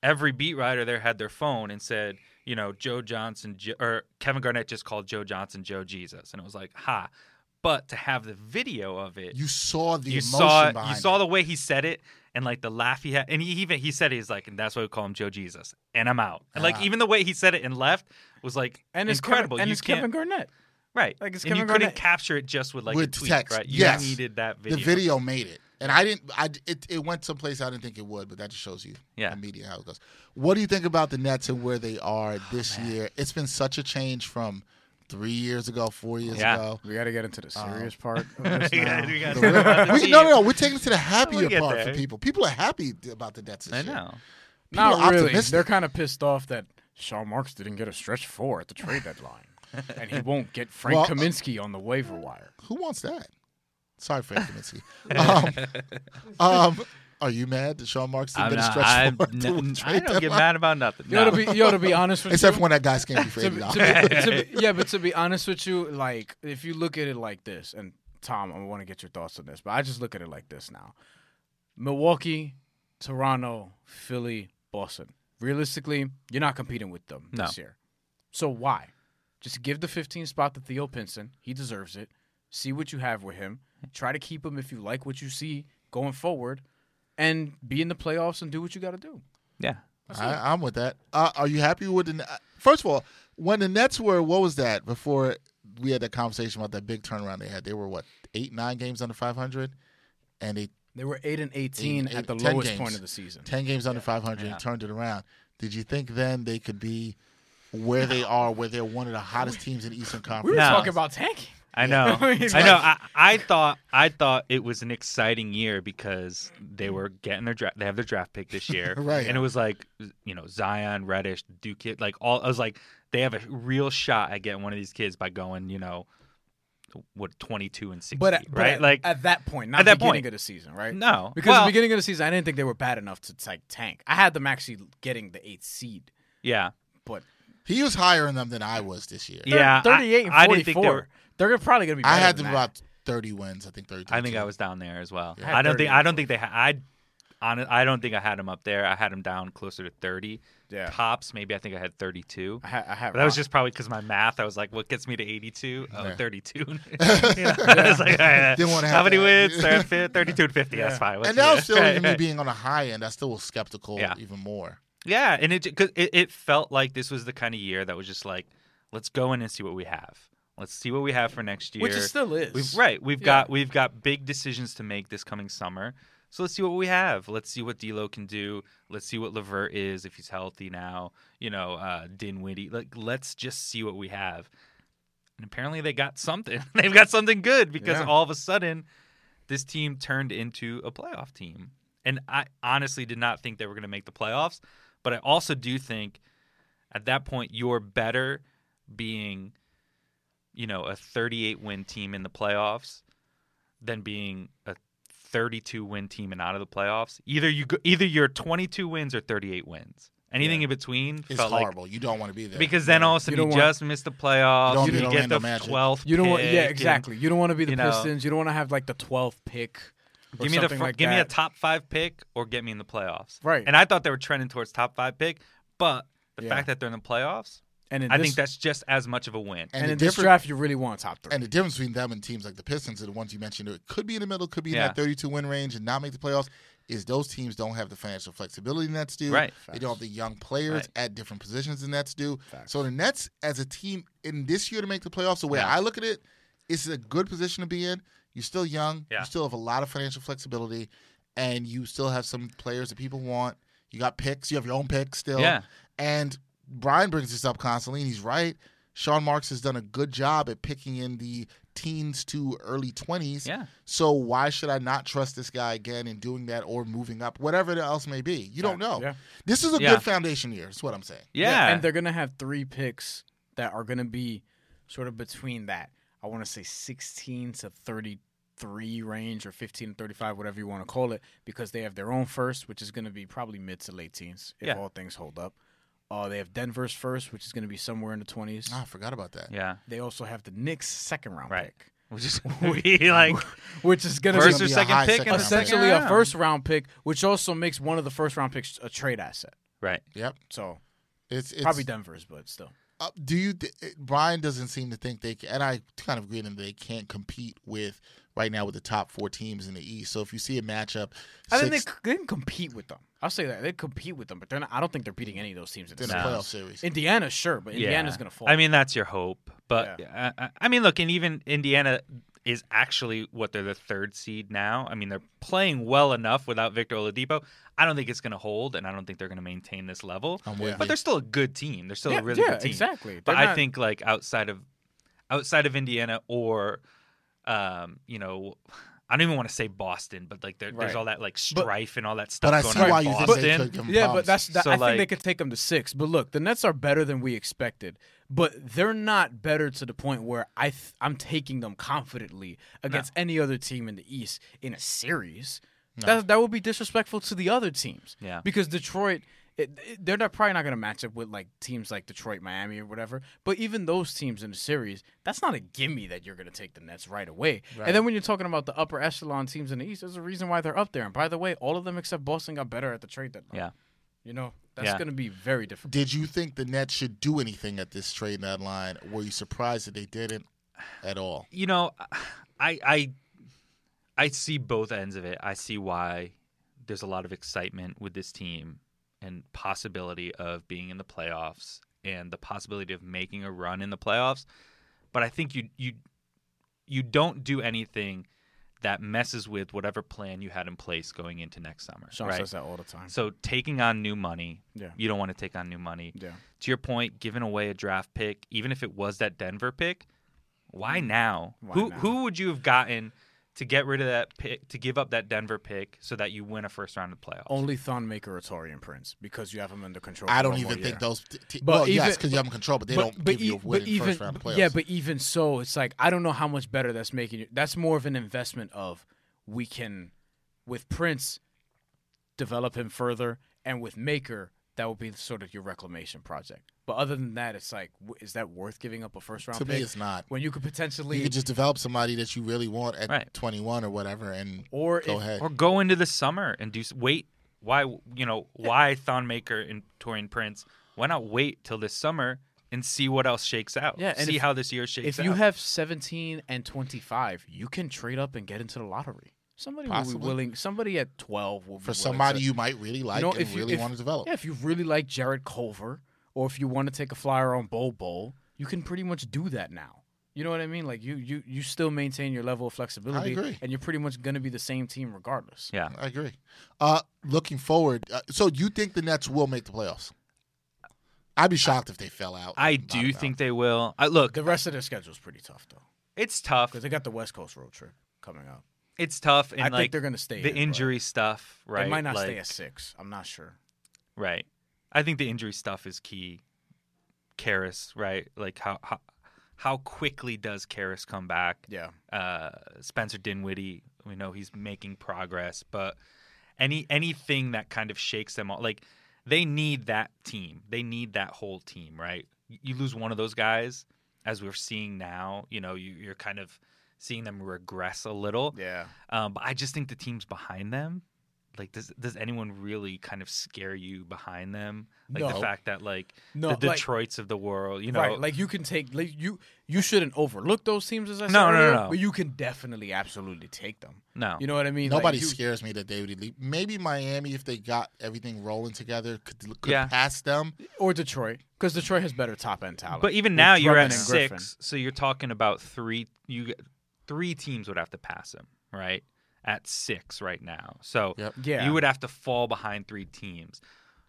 Speaker 3: every beat writer there had their phone and said, you know, Joe Johnson Jo- or Kevin Garnett just called Joe Johnson Joe Jesus, and it was like ha. But to have the video of it,
Speaker 1: You saw the
Speaker 3: you
Speaker 1: emotion
Speaker 3: saw it- you
Speaker 1: behind
Speaker 3: saw
Speaker 1: it.
Speaker 3: the way he said it and like the laugh he had and he even he said he's like and that's why we call him Joe Jesus and I'm out and like
Speaker 1: Ah.
Speaker 3: even the way he said it and left was like
Speaker 2: and it's
Speaker 3: incredible
Speaker 2: Kevin, and
Speaker 3: you
Speaker 2: it's
Speaker 3: can't
Speaker 2: Kevin Garnett.
Speaker 3: right
Speaker 2: like, it's
Speaker 3: and you
Speaker 2: Kevin
Speaker 3: couldn't
Speaker 2: Garnett.
Speaker 3: capture it just with like
Speaker 1: With
Speaker 3: a tweet
Speaker 1: text,
Speaker 3: right you
Speaker 1: yes.
Speaker 3: needed that
Speaker 1: the
Speaker 3: video
Speaker 1: video made it, and I didn't. I it, it went someplace I didn't think it would, but that just shows you
Speaker 3: Yeah.
Speaker 1: the media how it goes. What do you think about the Nets and where they are
Speaker 3: Oh,
Speaker 1: this year? It's been such a change from three years ago, four years
Speaker 3: Yeah.
Speaker 1: ago.
Speaker 2: We got to get into the serious part.
Speaker 3: We gotta- we gotta
Speaker 1: The
Speaker 3: talk about the
Speaker 1: real- we-
Speaker 3: team.
Speaker 1: no, no, no. We're taking it to the happier
Speaker 3: get
Speaker 1: part for
Speaker 3: there.
Speaker 1: people. People are happy about the Nets. This
Speaker 3: I
Speaker 1: year.
Speaker 3: know
Speaker 2: Not
Speaker 1: People are
Speaker 2: really.
Speaker 1: optimistic.
Speaker 2: They're kind of pissed off that Sean Marks didn't get a stretch four at the trade deadline, and he won't get Frank
Speaker 1: Well, uh,
Speaker 2: Kaminsky on the waiver wire.
Speaker 1: Who wants that? Sorry, Frank Kaminsky. um, um, are you mad that Sean Marks didn't
Speaker 3: I'm
Speaker 1: get a
Speaker 3: not,
Speaker 1: stretch
Speaker 3: I'm
Speaker 1: four?
Speaker 3: n-
Speaker 1: to a
Speaker 3: n- I
Speaker 1: trade
Speaker 3: don't get
Speaker 1: deadline?
Speaker 3: mad about nothing
Speaker 2: Yo,
Speaker 3: no.
Speaker 2: to be yo, to be honest with
Speaker 1: Except
Speaker 2: you,
Speaker 1: for when that guy's game for
Speaker 2: to
Speaker 1: eighty
Speaker 2: be-
Speaker 1: dollars.
Speaker 2: to be- to be- yeah, but to be honest with you, like if you look at it like this, and Tom, I want to get your thoughts on this, but I just look at it like this now: Milwaukee, Toronto, Philly, Boston. Realistically, you're not competing with them
Speaker 3: No.
Speaker 2: this year. So why? Just give the 15 spot to Theo Pinson. He deserves it. See what you have with him. Try to keep him if you like what you see going forward, and be in the playoffs and do what you got to do.
Speaker 3: yeah
Speaker 1: I, I'm with that. Uh, are you happy with the? Ne- First of all, when the Nets were, what was that before we had that conversation about that big turnaround they had? They were what eight, nine games under 500, and they
Speaker 2: They were eight and 18
Speaker 1: Eight-
Speaker 2: at the
Speaker 1: eight- 10
Speaker 2: lowest
Speaker 1: games.
Speaker 2: point of the season.
Speaker 1: ten games under 500
Speaker 3: Yeah.
Speaker 1: and turned it around. Did you think then they could be where they are, where they're one of the hottest teams in the Eastern
Speaker 2: We were
Speaker 1: Conference.
Speaker 3: No.
Speaker 2: talking about tanking.
Speaker 3: I know. I
Speaker 2: He's
Speaker 3: know. I,
Speaker 2: like-
Speaker 3: I thought I thought it was an exciting year because they were getting their draft. They have their draft pick this year,
Speaker 1: Right.
Speaker 3: And it was like, you know, Zion, Reddish, Duke, Kid- like all. I was like, they have a real shot at getting one of these kids by going, you know, what twenty two and sixty,
Speaker 2: But, at-
Speaker 3: right?
Speaker 2: but at,
Speaker 3: like,
Speaker 2: at that point, not
Speaker 3: at that
Speaker 2: beginning
Speaker 3: point.
Speaker 2: of the season, right?
Speaker 3: no,
Speaker 2: Because
Speaker 3: Well,
Speaker 2: the beginning of the season, I didn't think they were bad enough to like tank. I had them actually getting the eighth seed,
Speaker 3: yeah,
Speaker 2: but
Speaker 1: He was higher on them than I was this year.
Speaker 3: Yeah. I-
Speaker 2: 38 and 44.
Speaker 3: I didn't think they were-
Speaker 2: They're probably going to be.
Speaker 1: I
Speaker 2: better
Speaker 1: had
Speaker 2: than
Speaker 1: them
Speaker 2: that.
Speaker 1: about thirty wins. I think thirty.
Speaker 3: I think I was down there as well.
Speaker 2: I had
Speaker 3: I don't think
Speaker 2: 30.
Speaker 3: I don't think they had I. hon- I don't think I had him up there. I had him down closer to thirty
Speaker 2: Yeah,
Speaker 3: tops. Maybe I think I had thirty-two.
Speaker 2: I had. I had
Speaker 3: But that was
Speaker 2: Rock.
Speaker 3: just probably because my math. I was like, what gets me to 82? Oh,
Speaker 1: Yeah.
Speaker 3: 32. You know? I was like, yeah,
Speaker 1: Didn't wanna
Speaker 3: how
Speaker 1: have
Speaker 3: many
Speaker 1: to-
Speaker 3: wins? Thir- fi- 32 and 50.
Speaker 2: Yeah.
Speaker 3: That's fine. Let's
Speaker 1: and
Speaker 3: do
Speaker 1: that
Speaker 3: it.
Speaker 1: was still
Speaker 3: Right,
Speaker 1: even me
Speaker 3: right.
Speaker 1: being on a high end. I still was skeptical
Speaker 3: Yeah.
Speaker 1: even more.
Speaker 3: Yeah, and it, j- cause it it felt like this was the kind of year that was just like, let's go in and see what we have. Let's see what we have for next year.
Speaker 2: which it still is.
Speaker 3: We've, right, we've
Speaker 2: Yeah.
Speaker 3: got we've got big decisions to make this coming summer. So let's see what we have. Let's see what D'Lo can do. Let's see what Levert is if he's healthy now. You know, uh, Dinwiddie. Like, let's just see what we have. And apparently, they got something. They've got something good because
Speaker 2: Yeah.
Speaker 3: all of a sudden, this team turned into a playoff team. And I honestly did not think they were going to make the playoffs, but I also do think at that point you're better being you know a 38 win team in the playoffs than being a 32 win team and out of the playoffs. Either you go, either you're 22 wins or 38 wins. Anything in between
Speaker 1: It's
Speaker 3: felt like
Speaker 1: horrible. you don't want to be there
Speaker 3: because then all of a
Speaker 2: You
Speaker 3: sudden you,
Speaker 2: don't want-
Speaker 3: just miss the playoffs.
Speaker 1: You
Speaker 3: You,
Speaker 1: don't need
Speaker 3: get the
Speaker 1: Orlando Magic.
Speaker 3: 12th.
Speaker 2: You don't want,
Speaker 3: pick
Speaker 2: yeah,
Speaker 3: and
Speaker 2: exactly. You don't want to be the
Speaker 3: you know.
Speaker 2: Pistons. You don't want to have like the 12th pick. Or
Speaker 3: Give me the
Speaker 2: something
Speaker 3: fr-
Speaker 2: like
Speaker 3: give me a
Speaker 2: that.
Speaker 3: top five pick or get me in the playoffs.
Speaker 2: Right.
Speaker 3: And I thought they were trending towards top five pick, but the
Speaker 2: Yeah.
Speaker 3: fact that they're in the playoffs,
Speaker 2: And in
Speaker 3: I
Speaker 2: this,
Speaker 3: think that's just as much of a win.
Speaker 2: and,
Speaker 1: the
Speaker 2: in this
Speaker 1: difference-
Speaker 2: draft, you really want a top three.
Speaker 1: And the difference between them and teams like the Pistons and the ones you mentioned, it could be in the middle, could be in
Speaker 3: Yeah.
Speaker 1: that 32 win range and not make the playoffs, is those teams don't have the financial flexibility Nets do.
Speaker 3: Right.
Speaker 1: They don't have the young players
Speaker 3: Right.
Speaker 1: at different positions the Nets do.
Speaker 2: Facts.
Speaker 1: So the Nets, as a team in this year to make the playoffs, the way
Speaker 3: Yeah.
Speaker 1: I look at it, it's a good position to be in. You're still young.
Speaker 3: Yeah.
Speaker 1: You still have a lot of financial flexibility, and you still have some players that people want. You got picks. You have your own picks still.
Speaker 3: Yeah.
Speaker 1: And Brian brings this up constantly, and he's right. Sean Marks has done a good job at picking in the teens to early 20s.
Speaker 3: Yeah.
Speaker 1: So why should I not trust this guy again in doing that or moving up, whatever the else may be? You don't know.
Speaker 2: Yeah.
Speaker 1: This is a
Speaker 3: Yeah.
Speaker 1: good foundation year, is what I'm saying.
Speaker 3: Yeah.
Speaker 2: And they're going to have three picks that are going to be sort of between that. I want to say 16 to 33 range or 15 to 35, whatever you want to call it, because they have their own first, which is going to be probably mid to late teens if
Speaker 3: Yeah.
Speaker 2: all things hold up. Uh, they have Denver's first, which is going to be somewhere in the 20s.
Speaker 1: Oh, I forgot about that.
Speaker 3: yeah.
Speaker 2: They also have the Knicks second round
Speaker 3: Ah. Right.
Speaker 2: pick,
Speaker 3: Which is we like
Speaker 2: which is going to be
Speaker 3: first
Speaker 1: be
Speaker 3: or
Speaker 1: a
Speaker 3: second
Speaker 1: high
Speaker 3: pick
Speaker 1: second
Speaker 3: in the
Speaker 1: round pick.
Speaker 3: second
Speaker 2: essentially a
Speaker 3: round.
Speaker 2: first round pick, which also makes one of the first round picks a trade asset.
Speaker 3: Right.
Speaker 1: Yep.
Speaker 2: So
Speaker 1: It's, it's
Speaker 2: probably Denver's, but still.
Speaker 1: Uh, do you? Th- it- Brian doesn't seem to think they, can, and I kind of agree with him. They can't compete with right now with the top four teams in the East. So if you see a matchup,
Speaker 2: I think they,
Speaker 1: six
Speaker 2: c- they can compete with them. I'll say that they compete with them, but they're not. I don't think they're beating any of those teams in the
Speaker 1: in a
Speaker 3: No.
Speaker 1: playoff series,
Speaker 2: Indiana, sure, but Indiana's
Speaker 3: yeah.
Speaker 2: going to fall.
Speaker 3: I mean, that's your hope, but uh, I mean, look, and even Indiana is actually what they're the third seed now. I mean, they're playing well enough without Victor Oladipo. I don't think it's going to hold, and I don't think they're going to maintain this level.
Speaker 1: I'm with
Speaker 3: But
Speaker 1: you.
Speaker 3: they're still a good team. They're still
Speaker 2: yeah,
Speaker 3: a really
Speaker 2: yeah,
Speaker 3: good team.
Speaker 2: exactly.
Speaker 3: But
Speaker 2: They're
Speaker 3: I
Speaker 2: not-
Speaker 3: think like outside of outside of Indiana or um, you know, I don't even want to say Boston, but like there,
Speaker 2: Right.
Speaker 3: there's all that like strife and all that stuff.
Speaker 1: But I
Speaker 3: going
Speaker 1: see
Speaker 3: on in
Speaker 1: why you think
Speaker 3: Boston.
Speaker 1: they could compete.
Speaker 2: Yeah, but that's that,
Speaker 3: So,
Speaker 2: I
Speaker 3: like-
Speaker 2: think they could take them to six. But look, the Nets are better than we expected, but they're not better to the point where I th- I'm taking them confidently against any other team in the East in a series. That that would be disrespectful to the other teams.
Speaker 3: Yeah.
Speaker 2: because Detroit. It, it- they're not probably not going to match up with like teams like Detroit, Miami, or whatever. But even those teams in the series, that's not a gimme that you're going to take the Nets right away. And then when you're talking about the upper echelon teams in the East, there's a reason why they're up there. And by the way, all of them except Boston got better at the trade deadline.
Speaker 3: Yeah.
Speaker 2: You know, that's
Speaker 3: Yeah.
Speaker 2: going to be very different.
Speaker 1: Did you think the Nets should do anything at this trade deadline? Were you surprised that they didn't at all?
Speaker 3: you know, I I I see both ends of it. I see why there's a lot of excitement with this team and possibility of being in the playoffs and the possibility of making a run in the playoffs. But I think you you you don't do anything that messes with whatever plan you had in place going into next summer.
Speaker 2: Sean
Speaker 3: right?
Speaker 2: says that all the time.
Speaker 3: So taking on new money,
Speaker 2: Yeah.
Speaker 3: you don't want to take on new money.
Speaker 2: Yeah.
Speaker 3: To your point, giving away a draft pick, even if it was that Denver pick, why now?
Speaker 2: Mm. Why
Speaker 3: who
Speaker 2: now?
Speaker 3: who would you have gotten to get rid of that pick to give up that Denver pick so that you win a first round of the playoffs?
Speaker 2: Only Thonmaker or Torian Prince because you have him under control.
Speaker 1: I
Speaker 2: for
Speaker 1: don't
Speaker 2: one more
Speaker 1: even
Speaker 2: year.
Speaker 1: think those. T- t-
Speaker 2: But
Speaker 1: well, yes,
Speaker 2: even-
Speaker 1: because you have them control, but they don't give you
Speaker 2: e-
Speaker 1: a win in
Speaker 2: even,
Speaker 1: first round playoffs.
Speaker 2: Yeah, but even so, it's like I don't know how much better that's making you. That's more of an investment of we can with Prince develop him further, and with Maker that will be sort of your reclamation project. But other than that, it's like w- is that worth giving up a first round
Speaker 1: to
Speaker 2: pick
Speaker 1: me, it's not.
Speaker 2: when you could potentially
Speaker 1: You could just develop somebody that you really want at
Speaker 3: Right.
Speaker 1: 21 or whatever, and
Speaker 2: or
Speaker 1: go
Speaker 2: if-
Speaker 1: ahead.
Speaker 3: Or go into the summer and do s- wait. Why you
Speaker 2: Eh.
Speaker 3: know why Thonmaker and Torian Prince? Why not wait till this summer and see what else shakes out?
Speaker 2: Yeah, and
Speaker 3: see
Speaker 2: if-
Speaker 3: how this year shakes
Speaker 2: if
Speaker 3: out.
Speaker 2: you have 17 and 25, you can trade up and get into the lottery. Somebody will be
Speaker 1: Possibly.
Speaker 2: willing. Somebody at 12 will be
Speaker 1: for
Speaker 2: willing
Speaker 1: somebody
Speaker 2: to-
Speaker 1: you might really like
Speaker 2: know,
Speaker 1: and
Speaker 2: if you-
Speaker 1: really
Speaker 2: if-
Speaker 1: want to develop.
Speaker 2: Yeah, if you really like Jared Culver, or if you want to take a flyer on Bol Bol, you can pretty much do that now. You know what I mean? Like you, you, you still maintain your level of flexibility,
Speaker 1: agree.
Speaker 2: and you're pretty much going to be the same team regardless.
Speaker 3: yeah,
Speaker 1: I agree. Uh, looking forward, uh, so you think the Nets will make the playoffs? I'd be shocked if they fell out.
Speaker 3: I
Speaker 1: Not
Speaker 3: do
Speaker 1: about-
Speaker 3: think they will. I look,
Speaker 2: The rest of their schedule is pretty tough though,
Speaker 3: it's tough.
Speaker 2: because they got the West Coast road trip coming up.
Speaker 3: It's tough, and
Speaker 2: I
Speaker 3: like
Speaker 2: think they're going to stay.
Speaker 3: the
Speaker 2: in, but
Speaker 3: injury stuff, right?
Speaker 2: They might not
Speaker 3: like-
Speaker 2: stay at six. I'm not sure.
Speaker 3: Right. I think the injury stuff is key. Karras, right? Like how how, how quickly does Karras come back?
Speaker 2: Yeah,
Speaker 3: Uh, Spencer Dinwiddie, we know he's making progress, but any anything that kind of shakes them all, like they need that team. They need that whole team, right? You- You lose one of those guys, as we're seeing now. You know, you, you're kind of seeing them regress a little.
Speaker 2: yeah.
Speaker 3: Um, but I just think the teams behind them, like, does does anyone really kind of scare you behind them? Like
Speaker 2: No.
Speaker 3: the fact that like
Speaker 2: No,
Speaker 3: the
Speaker 2: like-
Speaker 3: Detroits of the world, you know,
Speaker 2: right, like you can take like you you shouldn't overlook those teams as I said
Speaker 3: No, no, no,
Speaker 2: earlier,
Speaker 3: no.
Speaker 2: but you can definitely absolutely take them.
Speaker 3: no,
Speaker 2: You know what I mean? Like,
Speaker 1: Nobody
Speaker 2: you-
Speaker 1: scares me that they would leave. Maybe Miami, if they got everything rolling together, could, could
Speaker 3: Yeah.
Speaker 1: pass them.
Speaker 2: or Detroit, because Detroit has better top end talent.
Speaker 3: but even
Speaker 2: with
Speaker 3: now you're
Speaker 2: Drummond
Speaker 3: at
Speaker 2: and Griffin.
Speaker 3: six, so you're talking about three. You get- three teams would have to pass them, right? At six right now, so
Speaker 1: Yep.
Speaker 2: Yeah.
Speaker 3: you would have to fall behind three teams.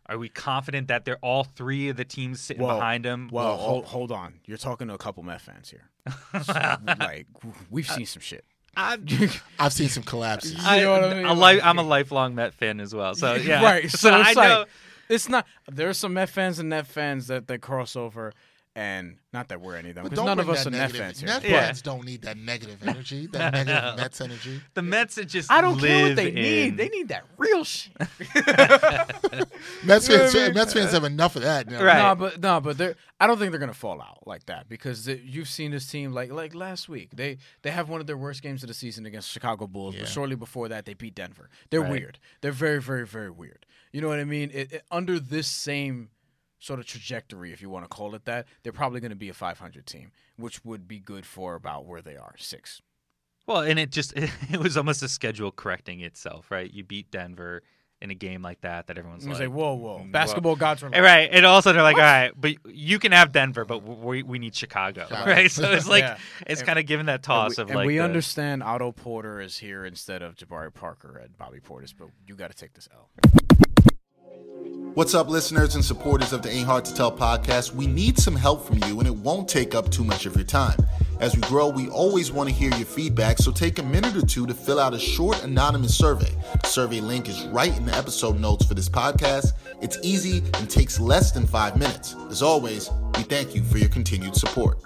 Speaker 3: Are we confident that they're all three of the teams sitting
Speaker 2: Well,
Speaker 3: behind them?
Speaker 2: Well, hold, hold on. You're talking to a couple Met fans here. So, like we've seen some shit.
Speaker 1: I've seen some collapses.
Speaker 2: You know what I mean?
Speaker 3: am
Speaker 2: Like-
Speaker 3: I'm a lifelong Met fan as well, so Uh, yeah,
Speaker 2: right. So it's
Speaker 3: I
Speaker 2: like
Speaker 3: know.
Speaker 2: it's not. There are some Met fans and Net fans that that cross over, and not that we're any of them
Speaker 1: But
Speaker 2: because
Speaker 1: don't
Speaker 2: none
Speaker 1: bring
Speaker 2: of us
Speaker 1: that
Speaker 2: are Net
Speaker 1: negative-
Speaker 2: fans here.
Speaker 1: Net
Speaker 3: Yeah.
Speaker 1: fans don't need that negative energy, that negative Nets energy.
Speaker 3: The Mets are just
Speaker 2: I don't
Speaker 3: live
Speaker 2: care what they
Speaker 3: in-
Speaker 2: need. They need that real shit.
Speaker 1: Mets
Speaker 2: You know
Speaker 1: fans,
Speaker 2: what I mean?
Speaker 1: Mets fans have enough of that. Now.
Speaker 3: Right.
Speaker 2: No, but no, but they're. I don't think they're gonna fall out like that because the, you've seen this team like like last week. They they have one of their worst games of the season against the Chicago Bulls,
Speaker 1: Yeah.
Speaker 2: but shortly before that they beat Denver. They're
Speaker 3: Right.
Speaker 2: weird. They're very very very weird. You know what I mean? It, it- under this same sort of trajectory, if you want to call it that, they're probably going to be a 500 team, which would be good for about where they are six.
Speaker 3: Well, and it just it, was almost a schedule correcting itself, right? You beat Denver in a game like that that everyone's
Speaker 2: It's like,
Speaker 3: like,
Speaker 2: whoa whoa, basketball gods are
Speaker 3: Eh, right. And also they're like, all right, but you can have Denver, but we we need Chicago,
Speaker 1: Chicago.
Speaker 3: right? So it's like
Speaker 2: Yeah.
Speaker 3: it's
Speaker 2: And-
Speaker 3: kind of giving that
Speaker 2: And
Speaker 3: toss
Speaker 2: we,
Speaker 3: of
Speaker 2: and
Speaker 3: like
Speaker 2: we
Speaker 3: the-
Speaker 2: understand Otto Porter is here instead of Jabari Parker and Bobby Portis, but you got to take this L.
Speaker 4: What's up, listeners and supporters of the Ain't Hard to Tell podcast? We need some help from you, and it won't take up too much of your time. As we grow, we always want to hear your feedback, so take a minute or two to fill out a short anonymous survey. The survey link is right in the episode notes for this podcast. It's easy and takes less than five minutes. As always, we thank you for your continued support.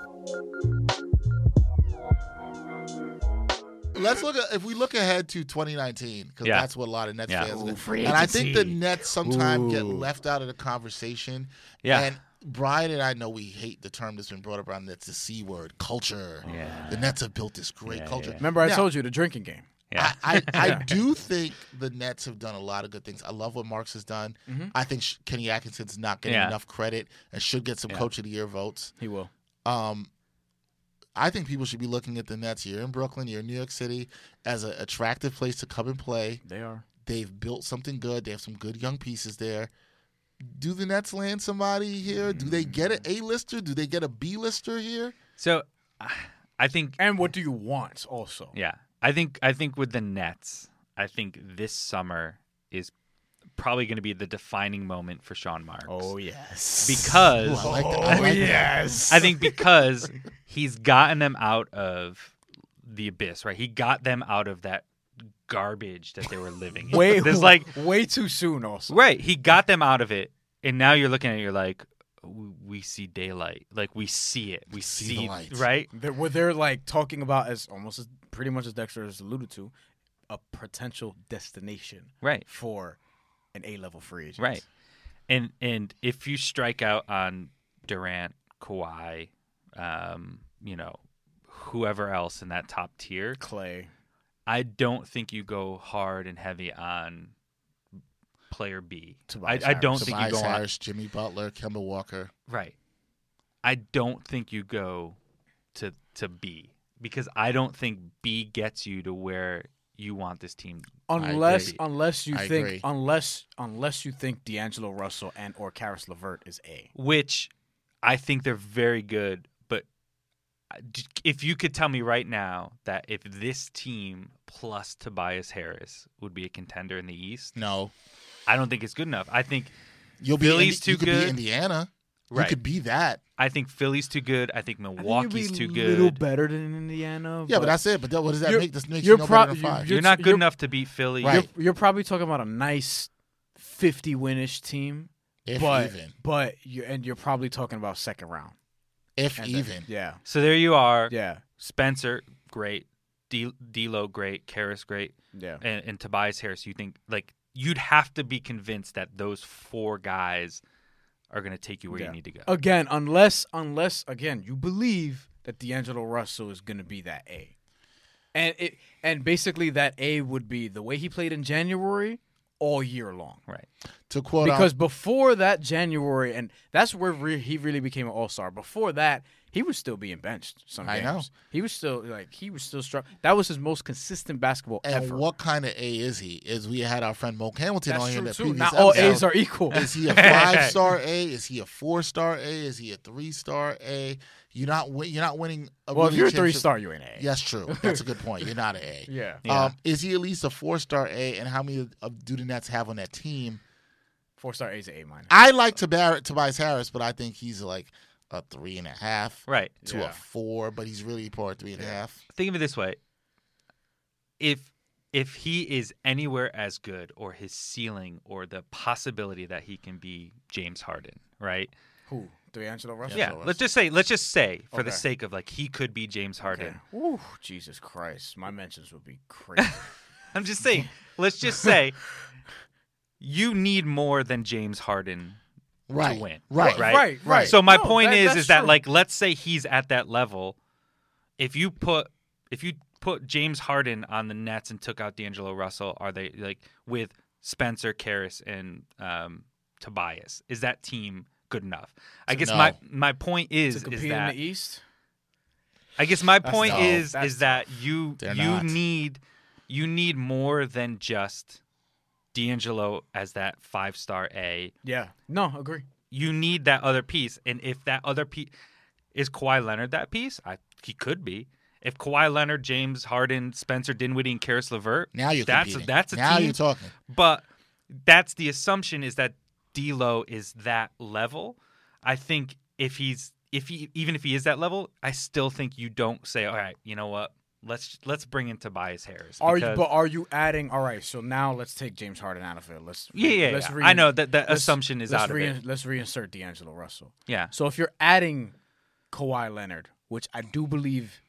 Speaker 1: Let's look at if we look ahead to 2019 because
Speaker 3: Yeah.
Speaker 1: that's what a lot of Nets
Speaker 3: Yeah.
Speaker 1: fans.
Speaker 3: Ooh,
Speaker 1: get.
Speaker 2: free
Speaker 1: and I think the
Speaker 2: agency.
Speaker 1: Nets sometimes get
Speaker 2: Ooh.
Speaker 1: left out of the conversation.
Speaker 3: Yeah.
Speaker 1: And Brian and I know we hate the term that's been brought up around Nets, the c word, culture.
Speaker 3: Yeah.
Speaker 1: The Nets have built this great
Speaker 3: Yeah,
Speaker 1: culture.
Speaker 3: yeah.
Speaker 2: Remember, I
Speaker 1: Now,
Speaker 2: told you the drinking game.
Speaker 3: yeah.
Speaker 1: I, I, I do think the Nets have done a lot of good things. I love what Marks has done. I think Sh- Kenny Atkinson's not getting
Speaker 3: Mm-hmm. Yeah.
Speaker 1: enough credit and should get some Coach of the Year votes.
Speaker 2: He will.
Speaker 1: Um, I think people should be looking at the Nets. You're in Brooklyn, you're in New York City, as an attractive place to come and play.
Speaker 2: They are.
Speaker 1: They've built something good. They have some good young pieces there. Do the Nets land somebody here? Do they get an
Speaker 3: Mm.
Speaker 1: A lister? Do they get a B lister here?
Speaker 3: so I think
Speaker 2: And what do you want also?
Speaker 3: yeah. I think I think with the Nets, I think this summer is probably going to be the defining moment for Sean Marks.
Speaker 2: Oh yes.
Speaker 3: Because
Speaker 1: Ooh, I like that. I
Speaker 2: oh
Speaker 1: like that.
Speaker 2: yes.
Speaker 3: I think because he's gotten them out of the abyss, right? He got them out of that garbage that they were living in.
Speaker 2: way
Speaker 3: There's like
Speaker 2: way too soon. Also,
Speaker 3: right, he got them out of it, and now you're looking at it, you're like, "W- we see daylight, like we see it, we
Speaker 1: see
Speaker 3: see,
Speaker 1: the light.
Speaker 3: right?
Speaker 2: they're, what they're like talking about as almost as pretty much as Dexter has alluded to, a potential destination
Speaker 3: Right,
Speaker 2: for an A level free agent.
Speaker 3: right. And and if you strike out on Durant, Kawhi, um, you know, whoever else in that top tier,
Speaker 2: Clay.
Speaker 3: I don't think you go hard and heavy on player B. I,
Speaker 2: Tobias
Speaker 3: I don't
Speaker 2: Harris.
Speaker 3: think
Speaker 1: Tobias
Speaker 3: you go
Speaker 1: Harris, Jimmy Butler, Kemba Walker.
Speaker 3: on right. I don't think you go to to B because I don't think B gets you to where you want this team.
Speaker 2: Unless
Speaker 3: agree.
Speaker 2: unless you
Speaker 1: I
Speaker 2: think
Speaker 1: agree.
Speaker 2: unless unless you think D'Angelo Russell and or Karis Levert is A.
Speaker 3: Which I think they're very good, but I- d- if you could tell me right now that if this team plus Tobias Harris would be a contender in the East,
Speaker 1: No,
Speaker 3: I don't think it's good enough. I think
Speaker 1: you'll be.
Speaker 3: Philly's
Speaker 1: Indi-
Speaker 3: too
Speaker 1: you could
Speaker 3: good.
Speaker 1: be Indiana.
Speaker 3: Right.
Speaker 1: You could be that.
Speaker 3: I think Philly's too good. I think Milwaukee's
Speaker 2: A
Speaker 3: too
Speaker 2: little
Speaker 3: good.
Speaker 2: better than Indiana.
Speaker 1: Yeah, but, that's it. But that, what does that
Speaker 2: You're-
Speaker 1: make? This makes
Speaker 2: you're
Speaker 1: you no
Speaker 2: pro-
Speaker 1: better than
Speaker 2: you-
Speaker 1: five.
Speaker 2: you're-
Speaker 3: You're not good
Speaker 2: you're-
Speaker 3: enough to beat Philly.
Speaker 1: Right.
Speaker 2: you're, you're probably talking about a nice fifty winish team.
Speaker 1: if
Speaker 2: but
Speaker 1: even.
Speaker 2: but you and you're probably talking about second round.
Speaker 1: If
Speaker 2: And then-
Speaker 1: even.
Speaker 2: yeah.
Speaker 3: So there you are.
Speaker 2: Yeah.
Speaker 3: Spencer, great. D- D'Lo, great. Karras, great.
Speaker 2: Yeah.
Speaker 3: And, and Tobias Harris. You think like you'd have to be convinced that those four guys are going to take you where
Speaker 2: Yeah.
Speaker 3: you need to go.
Speaker 2: Again, unless unless again you believe that D'Angelo Russell is going to be that A, and it and basically that A would be the way he played in January all year long.
Speaker 3: Right.
Speaker 1: To quote
Speaker 2: because before that January, and that's where re- he really became an all star. Before that, he was still being benched. Some
Speaker 1: I
Speaker 2: games.
Speaker 1: know.
Speaker 2: he was still like he was still strong. That was his most consistent basketball
Speaker 1: um, and
Speaker 2: ever.
Speaker 1: what kind of A is he? Is we had our friend Mo Hamilton
Speaker 2: that's
Speaker 1: on here in
Speaker 2: true
Speaker 1: the
Speaker 2: too.
Speaker 1: previous
Speaker 2: Not all
Speaker 1: episode.
Speaker 2: A's are equal.
Speaker 1: Is he a five star A? Is he a four star A? Is he a three star A? You're not win- you're not winning. A
Speaker 2: well, if
Speaker 1: winning
Speaker 2: you're a three
Speaker 1: championship-
Speaker 2: star, you ain't an A.
Speaker 1: Yes, true. That's a good point. You're not an A.
Speaker 2: Yeah.
Speaker 3: Yeah.
Speaker 1: Um, is he at least a four star A? And how many of do the Nets have on that team?
Speaker 2: Four star A's an A minus.
Speaker 1: I like Tobar- Tobias Harris, but I think he's like a three and a half
Speaker 3: Right.
Speaker 1: to
Speaker 2: Yeah.
Speaker 1: a four, but he's really poor three and a half.
Speaker 3: Think of it this way. If if he is anywhere as good or his ceiling or the possibility that he can be James Harden, right?
Speaker 2: Who? D'Angelo Russell.
Speaker 3: Yeah,
Speaker 1: so
Speaker 3: let's just say, let's just say, for the
Speaker 2: Okay.
Speaker 3: sake of like, he could be James Harden.
Speaker 2: Okay. Ooh, Jesus Christ, my mentions would be crazy.
Speaker 3: I'm just saying, let's just say, you need more than James Harden
Speaker 1: Right.
Speaker 3: to win.
Speaker 1: Right.
Speaker 3: right,
Speaker 2: Right, right.
Speaker 3: So my
Speaker 2: No,
Speaker 3: point
Speaker 2: that-
Speaker 3: is,
Speaker 2: that's
Speaker 3: is that
Speaker 2: true.
Speaker 3: like, let's say he's at that level. If you put, if you put James Harden on the Nets and took out D'Angelo Russell, are they like with Spencer, Karras, and um, Tobias? Is that team good enough? I guess my
Speaker 1: No.
Speaker 3: my point
Speaker 2: to
Speaker 3: is is
Speaker 2: compete
Speaker 3: that
Speaker 2: in the East.
Speaker 3: I guess my point
Speaker 1: tough.
Speaker 3: is
Speaker 2: That's
Speaker 3: is that you
Speaker 1: They're
Speaker 3: you
Speaker 1: not.
Speaker 3: need you need more than just D'Angelo as that five star A.
Speaker 2: Yeah. No, agree.
Speaker 3: You need that other piece, and if that other piece is Kawhi Leonard, that piece I, he could be. If Kawhi Leonard, James Harden, Spencer Dinwiddie, and Karis LeVert,
Speaker 1: Now you're
Speaker 3: that's
Speaker 1: competing.
Speaker 3: A, that's a
Speaker 1: now
Speaker 3: team.
Speaker 1: you're talking.
Speaker 3: But that's the assumption is that D'Lo is that level. I think if he's if he even if he is that level, I still think you don't say, all right, you know what? Let's let's bring in Tobias Harris.
Speaker 2: Are you?
Speaker 3: because-
Speaker 2: But are you adding? All right. So now let's take James Harden out of it. Let's.
Speaker 3: yeah, yeah,
Speaker 2: Let's
Speaker 3: yeah.
Speaker 2: rein-
Speaker 3: I know that that
Speaker 2: let's-
Speaker 3: assumption is
Speaker 2: let's
Speaker 3: out of
Speaker 2: rein-
Speaker 3: it.
Speaker 2: Let's reinsert D'Angelo Russell.
Speaker 3: Yeah,
Speaker 2: So if you're adding Kawhi Leonard, which I do believe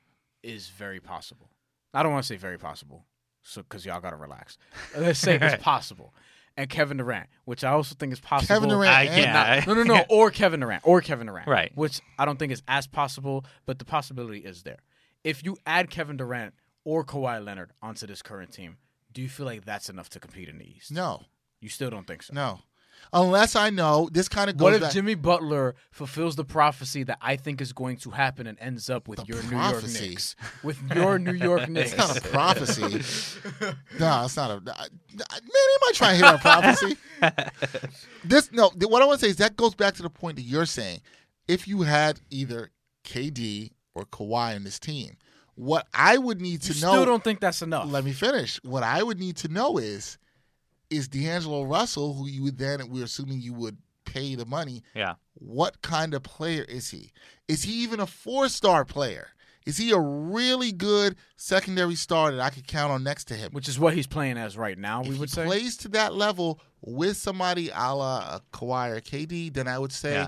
Speaker 2: is very possible, I don't want to say very possible, so because y'all gotta relax. Let's say it's possible, and Kevin Durant, which I also think is possible.
Speaker 1: Kevin Durant.
Speaker 3: I
Speaker 1: and-
Speaker 3: can't.
Speaker 2: Not- no, no, no. Or Kevin Durant. Or Kevin Durant.
Speaker 3: Right.
Speaker 2: Which I don't think is as possible, but the possibility is there. If you add Kevin Durant or Kawhi Leonard onto this current team, do you feel like that's enough to compete in the East?
Speaker 1: No,
Speaker 2: You still don't think so?
Speaker 1: no. Unless I know this kind of goes
Speaker 2: What if
Speaker 1: back.
Speaker 2: Jimmy Butler fulfills the prophecy that I think is going to happen and ends up with
Speaker 1: The
Speaker 2: your New
Speaker 1: prophecy.
Speaker 2: York Knicks? With your New York Knicks.
Speaker 1: it's not a prophecy. no, it's not a. I- I- Man, am I trying to hear a prophecy? this no. th- What I want to say is that goes back to the point that you're saying. If you had either KD or Kawhi in this team, What I would need to
Speaker 2: You
Speaker 1: know.
Speaker 2: still don't think that's enough.
Speaker 1: Let me finish. What I would need to know is, is D'Angelo Russell, who you would then we're assuming you would pay the money,
Speaker 3: Yeah.
Speaker 1: what kind of player is he? Is he even a four star player? Is he a really good secondary star that I could count on next to him?
Speaker 2: which is what he's playing as right now.
Speaker 1: if
Speaker 2: We would
Speaker 1: he
Speaker 2: say
Speaker 1: plays to that level with somebody a la Kawhi or KD, then I would say, yeah.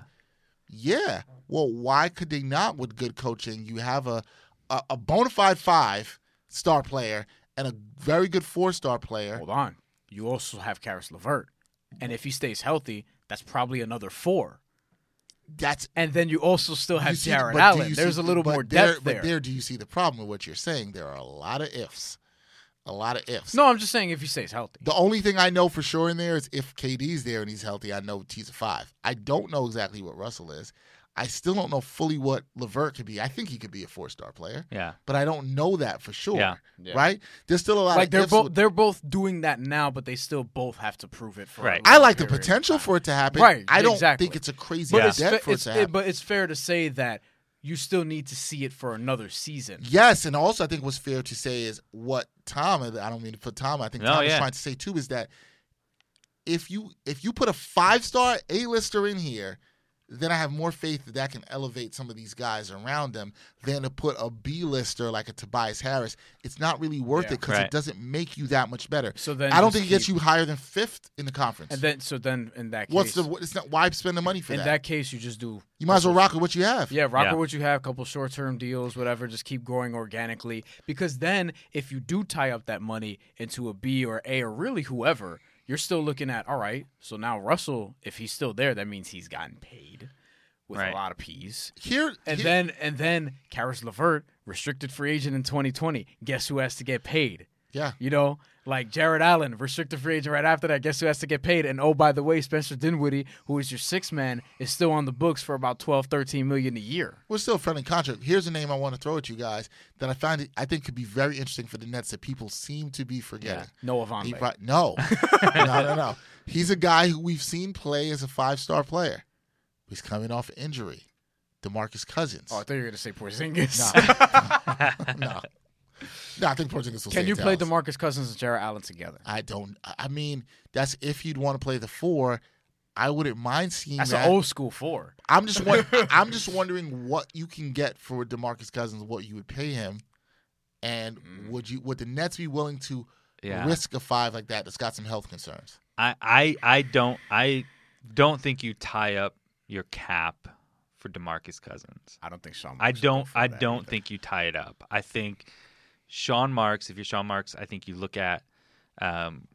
Speaker 3: Yeah.
Speaker 1: Well, why could they not with good coaching? You have a a, a bona fide five star player and a very good four star player.
Speaker 2: Hold on. You also have Karis Levert. And if he stays healthy, that's probably another four.
Speaker 1: That's
Speaker 2: And then you also still
Speaker 1: you
Speaker 2: have
Speaker 1: see-
Speaker 2: Jared
Speaker 1: but do
Speaker 2: Allen.
Speaker 1: you
Speaker 2: There's
Speaker 1: see-
Speaker 2: a little
Speaker 1: but
Speaker 2: more depth
Speaker 1: But
Speaker 2: there.
Speaker 1: there, do you see the problem with what you're saying? There are a lot of ifs, a lot of ifs.
Speaker 2: No, I'm just saying if he stays healthy.
Speaker 1: The only thing I know for sure in there is if KD's there and he's healthy, I know he's a five. I don't know exactly what Russell is. I still don't know fully what Levert could be. I think he could be a four star player,
Speaker 3: Yeah.
Speaker 1: but I don't know that for sure.
Speaker 3: Yeah.
Speaker 2: Yeah.
Speaker 1: Right? There's still a lot
Speaker 2: Like
Speaker 1: of
Speaker 2: they're
Speaker 1: ifs
Speaker 2: both
Speaker 1: with-
Speaker 2: they're both doing that now, but they still both have to prove it for a
Speaker 3: Right.
Speaker 2: long
Speaker 1: I like the
Speaker 2: period of
Speaker 1: potential
Speaker 2: time.
Speaker 1: for it to happen.
Speaker 2: Right,
Speaker 1: I don't
Speaker 2: exactly.
Speaker 1: think it's a crazy
Speaker 2: But
Speaker 1: bet
Speaker 2: it's, fa-
Speaker 1: for it
Speaker 2: it's
Speaker 1: to
Speaker 2: it,
Speaker 1: happen.
Speaker 2: but it's fair to say that you still need to see it for another season.
Speaker 1: Yes, and also I think what's fair to say is what Tom. I don't mean to put Tom. I think
Speaker 3: No,
Speaker 1: Tom is
Speaker 3: yeah.
Speaker 1: trying to say too is that if you if you put a five star A lister in here, then I have more faith that that can elevate some of these guys around them than to put a B lister like a Tobias Harris. It's not really worth
Speaker 2: Yeah.
Speaker 1: it because it
Speaker 3: Right.
Speaker 1: doesn't make you that much better.
Speaker 2: So then
Speaker 1: I don't
Speaker 2: just
Speaker 1: think it gets
Speaker 2: keep-
Speaker 1: you higher than fifth in the conference.
Speaker 2: And then so then in that case
Speaker 1: What's the? It's not why spend the money for
Speaker 2: in
Speaker 1: that?
Speaker 2: that case you just do
Speaker 1: You might as well rock with what you have.
Speaker 2: Yeah, rock
Speaker 3: Yeah.
Speaker 2: with what you have, couple short term deals, whatever, just keep growing organically. Because then if you do tie up that money into a B or A or really whoever, you're still looking at, all right, so now Russell, if he's still there, that means he's gotten paid with
Speaker 3: Right.
Speaker 2: a lot of P's.
Speaker 1: Here
Speaker 2: And
Speaker 1: here-
Speaker 2: then and then Karis Levert, restricted free agent in twenty twenty. Guess who has to get paid?
Speaker 1: yeah.
Speaker 2: You know, like Jared Allen, restricted free agent right after that. Guess who has to get paid? And oh, by the way, Spencer Dinwiddie, who is your sixth man, is still on the books for about 12, 13 million a year.
Speaker 1: We're still a friendly contract. Here's a name I want to throw at you guys that I find it, I think could be very interesting for the Nets that people seem to be forgetting.
Speaker 2: Noah
Speaker 1: He
Speaker 2: Vonleh.
Speaker 1: pro- no, no, no, no. He's a guy who we've seen play as a five star player. He's coming off injury. Demarcus Cousins.
Speaker 2: Oh, I thought you were gonna say Porzingis.
Speaker 1: no, no. I think Porzingis will.
Speaker 2: Can
Speaker 1: stay
Speaker 2: you
Speaker 1: in
Speaker 2: play
Speaker 1: Dallas.
Speaker 2: DeMarcus Cousins and Jared Allen together?
Speaker 1: I don't. I- I mean, that's if you'd want to play the four. I wouldn't mind seeing
Speaker 2: That's
Speaker 1: that.
Speaker 2: an old school four.
Speaker 1: I'm just won- I'm just wondering what you can get for Demarcus Cousins, what you would pay him, and would you would the Nets be willing to
Speaker 3: Mm. Yeah.
Speaker 1: risk a five like that that's got some health concerns?
Speaker 3: I, I I don't I don't think you tie up your cap for DeMarcus Cousins.
Speaker 2: I don't think Sean.
Speaker 3: I
Speaker 2: Marks would go
Speaker 3: don't
Speaker 2: for
Speaker 3: I
Speaker 2: that
Speaker 3: don't
Speaker 2: either.
Speaker 3: think you tie it up. I think Sean Marks, if you're Sean Marks, I think you look at um,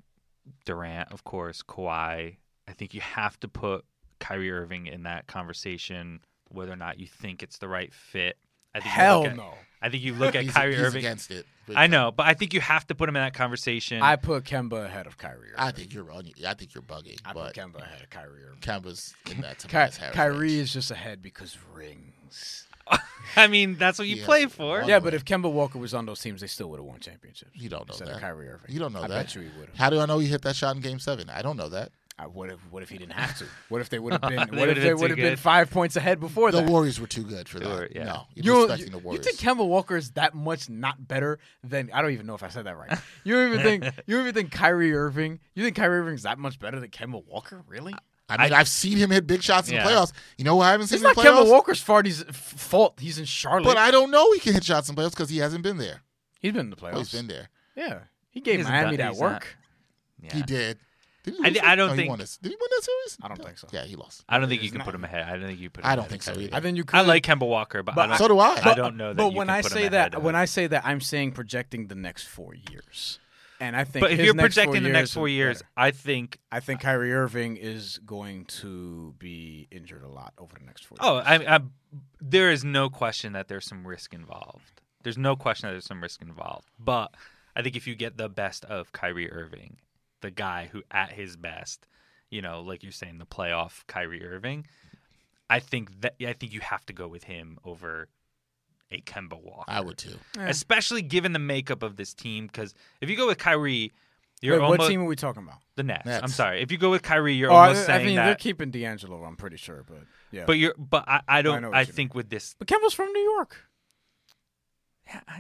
Speaker 3: Durant, of course, Kawhi. I think you have to put Kyrie Irving in that conversation, whether or not you think it's the right fit. I think you
Speaker 2: Hell
Speaker 3: look at-
Speaker 2: no.
Speaker 3: I think you look at
Speaker 1: he's,
Speaker 3: Kyrie
Speaker 1: he's
Speaker 3: Irving.
Speaker 1: against it. big
Speaker 3: I
Speaker 1: time.
Speaker 3: know, but I think you have to put him in that conversation.
Speaker 2: I put Kemba ahead of Kyrie. Irving.
Speaker 1: I think you're on. I think you're bugging.
Speaker 2: I put
Speaker 1: but
Speaker 2: Kemba ahead of Kyrie. Irving.
Speaker 1: Kemba's in that.
Speaker 2: Ky-
Speaker 1: Tobias Harris
Speaker 2: Kyrie
Speaker 1: range.
Speaker 2: is just ahead because rings.
Speaker 3: I mean, that's what you
Speaker 1: Yeah.
Speaker 3: play for.
Speaker 1: One
Speaker 2: Yeah,
Speaker 1: way.
Speaker 2: but if Kemba Walker was on those teams, they still would have won championships.
Speaker 1: You don't know
Speaker 2: Instead
Speaker 1: that.
Speaker 2: of Kyrie Irving.
Speaker 1: You don't know
Speaker 2: I
Speaker 1: that.
Speaker 2: bet you he would have.
Speaker 1: How do I know he hit that shot in Game Seven? I don't know that.
Speaker 2: What if What if he didn't have to? What if they would have been?
Speaker 3: They
Speaker 2: what
Speaker 3: would've
Speaker 2: if
Speaker 3: been
Speaker 2: they
Speaker 3: too
Speaker 2: would have been
Speaker 3: good.
Speaker 2: five points ahead before
Speaker 1: The
Speaker 2: that?
Speaker 1: Warriors were too good for that.
Speaker 3: were, yeah.
Speaker 1: No, you're
Speaker 2: You,
Speaker 1: respecting
Speaker 2: you,
Speaker 1: the
Speaker 2: you
Speaker 1: Warriors.
Speaker 2: think Kemba Walker is that much not better than I don't even know if I said that right. You don't even think you don't even think Kyrie Irving. You think Kyrie Irving's that much better than Kemba Walker?
Speaker 1: Uh,
Speaker 2: Really?
Speaker 1: I mean, I, have seen him hit big shots in
Speaker 3: Yeah.
Speaker 1: the playoffs. You know who I haven't seen
Speaker 2: It's
Speaker 1: in
Speaker 2: not
Speaker 1: the playoffs?
Speaker 2: Kemba Walker's fault. He's f- fault. He's in Charlotte.
Speaker 1: But I don't know he can hit shots in playoffs because he hasn't been there.
Speaker 2: he's been in the playoffs.
Speaker 1: Well, Oh, he's been there.
Speaker 2: Yeah, he gave
Speaker 3: He hasn't
Speaker 2: Miami
Speaker 3: done-
Speaker 2: that
Speaker 3: he's
Speaker 2: work.
Speaker 3: not- Yeah.
Speaker 1: He did. Did he
Speaker 3: I
Speaker 1: lose
Speaker 3: thi-
Speaker 1: it?
Speaker 3: I don't
Speaker 1: no, he
Speaker 3: think-
Speaker 1: won this. Did he win that series?
Speaker 2: I don't think so.
Speaker 1: Yeah, he lost.
Speaker 3: I don't think you
Speaker 2: It's
Speaker 3: can
Speaker 2: not-
Speaker 3: put him ahead. I don't think you put. Him
Speaker 1: I
Speaker 3: ahead
Speaker 1: don't
Speaker 3: of
Speaker 1: think so
Speaker 3: Kyrie.
Speaker 1: either.
Speaker 2: I think you. Could,
Speaker 3: I like Kemba Walker, but,
Speaker 2: But
Speaker 3: I don't,
Speaker 1: So do I.
Speaker 3: I don't know that.
Speaker 2: But
Speaker 3: you
Speaker 2: when
Speaker 3: can
Speaker 2: I
Speaker 3: put him
Speaker 2: say
Speaker 3: ahead
Speaker 2: that,
Speaker 3: of
Speaker 2: when
Speaker 3: him.
Speaker 2: I say that, I'm saying projecting the next four years. And I think.
Speaker 3: but if
Speaker 2: his
Speaker 3: you're
Speaker 2: next four
Speaker 3: projecting the
Speaker 2: years
Speaker 3: next
Speaker 2: is
Speaker 3: four years,
Speaker 2: better.
Speaker 3: I think.
Speaker 2: I think Kyrie Irving is going to be injured a lot over the next four.
Speaker 3: Oh,
Speaker 2: years.
Speaker 3: I, I, there is no question that there's some risk involved. There's no question that there's some risk involved. But I think if you get the best of Kyrie Irving, the guy who at his best, you know, like you're saying, the playoff Kyrie Irving, I think that I think you have to go with him over a Kemba Walker.
Speaker 1: I would too.
Speaker 2: Yeah.
Speaker 3: especially given the makeup of this team. Because if you go with Kyrie, you're
Speaker 2: Wait,
Speaker 3: almost
Speaker 2: what team are we talking about?
Speaker 3: the Nets. I'm
Speaker 1: Nets.
Speaker 3: sorry. If you go with Kyrie, you're
Speaker 2: Oh, I,
Speaker 3: almost
Speaker 2: I
Speaker 3: saying
Speaker 2: mean, they're
Speaker 3: that.
Speaker 2: keeping D'Angelo. I'm pretty sure, but yeah.
Speaker 3: But you're, but I, I
Speaker 2: I
Speaker 3: don't.
Speaker 2: know what
Speaker 3: I,
Speaker 2: you mean.
Speaker 3: think with this,
Speaker 2: but Kemba's from New York.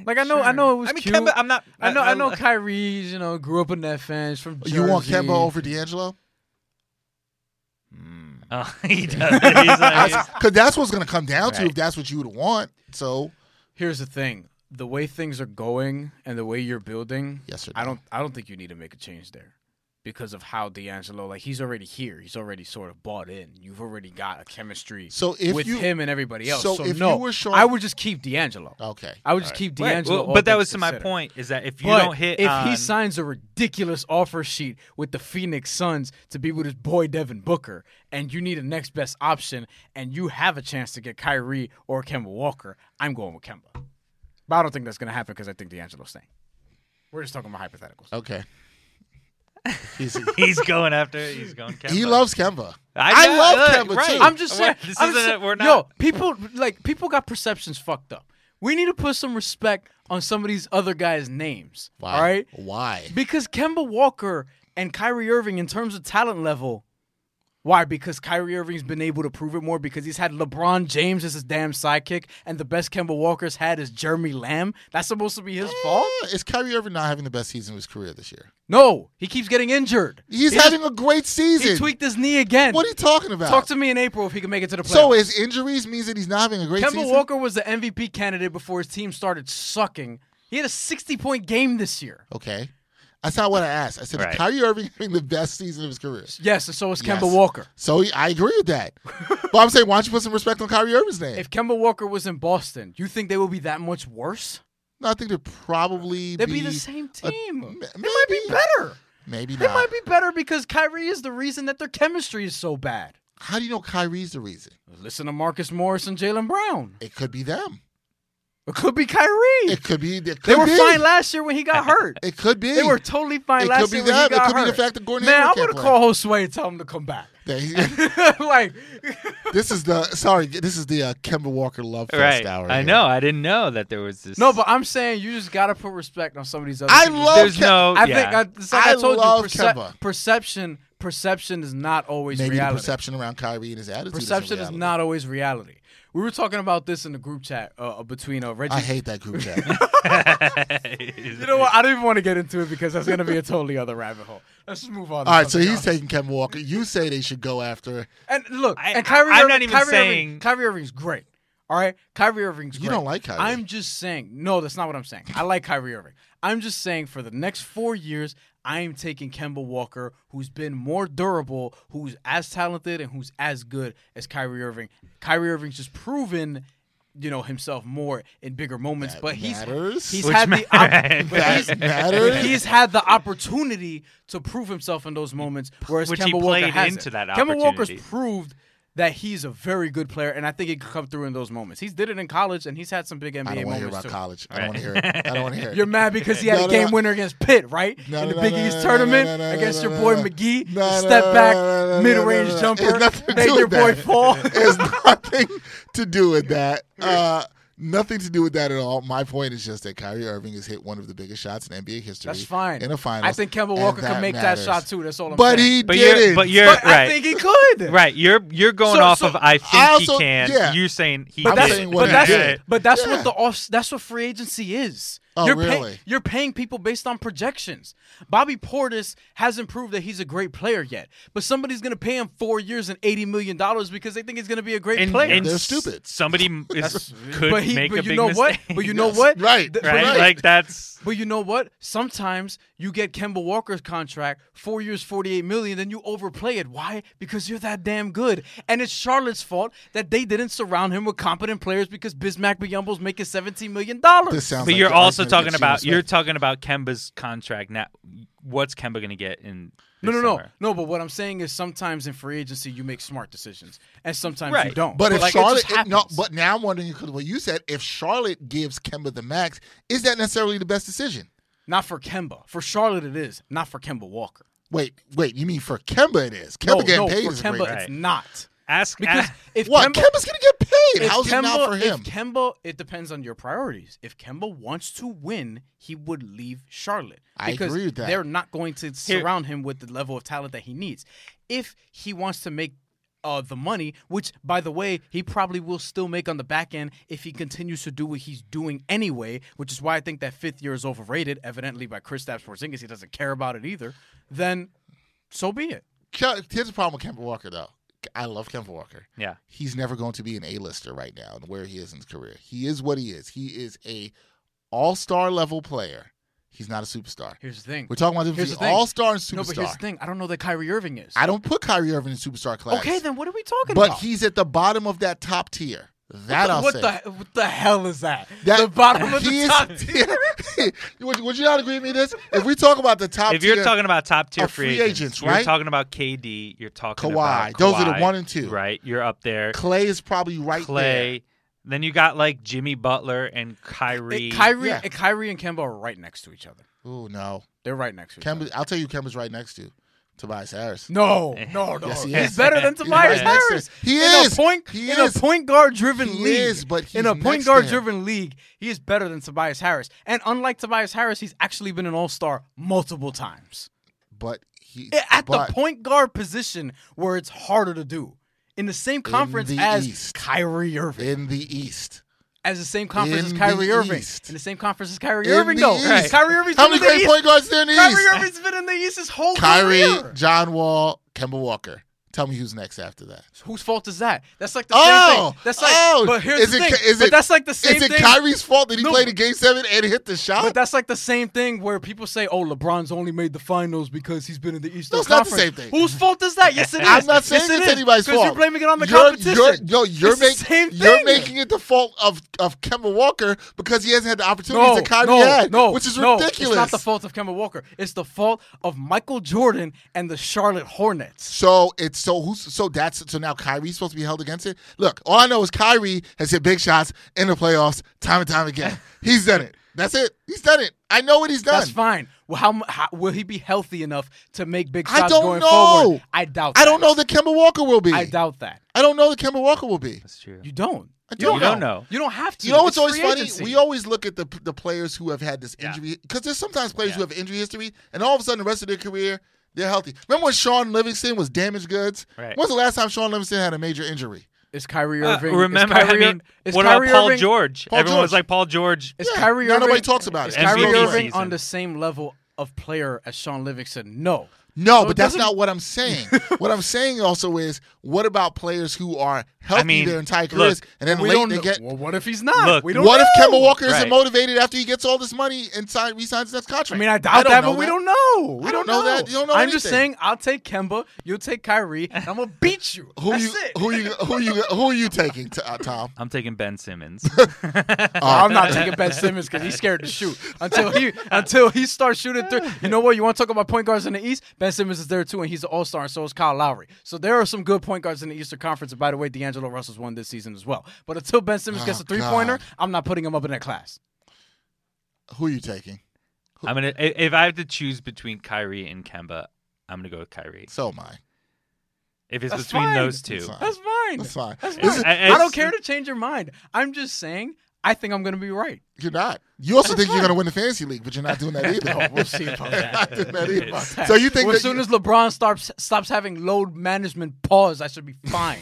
Speaker 2: Like I know, I
Speaker 3: sure.
Speaker 2: know it was
Speaker 3: I mean,
Speaker 2: cute.
Speaker 3: Kemba, I'm not.
Speaker 2: I know, I know. Kyrie, you know, grew up a net fan. He's from Jersey.
Speaker 1: You want Kemba over D'Angelo?
Speaker 2: Mm.
Speaker 3: Oh, he does. He's like, he's-
Speaker 1: Because that's what's going to come down to
Speaker 3: Right.
Speaker 1: if that's what you would want. So,
Speaker 2: Here's the thing: the way things are going and the way you're building,
Speaker 1: yes or no?
Speaker 2: I don't, I don't think you need to make a change there, because of how D'Angelo, like he's already here. He's already sort of bought in. You've already got a chemistry
Speaker 1: So if
Speaker 2: with
Speaker 1: you
Speaker 2: him and everybody else.
Speaker 1: so
Speaker 2: So,
Speaker 1: if
Speaker 2: no,
Speaker 1: you were showing-
Speaker 2: I would just keep D'Angelo.
Speaker 1: okay,
Speaker 2: I would just
Speaker 1: All right.
Speaker 2: keep
Speaker 3: Right,
Speaker 2: D'Angelo.
Speaker 3: well,
Speaker 2: all
Speaker 3: but that
Speaker 2: things
Speaker 3: was to my
Speaker 2: considered.
Speaker 3: point is that if you
Speaker 2: But
Speaker 3: don't hit
Speaker 2: if
Speaker 3: on-
Speaker 2: he signs a ridiculous offer sheet with the Phoenix Suns to be with his boy Devin Booker, and you need a next best option, and you have a chance to get Kyrie or Kemba Walker, I'm going with Kemba. But I don't think that's going to happen because I think D'Angelo's staying. We're just talking about hypotheticals.
Speaker 3: Oh.
Speaker 1: Okay. He's-
Speaker 3: he's going after. it, He's going. Kemba.
Speaker 1: he loves Kemba.
Speaker 3: I,
Speaker 1: I
Speaker 3: know,
Speaker 1: love
Speaker 3: look,
Speaker 1: Kemba,
Speaker 3: right.
Speaker 1: too.
Speaker 2: I'm just saying.
Speaker 3: What, This
Speaker 2: I'm
Speaker 3: isn't.
Speaker 2: just
Speaker 3: it,
Speaker 2: saying-
Speaker 3: we're not.
Speaker 2: Yo, people like people got perceptions fucked up. We need to put some respect on some of these other guys' names.
Speaker 1: Why?
Speaker 2: All right.
Speaker 1: Why?
Speaker 2: Because Kemba Walker and Kyrie Irving, in terms of talent level, why? Because Kyrie Irving's been able to prove it more because he's had LeBron James as his damn sidekick, and the best Kemba Walker's had is Jeremy Lamb. That's supposed to be his fault?
Speaker 1: Uh, Is Kyrie Irving not having the best season of his career this year?
Speaker 2: No, he keeps getting injured.
Speaker 1: He's
Speaker 2: he
Speaker 1: having a great
Speaker 2: just-
Speaker 1: season.
Speaker 2: he tweaked his knee again.
Speaker 1: what are you talking about?
Speaker 2: Talk to me in April if he can make it to the playoffs.
Speaker 1: so his injuries means that he's not having a great
Speaker 2: Kemba
Speaker 1: season.
Speaker 2: Walker was the MVP candidate before his team started sucking. He had a 60 point game this year.
Speaker 1: Okay, that's not what I asked. I said is
Speaker 3: Right.
Speaker 1: Kyrie Irving having the best season of his career.
Speaker 2: Yes, and so was Kemba
Speaker 1: Yes.
Speaker 2: Walker.
Speaker 1: So he- I agree with that. but I'm saying, why don't you put some respect on Kyrie Irving's name?
Speaker 2: If Kemba Walker was in Boston, you think they would be that much worse?
Speaker 1: no, I think they'd probably
Speaker 2: They'd be, the same team.
Speaker 1: m-
Speaker 2: they might be
Speaker 1: maybe.
Speaker 2: better.
Speaker 1: Maybe
Speaker 2: They
Speaker 1: not.
Speaker 2: might be better because Kyrie is the reason that their chemistry is so bad.
Speaker 1: How do you know Kyrie's the reason?
Speaker 2: Listen to Marcus Morris and Jalen Brown.
Speaker 1: It could be them.
Speaker 2: It could be Kyrie.
Speaker 1: It could be. It could
Speaker 2: They were
Speaker 1: be.
Speaker 2: fine last year when he got hurt.
Speaker 1: It could be.
Speaker 2: They were totally fine
Speaker 1: It
Speaker 2: last
Speaker 1: could be
Speaker 2: year when he
Speaker 1: that. It
Speaker 2: got
Speaker 1: could be the
Speaker 2: hurt.
Speaker 1: fact that Gordon
Speaker 2: Man,
Speaker 1: Hayward
Speaker 2: I'm
Speaker 1: can't play.
Speaker 2: gonna call Josue and tell him to come back. like,
Speaker 1: this is the sorry. This is the uh, Kemba Walker love fest
Speaker 3: right.
Speaker 1: hour.
Speaker 3: I
Speaker 1: here.
Speaker 3: know. I didn't know that there was this.
Speaker 2: no, but I'm saying you just gotta put respect on some of these other.
Speaker 1: I
Speaker 2: people's
Speaker 1: love.
Speaker 3: there's
Speaker 1: Ke-
Speaker 3: no.
Speaker 2: I
Speaker 3: yeah.
Speaker 2: think I, it's like I,
Speaker 1: I
Speaker 2: told
Speaker 1: love
Speaker 2: you, percep-
Speaker 1: Kemba.
Speaker 2: perception perception is not always
Speaker 1: maybe the
Speaker 2: reality.
Speaker 1: perception around Kyrie and his attitude. isn't
Speaker 2: perception is
Speaker 1: reality.
Speaker 2: not always reality. We were talking about this in the group chat uh, between uh, Reggie.
Speaker 1: I hate that group chat.
Speaker 2: you know what? I don't even want to get into it because that's gonna be a totally other rabbit hole. Let's just move on. to
Speaker 1: All right, so
Speaker 2: something
Speaker 1: he's
Speaker 2: else.
Speaker 1: taking Kemba Walker. You say they should go after.
Speaker 2: and look,
Speaker 3: I-
Speaker 2: and Kyrie.
Speaker 3: I- I'm
Speaker 2: Irving-
Speaker 3: not even
Speaker 2: Kyrie Irving-
Speaker 3: saying-
Speaker 2: Kyrie Irving's great. All right, Kyrie Irving's
Speaker 1: You
Speaker 2: great.
Speaker 1: don't like Kyrie.
Speaker 2: I'm just saying. No, that's not what I'm saying. I like Kyrie Irving. I'm just saying for the next four years, I am taking Kemba Walker, who's been more durable, who's as talented, and who's as good as Kyrie Irving. Kyrie Irving's just proven, you know, himself more in bigger moments.
Speaker 1: That
Speaker 2: but he's
Speaker 1: matters.
Speaker 2: he's
Speaker 3: Which
Speaker 2: had the
Speaker 3: matters.
Speaker 2: op- but
Speaker 1: That
Speaker 2: he's-
Speaker 1: matters.
Speaker 2: he's had the opportunity to prove himself in those moments, whereas
Speaker 3: Which
Speaker 2: Kemba
Speaker 3: he
Speaker 2: Walker
Speaker 3: played
Speaker 2: hasn't.
Speaker 3: into that
Speaker 2: Kemba Walker's
Speaker 3: opportunity.
Speaker 2: proved that he's a very good player, and I think he could come through in those moments. He's did it in college, and he's had some big NBA
Speaker 1: I don't want to hear
Speaker 2: moments
Speaker 1: about
Speaker 2: too.
Speaker 1: college. I don't want to hear it. I don't want to hear it.
Speaker 2: You're mad because he had
Speaker 1: No,
Speaker 2: a
Speaker 1: no,
Speaker 2: game
Speaker 1: no.
Speaker 2: winner against Pitt, right?
Speaker 1: No,
Speaker 2: in the
Speaker 1: no,
Speaker 2: Big
Speaker 1: no,
Speaker 2: East
Speaker 1: no,
Speaker 2: tournament
Speaker 1: no, no, no,
Speaker 2: against
Speaker 1: no,
Speaker 2: your
Speaker 1: no,
Speaker 2: boy
Speaker 1: no.
Speaker 2: McGee,
Speaker 1: No, no,
Speaker 2: the step back,
Speaker 1: no, no, no, no, no,
Speaker 2: mid-range
Speaker 1: no. It's
Speaker 2: jumper,
Speaker 1: nothing to
Speaker 2: made
Speaker 1: do
Speaker 2: your
Speaker 1: with
Speaker 2: boy
Speaker 1: that.
Speaker 2: fall.
Speaker 1: It's nothing to do with that. Uh, nothing to do with that at all. My point is just that Kyrie Irving has hit one of the biggest shots in NBA history.
Speaker 2: That's fine.
Speaker 1: In a final,
Speaker 2: I think Kemba Walker can make that shot too. That's all I'm
Speaker 1: But
Speaker 2: saying.
Speaker 1: he
Speaker 3: But you're-
Speaker 1: didn't.
Speaker 3: but you're-
Speaker 2: But I
Speaker 3: Right.
Speaker 2: think he could.
Speaker 3: Right, you're you're going
Speaker 2: So-
Speaker 3: off
Speaker 2: so-
Speaker 3: of I think
Speaker 1: I
Speaker 3: he
Speaker 1: also-
Speaker 3: can.
Speaker 1: yeah.
Speaker 3: You're saying he
Speaker 2: But
Speaker 1: I'm
Speaker 3: did.
Speaker 2: that's,
Speaker 1: saying what
Speaker 2: but
Speaker 1: he
Speaker 2: that's
Speaker 1: did.
Speaker 2: but that's
Speaker 1: Yeah.
Speaker 2: what the off that's what free agency is.
Speaker 1: Oh,
Speaker 2: you're pay-
Speaker 1: really?
Speaker 2: you're paying people based on projections. Bobby Portis hasn't proved that he's a great player yet, but somebody's going to pay him four years and eighty million dollars because they think he's going to be a great
Speaker 3: and,
Speaker 2: player.
Speaker 3: and
Speaker 1: They're
Speaker 3: s-
Speaker 1: stupid.
Speaker 3: Somebody m- is, could
Speaker 2: but he,
Speaker 3: make
Speaker 2: but
Speaker 3: a
Speaker 2: you
Speaker 3: big
Speaker 2: know
Speaker 3: mistake.
Speaker 2: what? But you know
Speaker 1: Yes.
Speaker 2: what?
Speaker 1: Right,
Speaker 2: Th-
Speaker 3: right?
Speaker 1: Right.
Speaker 3: Like that's
Speaker 2: But you know what? Sometimes you get Kemba Walker's contract, four years, forty-eight million, then you overplay it. Why? Because you're that damn good. And it's Charlotte's fault that they didn't surround him with competent players because Bismack Biyombo's making seventeen million
Speaker 1: This
Speaker 2: dollars.
Speaker 1: sounds
Speaker 3: But
Speaker 1: like
Speaker 3: you're
Speaker 1: the argument
Speaker 3: also talking
Speaker 1: against
Speaker 3: about
Speaker 1: Geno
Speaker 3: you're
Speaker 1: Smith.
Speaker 3: talking about Kemba's contract now. What's Kemba going to get in?
Speaker 2: No,
Speaker 3: this
Speaker 2: no, no,
Speaker 3: summer?
Speaker 2: no. But what I'm saying is, sometimes in free agency you make smart decisions, and sometimes you
Speaker 3: Right.
Speaker 2: don't.
Speaker 1: But if
Speaker 2: like, it
Speaker 1: Charlotte,
Speaker 2: just
Speaker 1: it- no,
Speaker 2: happens.
Speaker 1: but now I'm wondering because what you said, if Charlotte gives Kemba the max, is that necessarily the best decision?
Speaker 2: not for Kemba, for Charlotte it is. Not for Kemba Walker.
Speaker 1: Wait, wait, you mean for Kemba it is?
Speaker 2: No,
Speaker 1: Kemba getting
Speaker 2: no,
Speaker 1: paid
Speaker 2: for
Speaker 1: is a
Speaker 2: Kemba
Speaker 1: great.
Speaker 2: it's
Speaker 3: Right.
Speaker 2: not.
Speaker 3: Ask
Speaker 2: Because
Speaker 3: ask-
Speaker 2: if
Speaker 1: What?
Speaker 2: Kemba,
Speaker 1: Kemba's gonna get paid.
Speaker 2: if
Speaker 1: How's it not for
Speaker 2: Kemba-
Speaker 1: him?
Speaker 2: If Kemba, it depends on your priorities. If Kemba wants to win, he would leave Charlotte.
Speaker 1: I
Speaker 2: because
Speaker 1: agree with that.
Speaker 2: They're not going to surround him with the level of talent that he needs. If he wants to make uh, the money, which, by the way, he probably will still make on the back end if he continues to do what he's doing anyway, which is why I think that fifth year is overrated, evidently by Kristaps Porzingis. He doesn't care about it either. Then, so be it.
Speaker 1: Ke- Here's the problem with Kemba Walker, though. I love Kemba Walker.
Speaker 3: Yeah.
Speaker 1: He's never going to be an A-lister right now and where he is in his career. He is what he is. He is a all-star level player. He's not a superstar.
Speaker 2: Here's the thing.
Speaker 1: We're talking about the difference
Speaker 2: Here's the
Speaker 1: between
Speaker 2: thing.
Speaker 1: all-star and
Speaker 2: no, but here's the
Speaker 1: superstar.
Speaker 2: thing. I don't know that Kyrie Irving is.
Speaker 1: I don't put Kyrie Irving in superstar class.
Speaker 2: okay, then what are we talking
Speaker 1: But
Speaker 2: about?
Speaker 1: he's at the bottom of that top tier. That I'll
Speaker 2: what
Speaker 1: say.
Speaker 2: the what the hell is that?
Speaker 1: That-
Speaker 2: the bottom of the
Speaker 1: he is-
Speaker 2: top tier.
Speaker 1: would, would you not agree with me? This, if we talk about the top,
Speaker 3: If you're
Speaker 1: tier,
Speaker 3: talking about top tier
Speaker 1: of
Speaker 3: free
Speaker 1: free
Speaker 3: agents,
Speaker 1: agents,
Speaker 3: you're
Speaker 1: right?
Speaker 3: talking about KD, you're talking
Speaker 1: Kawhi.
Speaker 3: about
Speaker 1: Those are the
Speaker 3: Kawhi,
Speaker 1: one and two.
Speaker 3: Right, you're up there.
Speaker 1: Clay is probably right
Speaker 3: Clay. Then you got like Jimmy Butler and Kyrie.
Speaker 2: It- Kyrie,
Speaker 1: Yeah.
Speaker 2: it- Kyrie and Kemba are right next to each other.
Speaker 1: there. Oh no,
Speaker 2: They're right next to each
Speaker 1: Kemba.
Speaker 2: other.
Speaker 1: I'll tell you, Kemba's right next to Tobias Harris.
Speaker 2: No, no, no.
Speaker 1: Yes, he
Speaker 2: he's
Speaker 1: is.
Speaker 2: better than
Speaker 1: He's
Speaker 2: Tobias
Speaker 1: right next to
Speaker 2: Harris.
Speaker 1: us. He
Speaker 2: in
Speaker 1: is.
Speaker 2: a point
Speaker 1: He
Speaker 2: in
Speaker 1: is.
Speaker 2: a point guard driven
Speaker 1: He
Speaker 2: league.
Speaker 1: is, but he's
Speaker 2: in a
Speaker 1: next
Speaker 2: point
Speaker 1: to
Speaker 2: guard
Speaker 1: him.
Speaker 2: driven league, he is better than Tobias Harris. And unlike Tobias Harris, he's actually been an All Star multiple times
Speaker 1: But he
Speaker 2: eh, at
Speaker 1: but
Speaker 2: the point guard position where it's harder to do. In the same conference
Speaker 1: the
Speaker 2: as
Speaker 1: East.
Speaker 2: Kyrie Irving,
Speaker 1: in the East.
Speaker 2: as the same conference as
Speaker 1: in
Speaker 2: Kyrie
Speaker 1: the
Speaker 2: Irving,
Speaker 1: East.
Speaker 2: in the same conconference as Kyrie
Speaker 1: In
Speaker 2: Irving,
Speaker 1: the
Speaker 2: though.
Speaker 1: East.
Speaker 2: Right. Kyrie Irving's
Speaker 1: How
Speaker 2: been
Speaker 1: many
Speaker 2: in the
Speaker 1: great
Speaker 2: East.
Speaker 1: point guards there in the
Speaker 2: Kyrie
Speaker 1: East?
Speaker 2: Irving's been in the East his whole
Speaker 1: Kyrie,
Speaker 2: career.
Speaker 1: John Wall, Kemba Walker. Tell me who's next after that.
Speaker 2: Whose fault is that? That's like the same
Speaker 1: Oh,
Speaker 2: thing. That's like,
Speaker 1: oh,
Speaker 2: but here's
Speaker 1: is
Speaker 2: the
Speaker 1: it,
Speaker 2: thing.
Speaker 1: Is it,
Speaker 2: but that's like the same
Speaker 1: Is it
Speaker 2: thing.
Speaker 1: Kyrie's fault that he
Speaker 2: No,
Speaker 1: played in Game Seven and hit the shot?
Speaker 2: but that's like the same thing where people say, "Oh, LeBron's only made the finals because he's been in the Eastern
Speaker 1: No, it's not the
Speaker 2: Conference."
Speaker 1: same thing.
Speaker 2: Whose fault is that? Yes, it is.
Speaker 1: I'm not saying
Speaker 2: yes,
Speaker 1: it's anybody's fault.
Speaker 2: Because you're blaming it on the
Speaker 1: You're-
Speaker 2: competition.
Speaker 1: You're, no, you're,
Speaker 2: It's the
Speaker 1: make-
Speaker 2: same
Speaker 1: you're
Speaker 2: thing.
Speaker 1: making it the fault of, of Kemba Walker because he hasn't had the opportunities that Kyrie
Speaker 2: no,
Speaker 1: had,
Speaker 2: no,
Speaker 1: which is
Speaker 2: no,
Speaker 1: ridiculous.
Speaker 2: It's not the fault of Kemba Walker. It's the fault of Michael Jordan and the Charlotte Hornets.
Speaker 1: So it's so who's so that's so now Kyrie's supposed to be held against it. Look, all I know is Kyrie has hit big shots in the playoffs time and time again. he's done it. That's it. He's done it. I know what he's done.
Speaker 2: That's fine. Well, how, mu- how will he be healthy enough to make big
Speaker 1: I
Speaker 2: shots
Speaker 1: don't
Speaker 2: going
Speaker 1: know.
Speaker 2: forward? I doubt.
Speaker 1: I don't
Speaker 2: that.
Speaker 1: know that Kemba Walker will be.
Speaker 2: I doubt that.
Speaker 1: I don't know that Kemba Walker will be.
Speaker 3: That's true.
Speaker 2: You don't.
Speaker 1: I
Speaker 2: You don't,
Speaker 1: don't know.
Speaker 3: know.
Speaker 2: You don't have to.
Speaker 1: You know what's
Speaker 2: It's
Speaker 1: always
Speaker 2: free
Speaker 1: funny?
Speaker 2: agency.
Speaker 1: We always look at the the players who have had this
Speaker 3: Yeah.
Speaker 1: injury because there's sometimes players who
Speaker 3: Yeah.
Speaker 1: have injury history, and all of a sudden the rest of their career they're healthy. Remember when Sean Livingston was damaged goods?
Speaker 3: Right.
Speaker 1: When's the last time Sean Livingston had a major injury?
Speaker 2: Is Kyrie
Speaker 3: Uh,
Speaker 2: Irving?
Speaker 3: remember,
Speaker 2: is
Speaker 3: I
Speaker 2: Kyrie,
Speaker 3: mean,
Speaker 2: is
Speaker 3: what
Speaker 2: Kyrie
Speaker 3: about Paul
Speaker 2: Irving,
Speaker 3: George?
Speaker 1: Paul
Speaker 3: Everyone was
Speaker 1: George.
Speaker 3: like Paul George.
Speaker 2: Is
Speaker 1: Yeah,
Speaker 2: Kyrie
Speaker 1: now
Speaker 2: Irving?
Speaker 1: nobody talks about it.
Speaker 2: Is
Speaker 1: It's
Speaker 2: Kyrie
Speaker 1: MVP
Speaker 2: Irving
Speaker 3: season.
Speaker 2: on the same level of player as Sean Livingston? No.
Speaker 1: No,
Speaker 2: So it
Speaker 1: but that's
Speaker 2: doesn't-
Speaker 1: not what I'm saying. what I'm saying also is, what about players who are healthy
Speaker 3: mean,
Speaker 1: their entire careers
Speaker 3: look,
Speaker 1: and then
Speaker 2: we
Speaker 1: late
Speaker 2: don't
Speaker 1: they
Speaker 2: know.
Speaker 1: get?
Speaker 2: Well, what if he's not?
Speaker 3: Look,
Speaker 2: we don't
Speaker 1: What if
Speaker 2: know.
Speaker 1: Kemba Walker isn't
Speaker 3: Right.
Speaker 1: motivated after he gets all this money and sign, re-signs his next contract?
Speaker 2: I mean, I doubt
Speaker 1: don't
Speaker 2: that,
Speaker 1: know
Speaker 2: but we don't know. We
Speaker 1: I don't know that. You don't know
Speaker 2: I'm just
Speaker 1: anything.
Speaker 2: saying, I'll take Kemba. You'll take Kyrie. And I'm gonna beat you.
Speaker 1: Who
Speaker 2: That's
Speaker 1: you
Speaker 2: it.
Speaker 1: who you who you who are you taking, t- uh, Tom?
Speaker 3: I'm taking Ben Simmons.
Speaker 1: Oh.
Speaker 2: I'm not taking Ben Simmons because he's scared to shoot until he until he starts shooting three. You know what? You want to talk about point guards in the East? Ben Simmons is there too, and he's an All Star, and so is Kyle Lowry. So there are some good point guards in the Eastern Conference. And by the way, D'Angelo Russell's won this season as well. But until Ben Simmons gets
Speaker 1: Oh,
Speaker 2: a three pointer,
Speaker 1: God.
Speaker 2: I'm not putting him up in that class.
Speaker 1: Who are you taking?
Speaker 3: I'm gonna. i- If I have to choose between Kyrie and Kemba, I'm gonna go with Kyrie.
Speaker 1: So am I.
Speaker 3: If it's
Speaker 2: That's
Speaker 3: between
Speaker 2: fine.
Speaker 3: those two,
Speaker 1: That's fine.
Speaker 2: That's fine.
Speaker 1: That's fine.
Speaker 2: That's
Speaker 1: This is-
Speaker 2: fine.
Speaker 3: I-
Speaker 2: I
Speaker 3: I-
Speaker 2: don't care to change your mind. I'm just saying I think I'm going to be right.
Speaker 1: You're not. You also think you're going to win the fantasy league, but you're not doing that
Speaker 2: Oh,
Speaker 1: either.
Speaker 2: we'll see about
Speaker 1: You're
Speaker 2: that.
Speaker 1: not doing that either.
Speaker 3: It's-
Speaker 1: So you think
Speaker 2: Well,
Speaker 1: that
Speaker 2: as soon
Speaker 1: you-
Speaker 2: as LeBron stops stops having load management pause, I should be fine.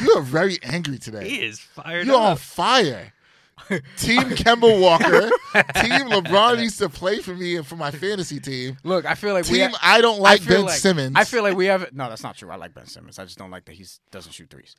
Speaker 1: you are very angry today?
Speaker 3: he is fired
Speaker 1: You're on
Speaker 3: up.
Speaker 1: fire. Team Kemba Walker, Team LeBron needs to play for me and for my fantasy team.
Speaker 2: Look, I feel like we
Speaker 1: Team
Speaker 2: ha-
Speaker 1: I don't
Speaker 2: I
Speaker 1: like
Speaker 2: feel
Speaker 1: Ben
Speaker 2: like-
Speaker 1: Simmons.
Speaker 2: I feel like we have no. That's not true. I like Ben Simmons. I just don't like that he doesn't shoot threes.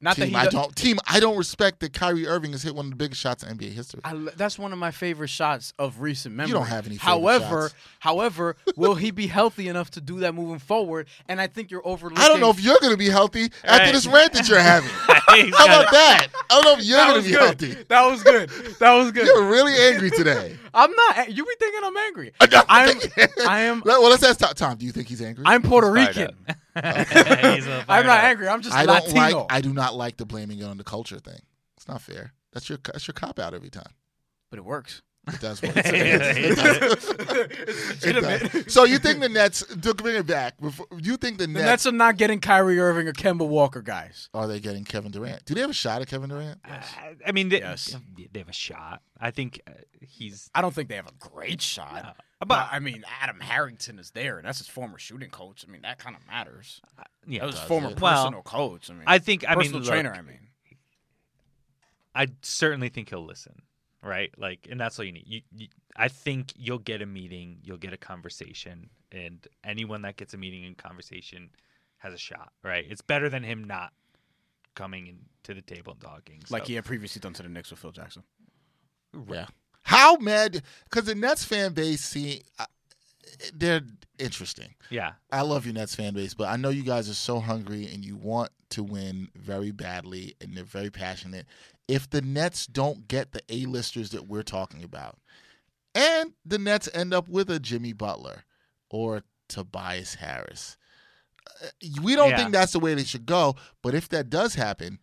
Speaker 2: Not that
Speaker 1: team
Speaker 2: he.
Speaker 1: I
Speaker 2: do-
Speaker 1: don't team I don't respect that Kyrie Irving has hit one of the biggest shots in NBA history.
Speaker 2: I l- that's one of my favorite shots of recent memory.
Speaker 1: don't have any favorite
Speaker 2: However,
Speaker 1: shots.
Speaker 2: however, will he be healthy enough to do that moving forward? And I think you're overlooking.
Speaker 1: I don't know if you're going to be healthy after
Speaker 3: Right.
Speaker 1: this rant that you're having. How
Speaker 3: He's got
Speaker 1: about that? I don't know if you're
Speaker 2: that
Speaker 1: going
Speaker 2: was
Speaker 1: to be
Speaker 2: good.
Speaker 1: healthy.
Speaker 2: That was good. That was good.
Speaker 1: You're really angry today.
Speaker 2: I'm not. You be thinking I'm angry.
Speaker 1: don't
Speaker 2: I'm.
Speaker 1: think-
Speaker 2: I am.
Speaker 1: Let- well, let's ask Tom. Tom, do you think he's angry?
Speaker 2: I'm Puerto
Speaker 3: fired
Speaker 2: Rican.
Speaker 3: up. it. He's all
Speaker 2: I'm
Speaker 3: fired
Speaker 2: not
Speaker 3: up.
Speaker 2: angry. I'm just
Speaker 1: I don't
Speaker 2: Latino.
Speaker 1: like. I do not like the blaming it on the culture thing. It's not fair. That's your that's your cop out every time.
Speaker 2: but it works.
Speaker 1: It does work. It does.
Speaker 2: it's
Speaker 1: It
Speaker 2: legitimate.
Speaker 1: does. So you think the Nets to bring it back? Before, you think the
Speaker 2: The
Speaker 1: Nets,
Speaker 2: Nets are not getting Kyrie Irving or Kemba Walker, guys.
Speaker 1: are they getting Kevin Durant? Do they have a shot at Kevin Durant?
Speaker 3: I- I mean, they,
Speaker 2: Yes.
Speaker 3: they have a shot. I think uh, he's.
Speaker 2: I don't think they have a great shot. But
Speaker 3: But
Speaker 2: I mean, Adam Harrington is there. and That's his former shooting coach. I mean, that kind of matters.
Speaker 3: yeah,
Speaker 2: that was his former
Speaker 3: Well,
Speaker 2: personal coach. I mean,
Speaker 3: I think I mean
Speaker 2: personal
Speaker 3: look,
Speaker 2: trainer. I mean,
Speaker 3: I certainly think he'll listen, right? Like, and that's all you need. You, you, I think you'll get a meeting, you'll get a conversation, and anyone that gets a meeting and conversation has a shot, right? It's better than him not coming in to the table and talking.
Speaker 2: like he
Speaker 3: yeah,
Speaker 2: had previously done to the Knicks with Phil Jackson.
Speaker 1: Yeah. How mad? Because the Nets fan base, see, uh, they're interesting.
Speaker 3: yeah,
Speaker 1: I love your Nets fan base, but I know you guys are so hungry and you want to win very badly and they're very passionate. If the Nets don't get the A-listers that we're talking about, and the Nets end up with a Jimmy Butler or Tobias Harris, uh, we don't
Speaker 3: Yeah.
Speaker 1: think that's the way they should go. But if that does happen,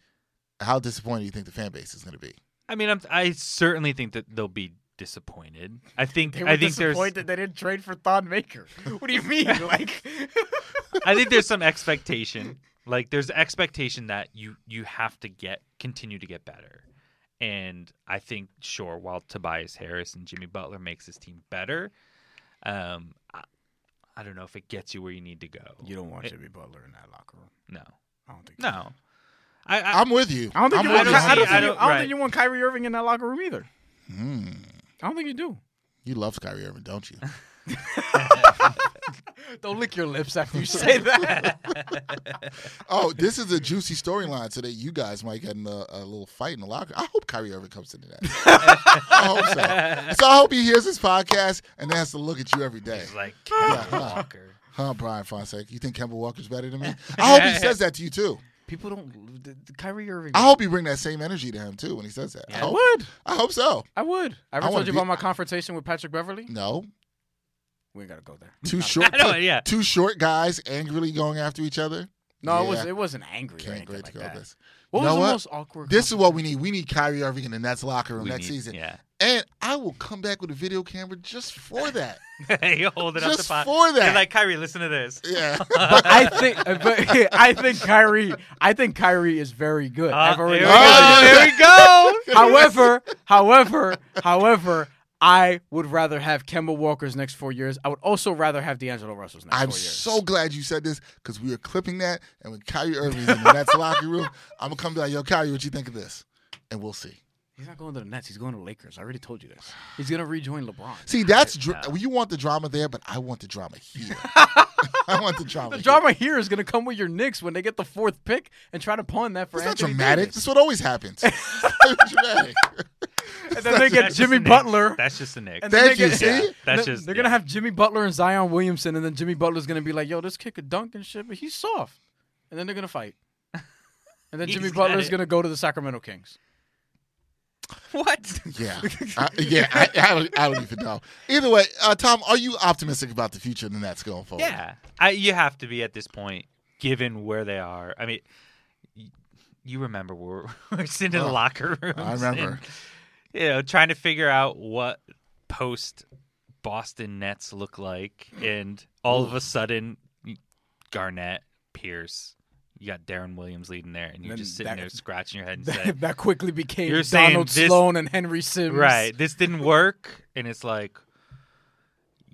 Speaker 1: how disappointed do you think the fan base is going to be?
Speaker 3: I mean, I'm, I certainly think that they'll be disappointed. I think
Speaker 2: They were
Speaker 3: I think there's
Speaker 2: disappointed that they didn't trade for Thon Maker. What do you mean? like,
Speaker 3: I think there's some expectation. Like there's expectation that you you have to get continue to get better. And I think sure, while Tobias Harris and Jimmy Butler makes this team better, um, I, I don't know if it gets you where you need to go.
Speaker 2: you don't want
Speaker 3: It-
Speaker 2: Jimmy Butler in that locker room.
Speaker 3: No,
Speaker 2: I don't think.
Speaker 3: no. I, I
Speaker 1: I'm with you.
Speaker 2: I don't think
Speaker 1: I'm
Speaker 2: you want.
Speaker 1: with
Speaker 2: Ky- I don't,
Speaker 3: see- I
Speaker 2: think, you,
Speaker 3: don't-
Speaker 2: I don't
Speaker 3: right.
Speaker 2: think you want Kyrie Irving in that locker room either. Hmm.
Speaker 1: Mm.
Speaker 2: I don't think you do.
Speaker 1: You love Kyrie Irving, don't you?
Speaker 2: Don't lick your lips after you say that.
Speaker 1: Oh, this is a juicy storyline so that you guys might get in a, a little fight in the locker. I hope Kyrie Irving comes into that. I hope so. So I hope he hears this podcast and has to look at you every day.
Speaker 3: it's like
Speaker 1: Yeah,
Speaker 3: Kemba
Speaker 1: huh.
Speaker 3: Walker.
Speaker 1: Huh, Brian Fonseca? You think Kemba Walker's better than me? I hope he says that to you too.
Speaker 2: People don't. The, the Kyrie Irving.
Speaker 1: I hope you bring that same energy to him too when he says that. I
Speaker 3: Yeah.
Speaker 2: I
Speaker 1: hope,
Speaker 2: would.
Speaker 1: I hope so.
Speaker 2: I would. I
Speaker 1: I
Speaker 2: ever
Speaker 1: wanna
Speaker 2: told you
Speaker 1: be-
Speaker 2: about my confrontation with Patrick Beverly.
Speaker 1: No,
Speaker 2: We ain't gotta go there.
Speaker 1: two short,
Speaker 3: I know, yeah.
Speaker 1: two short guys angrily going after each other.
Speaker 2: No,
Speaker 1: Yeah.
Speaker 2: it was it wasn't angry. or
Speaker 1: Can't
Speaker 2: anything
Speaker 1: great to
Speaker 2: like
Speaker 1: go
Speaker 2: that.
Speaker 1: with this.
Speaker 2: What
Speaker 1: You know
Speaker 2: was the
Speaker 1: what?
Speaker 2: most awkward?
Speaker 1: This is what we need. We need Kyrie Irving in the Nets locker room
Speaker 3: We
Speaker 1: next
Speaker 3: need-
Speaker 1: season,
Speaker 3: Yeah.
Speaker 1: and I will come back with a video camera just for that.
Speaker 3: you hold it up the
Speaker 1: just
Speaker 3: pot.
Speaker 1: for
Speaker 3: You're
Speaker 1: that.
Speaker 3: like Kyrie, listen to this.
Speaker 1: yeah.
Speaker 2: I think, but I think Kyrie, I think Kyrie is very good.
Speaker 3: Uh,
Speaker 2: I've
Speaker 3: here,
Speaker 2: already.
Speaker 3: we
Speaker 1: Oh,
Speaker 3: go,
Speaker 1: yeah.
Speaker 3: here we go.
Speaker 2: however, however, however, I would rather have Kemba Walker's next four years. I would also rather have D'Angelo Russell's next
Speaker 1: I'm
Speaker 2: four years.
Speaker 1: so glad you said this because we are clipping that, and when Kyrie Irving's in the Nets locker room, I'm gonna come down. Yo, Kyrie, what you think of this? And we'll see.
Speaker 2: He's not going to the Nets. He's going to the Lakers. I already told you this. He's gonna rejoin LeBron.
Speaker 1: See, that's dr- you want the drama there, but I want the drama here. I want the drama.
Speaker 2: the
Speaker 1: here.
Speaker 2: drama here is gonna come with your Knicks when they get the fourth pick and try to pawn that for
Speaker 1: It's not
Speaker 2: Anthony
Speaker 1: dramatic.
Speaker 2: Davis.
Speaker 1: That's what always happens. It's not dramatic.
Speaker 2: And then they get
Speaker 3: That's just
Speaker 2: Jimmy
Speaker 3: the Knicks.
Speaker 2: Butler.
Speaker 3: That's just the Knicks.
Speaker 2: And then
Speaker 1: Thank
Speaker 2: they
Speaker 1: you,
Speaker 2: get-
Speaker 1: see? Yeah,
Speaker 3: that's
Speaker 2: They're-
Speaker 3: just-
Speaker 2: they're gonna
Speaker 3: yeah.
Speaker 2: have Jimmy Butler and Zion Williamson, and then Jimmy Butler's gonna be like, "Yo, this kid could dunk and shit, but he's soft," and then they're gonna fight. And then
Speaker 3: He's
Speaker 2: Jimmy
Speaker 3: got
Speaker 2: Butler's
Speaker 3: it.
Speaker 2: gonna go to the Sacramento Kings.
Speaker 3: What?
Speaker 1: Yeah, I, yeah. I, I, don't, I don't even know. Either way, uh, Tom, are you optimistic about the future of the Nets going forward?
Speaker 3: Yeah, I, you have to be at this point, given where they are. I mean, you, you remember we're, we're sitting in
Speaker 1: Oh,
Speaker 3: the locker room.
Speaker 1: I remember.
Speaker 3: you know, trying to figure out what post Boston Nets look like, and all of a sudden, Garnett, Pierce, you got Darren Williams leading there, and you're
Speaker 2: Then
Speaker 3: just sitting
Speaker 2: that-
Speaker 3: there scratching your head and saying,
Speaker 2: That, that quickly became
Speaker 3: You're saying
Speaker 2: Donald
Speaker 3: this-
Speaker 2: Sloan and Henry Sims.
Speaker 3: Right. This didn't work. And it's like,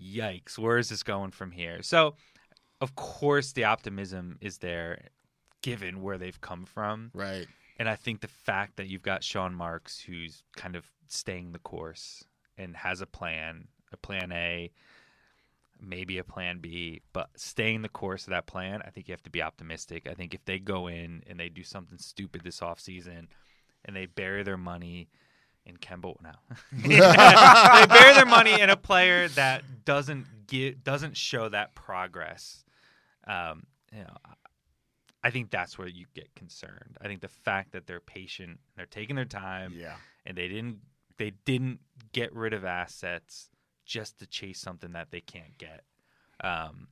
Speaker 3: yikes, where is this going from here? So, of course, the optimism is there given where they've come from.
Speaker 1: Right.
Speaker 3: And I think the fact that you've got Sean Marks, who's kind of staying the course and has a plan, a plan A, maybe a plan B, but staying the course of that plan, I think you have to be optimistic. I think if they go in and they do something stupid this offseason and they bury their money in Kemba now. they bury their money in a player that doesn't give doesn't show that progress. Um, you know, I think that's where you get concerned. I think the fact that they're patient, they're taking their time,
Speaker 2: Yeah.
Speaker 3: and they didn't they didn't get rid of assets just to chase something that they can't get. Um,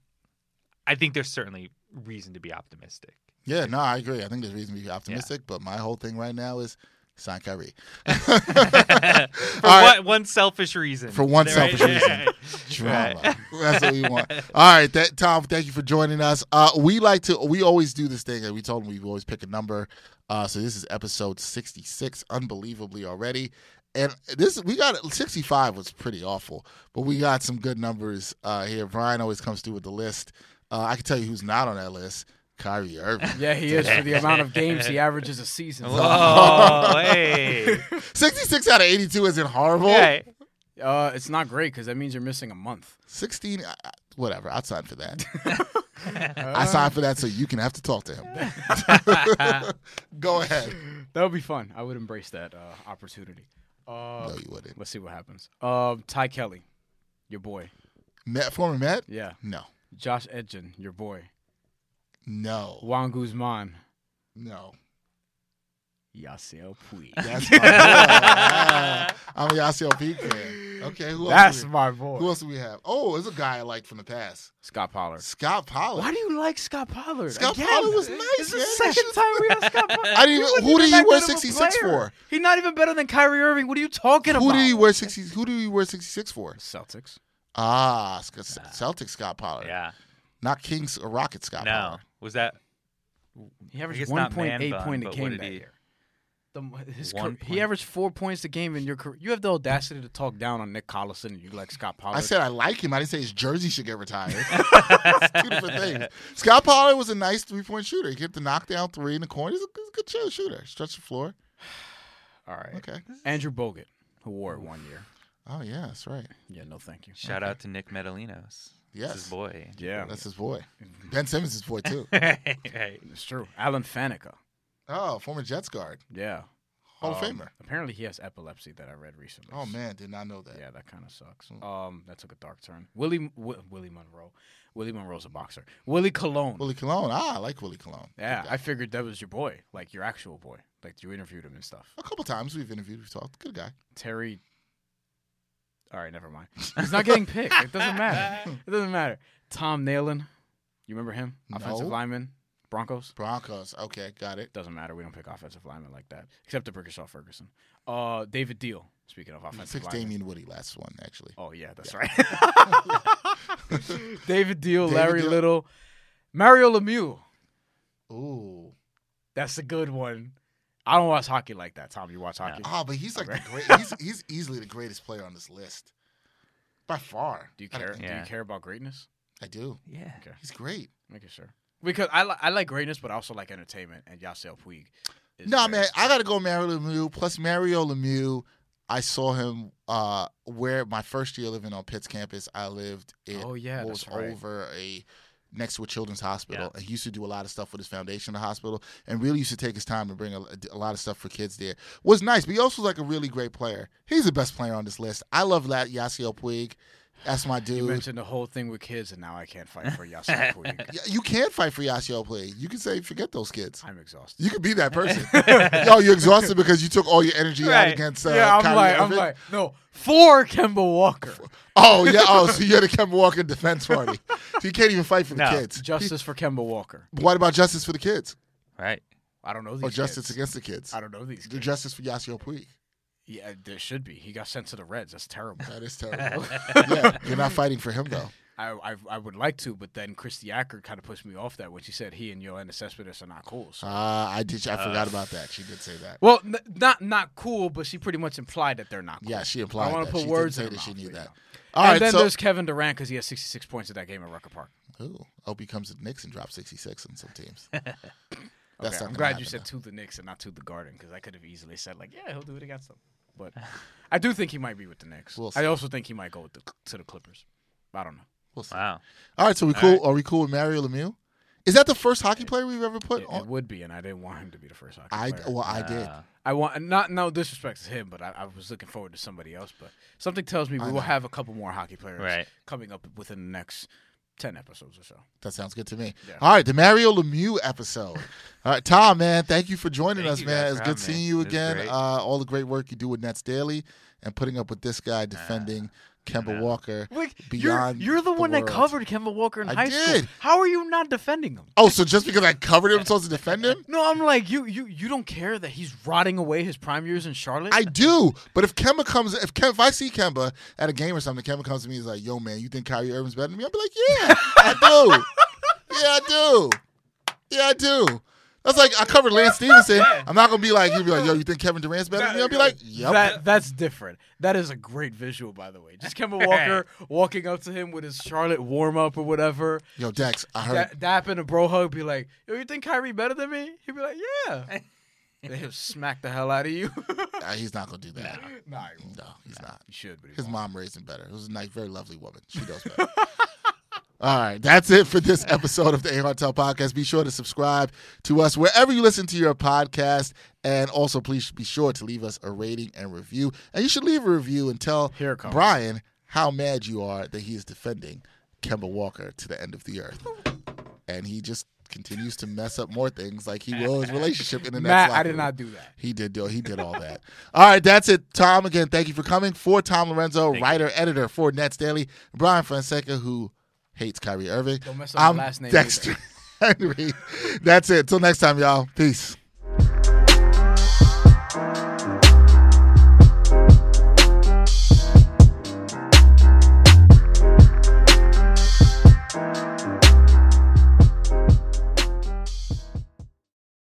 Speaker 3: I think there's certainly reason to be optimistic.
Speaker 1: Yeah, no, I agree. I think there's reason to be optimistic, but my whole thing right now is sign Kyrie.
Speaker 3: for
Speaker 1: right.
Speaker 3: one, one selfish reason.
Speaker 1: For one selfish reason. Drama. That's what we want. All right, that Tom, thank you for joining us. Uh, we like to we always do this thing, and we told him we always pick a number. Uh, so this is episode sixty six, unbelievably already. And this we got 65 was pretty awful, but we got some good numbers uh, here. Brian always comes through with the list. Uh, I can tell you who's not on that list: Kyrie Irving.
Speaker 2: Yeah, he is for the amount of games he averages a season.
Speaker 3: Oh, hey.
Speaker 1: 66 out of 82 isn't horrible.
Speaker 3: Okay.
Speaker 2: Uh, it's not great because that means you're missing a month.
Speaker 1: 16, I- I- whatever. I signed for that. I signed for that so you can have to talk to him. Go ahead.
Speaker 2: That would be fun. I would embrace that uh, opportunity. Uh,
Speaker 1: No, you wouldn't.
Speaker 2: let's see what happens. Um, Ty Kelly, your boy.
Speaker 1: Met former Met?
Speaker 2: Yeah.
Speaker 1: No,
Speaker 2: Josh Edgen, your boy.
Speaker 1: no,
Speaker 2: Juan Guzman.
Speaker 1: no.
Speaker 2: Yasiel Puig.
Speaker 1: That's my boy. Ah, I'm a Yasiel Puig fan. Okay, who else?
Speaker 2: That's
Speaker 1: do we-
Speaker 2: my boy.
Speaker 1: who else do we have? Oh, there's a guy I like from the past,
Speaker 2: Scott Pollard.
Speaker 1: Scott Pollard.
Speaker 2: Why do you like Scott Pollard?
Speaker 1: Scott
Speaker 2: Again,
Speaker 1: Pollard was nice,
Speaker 2: It's
Speaker 1: man.
Speaker 2: the second time we have Scott Pollard.
Speaker 1: I didn't even-
Speaker 2: wasn't
Speaker 1: who did
Speaker 2: that
Speaker 1: he wear
Speaker 2: good of a
Speaker 1: 66
Speaker 2: player.
Speaker 1: for?
Speaker 2: He's not even better than Kyrie Irving. What are you talking
Speaker 1: Who
Speaker 2: about?
Speaker 1: did he wear sixty? Who did he wear sixty six for?
Speaker 2: Celtics.
Speaker 1: Ah, Sc- Celtic Scott Pollard,
Speaker 3: Yeah.
Speaker 1: not Kings or Rocket Scott
Speaker 3: No.
Speaker 1: Pollard.
Speaker 3: Was that
Speaker 2: He averaged
Speaker 3: guess not
Speaker 2: 1.8
Speaker 3: man
Speaker 2: point a
Speaker 3: bun, but
Speaker 2: game
Speaker 3: what did
Speaker 2: that
Speaker 3: he-
Speaker 2: year. The, his
Speaker 3: One
Speaker 2: car-
Speaker 3: point.
Speaker 2: he averaged four points a game in your career. You have the audacity to talk down on Nick Collison. and You like Scott Pollard.
Speaker 1: I said I like him. I didn't say his jersey should get retired. it's two different things. Scott Pollard was a nice three point shooter. He hit the knockdown three in the corner. He's a, he's a good shooter- shooter. Stretch the floor.
Speaker 2: All right.
Speaker 1: Okay.
Speaker 2: Andrew Bogut, who wore it one year.
Speaker 1: Oh yeah, that's right.
Speaker 2: Yeah, no, thank you.
Speaker 3: shout out to Nick Metalinos?
Speaker 1: Yes.
Speaker 3: This is boy.
Speaker 2: Yeah,
Speaker 1: That's his boy. Ben Simmons' is boy too.
Speaker 3: right.
Speaker 2: it's true. Alan Faneca.
Speaker 1: Oh, former Jets guard,
Speaker 2: Yeah.
Speaker 1: Hall of
Speaker 2: Um,
Speaker 1: Famer.
Speaker 2: Apparently, he has epilepsy that I read recently.
Speaker 1: Oh man, Mm. did not know that.
Speaker 2: Yeah, that kind of sucks. Um, that took a dark turn. Willie w- Willie Monroe. Willie Monroe's a boxer. Willie Colon.
Speaker 1: Willie Colon. Ah, I like Willie Colon.
Speaker 2: yeah,
Speaker 1: Good guy.
Speaker 2: I figured that was your boy, like your actual boy. Like you interviewed him and stuff.
Speaker 1: A couple times we've interviewed, we've talked. Good guy.
Speaker 2: Terry. All right, never mind. He's not getting picked. It doesn't matter. It doesn't matter. Tom Nalen. You remember him? Offensive
Speaker 1: No.
Speaker 2: lineman, Broncos.
Speaker 1: Broncos. Okay, got it.
Speaker 2: Doesn't matter. We don't pick offensive linemen like that, except the Brickishaw Ferguson. Uh, David Deal. Speaking of offensive
Speaker 1: Six
Speaker 2: linemen.
Speaker 1: Damien Woody, last one actually.
Speaker 2: Oh yeah, that's right. David Deal,
Speaker 1: David
Speaker 2: Larry
Speaker 1: Deal.
Speaker 2: Little, Mario Lemieux.
Speaker 1: Ooh.
Speaker 2: That's a good one. I don't watch hockey like that, Tom. You watch hockey?
Speaker 1: Ah, but he's like the great. He's, he's easily the greatest player on this list, by far.
Speaker 2: Do you
Speaker 1: I don't
Speaker 2: care?
Speaker 1: think-
Speaker 2: Do you
Speaker 3: Yeah.
Speaker 2: care about greatness?
Speaker 1: I do.
Speaker 3: Yeah.
Speaker 2: Okay.
Speaker 1: He's great.
Speaker 2: Making sure. Because I li- I like greatness, but I also like entertainment. And Yasiel Puig. Is
Speaker 1: No,
Speaker 2: great.
Speaker 1: man, I gotta go Mario Lemieux. Plus Mario Lemieux, I saw him uh, where my first year living on Pitt's campus. I lived in
Speaker 2: Oh, yeah,
Speaker 1: what was
Speaker 2: that's right.
Speaker 1: over a next to a children's hospital.
Speaker 3: Yeah.
Speaker 1: And he used to do a lot of stuff with his foundation, the hospital, and really used to take his time to bring a, a lot of stuff for kids there. Was nice, but he also was like a really great player. He's the best player on this list. I love that Yasiel Puig. That's my dude.
Speaker 2: You mentioned the whole thing with kids, and now I can't fight for Yasiel Puig.
Speaker 1: Y- you can't fight for Yasiel Puig. You can say forget those kids.
Speaker 2: I'm exhausted.
Speaker 1: You could be that person. Yo, you're exhausted because you took all your energy out
Speaker 3: Right.
Speaker 1: against uh,
Speaker 2: yeah, I'm
Speaker 1: Kyrie
Speaker 2: like, I'm
Speaker 1: Irving.
Speaker 2: like, no, for Kemba Walker,
Speaker 1: Oh yeah. Oh, so you're the Kemba Walker defense party. So you can't even fight for the
Speaker 3: No.
Speaker 1: kids.
Speaker 2: justice for Kemba Walker.
Speaker 1: What about justice for the kids
Speaker 3: Right.
Speaker 2: I don't know these.
Speaker 1: or Oh, justice
Speaker 2: kids.
Speaker 1: against the kids?
Speaker 2: I don't know these.
Speaker 1: The
Speaker 2: Kids.
Speaker 1: Justice for Yasiel Puig.
Speaker 2: Yeah, there should be. He got sent to the Reds. That's terrible.
Speaker 1: That is terrible. yeah, you're not fighting for him though.
Speaker 2: I, I I would like to, but then Christy Acker kind of pushed me off that when she said he and Yolanda Cespedes are not cool. So.
Speaker 1: Uh, I did. I forgot about that. She did say that.
Speaker 2: well, n- not not cool, but she pretty much implied that they're not. cool.
Speaker 1: Yeah, she implied.
Speaker 2: I wanna
Speaker 1: that.
Speaker 2: put
Speaker 1: she
Speaker 2: words
Speaker 1: did say
Speaker 2: in her
Speaker 1: that she
Speaker 2: mouth,
Speaker 1: knew
Speaker 2: but,
Speaker 1: that.
Speaker 2: you
Speaker 1: All
Speaker 2: and
Speaker 1: right,
Speaker 2: then
Speaker 1: so
Speaker 2: there's Kevin Durant because he has 66 points at that game at Rucker Park.
Speaker 1: Ooh, Opie comes to the Knicks and drops 66 on some teams.
Speaker 2: Okay,
Speaker 1: That's not
Speaker 2: I'm
Speaker 1: gonna
Speaker 2: glad
Speaker 1: happen,
Speaker 2: you said to the Knicks and not to the Garden because I could have easily said like, yeah, he'll do it against them. But I do think he might be with the Knicks.
Speaker 1: We'll see.
Speaker 2: I also think he might go with the, to the Clippers. I don't know.
Speaker 1: We'll see.
Speaker 3: Wow.
Speaker 1: All right, so we cool. Are we cool with Mario Lemieux? Is that the first hockey player we've ever put
Speaker 2: It, it
Speaker 1: on?
Speaker 2: would be, and I didn't want him to be the first hockey
Speaker 1: I
Speaker 2: player.
Speaker 1: well, I did.
Speaker 3: Uh,
Speaker 2: I want not no disrespect to him, but I, I was looking forward to somebody else. But something tells me we will have a couple more hockey players
Speaker 3: Right.
Speaker 2: coming up within the next ten episodes or so.
Speaker 1: That sounds good to me.
Speaker 2: Yeah.
Speaker 1: All right, the Mario Lemieux episode. All right, Tom, man, thank you for joining
Speaker 3: Thank
Speaker 1: us,
Speaker 3: you
Speaker 1: man.
Speaker 3: guys
Speaker 1: It's
Speaker 3: for
Speaker 1: good
Speaker 3: having
Speaker 1: seeing
Speaker 3: me.
Speaker 1: you
Speaker 3: It was
Speaker 1: again.
Speaker 3: great.
Speaker 1: Uh, all the great work you do with Nets Daily and putting up with this guy defending Kemba Walker. beyond world.
Speaker 2: Kemba Walker in
Speaker 1: I high school. did.
Speaker 2: How are you not defending him?
Speaker 1: Oh, so just because I covered him, I'm supposed to defend him?
Speaker 2: No, I'm like you. You you don't care that he's rotting away his prime years in Charlotte.
Speaker 1: I do, but if Kemba comes, if Kem, if I see Kemba at a game or something, Kemba comes to me, he's like, "Yo, man, you think Kyrie Irving's better than me?" I'll be like, "Yeah, I do. Yeah, I do. Yeah, I do." That's like I covered Lance Stevenson. I'm not gonna be like he'd be like, yo, you think Kevin Durant's better than me? I'll be like, yep.
Speaker 2: That that's different. That is a great visual, by the way. Just Kemba Walker walking up to him with his Charlotte warm up or whatever,
Speaker 1: yo, Dex, I heard.
Speaker 2: da- dapping a bro hug, be like, "Yo, you think Kyrie better than me?" He'd be like, "Yeah." and he'll smack the hell out of you.
Speaker 1: Nah, he's not gonna do that.
Speaker 2: nah, he
Speaker 1: No, he's not.
Speaker 2: should, but he
Speaker 1: His
Speaker 2: won't.
Speaker 1: mom raised him better. It was a nice, very lovely woman. She knows better. All right, that's it for this episode of the A Hotel Podcast. Be sure to subscribe to us wherever you listen to your podcast. And also, please be sure to leave us a rating and review. And you should leave a review and tell
Speaker 2: Here it comes.
Speaker 1: Brian how mad you are that he is defending Kemba Walker to the end of the earth. And he just continues to mess up more things like he will his relationship in the next
Speaker 2: Matt, I
Speaker 1: locker
Speaker 2: did
Speaker 1: room.
Speaker 2: not do that.
Speaker 1: He did do he did all that. all right, that's it. Tom again, thank you for coming. For Tom Lorenzo, writer, editor for Nets Daily, Brian Fonseca, who hates Kyrie Irving.
Speaker 2: Don't mess up my last name
Speaker 1: Dexter Henry. That's it. Till next time, y'all. Peace.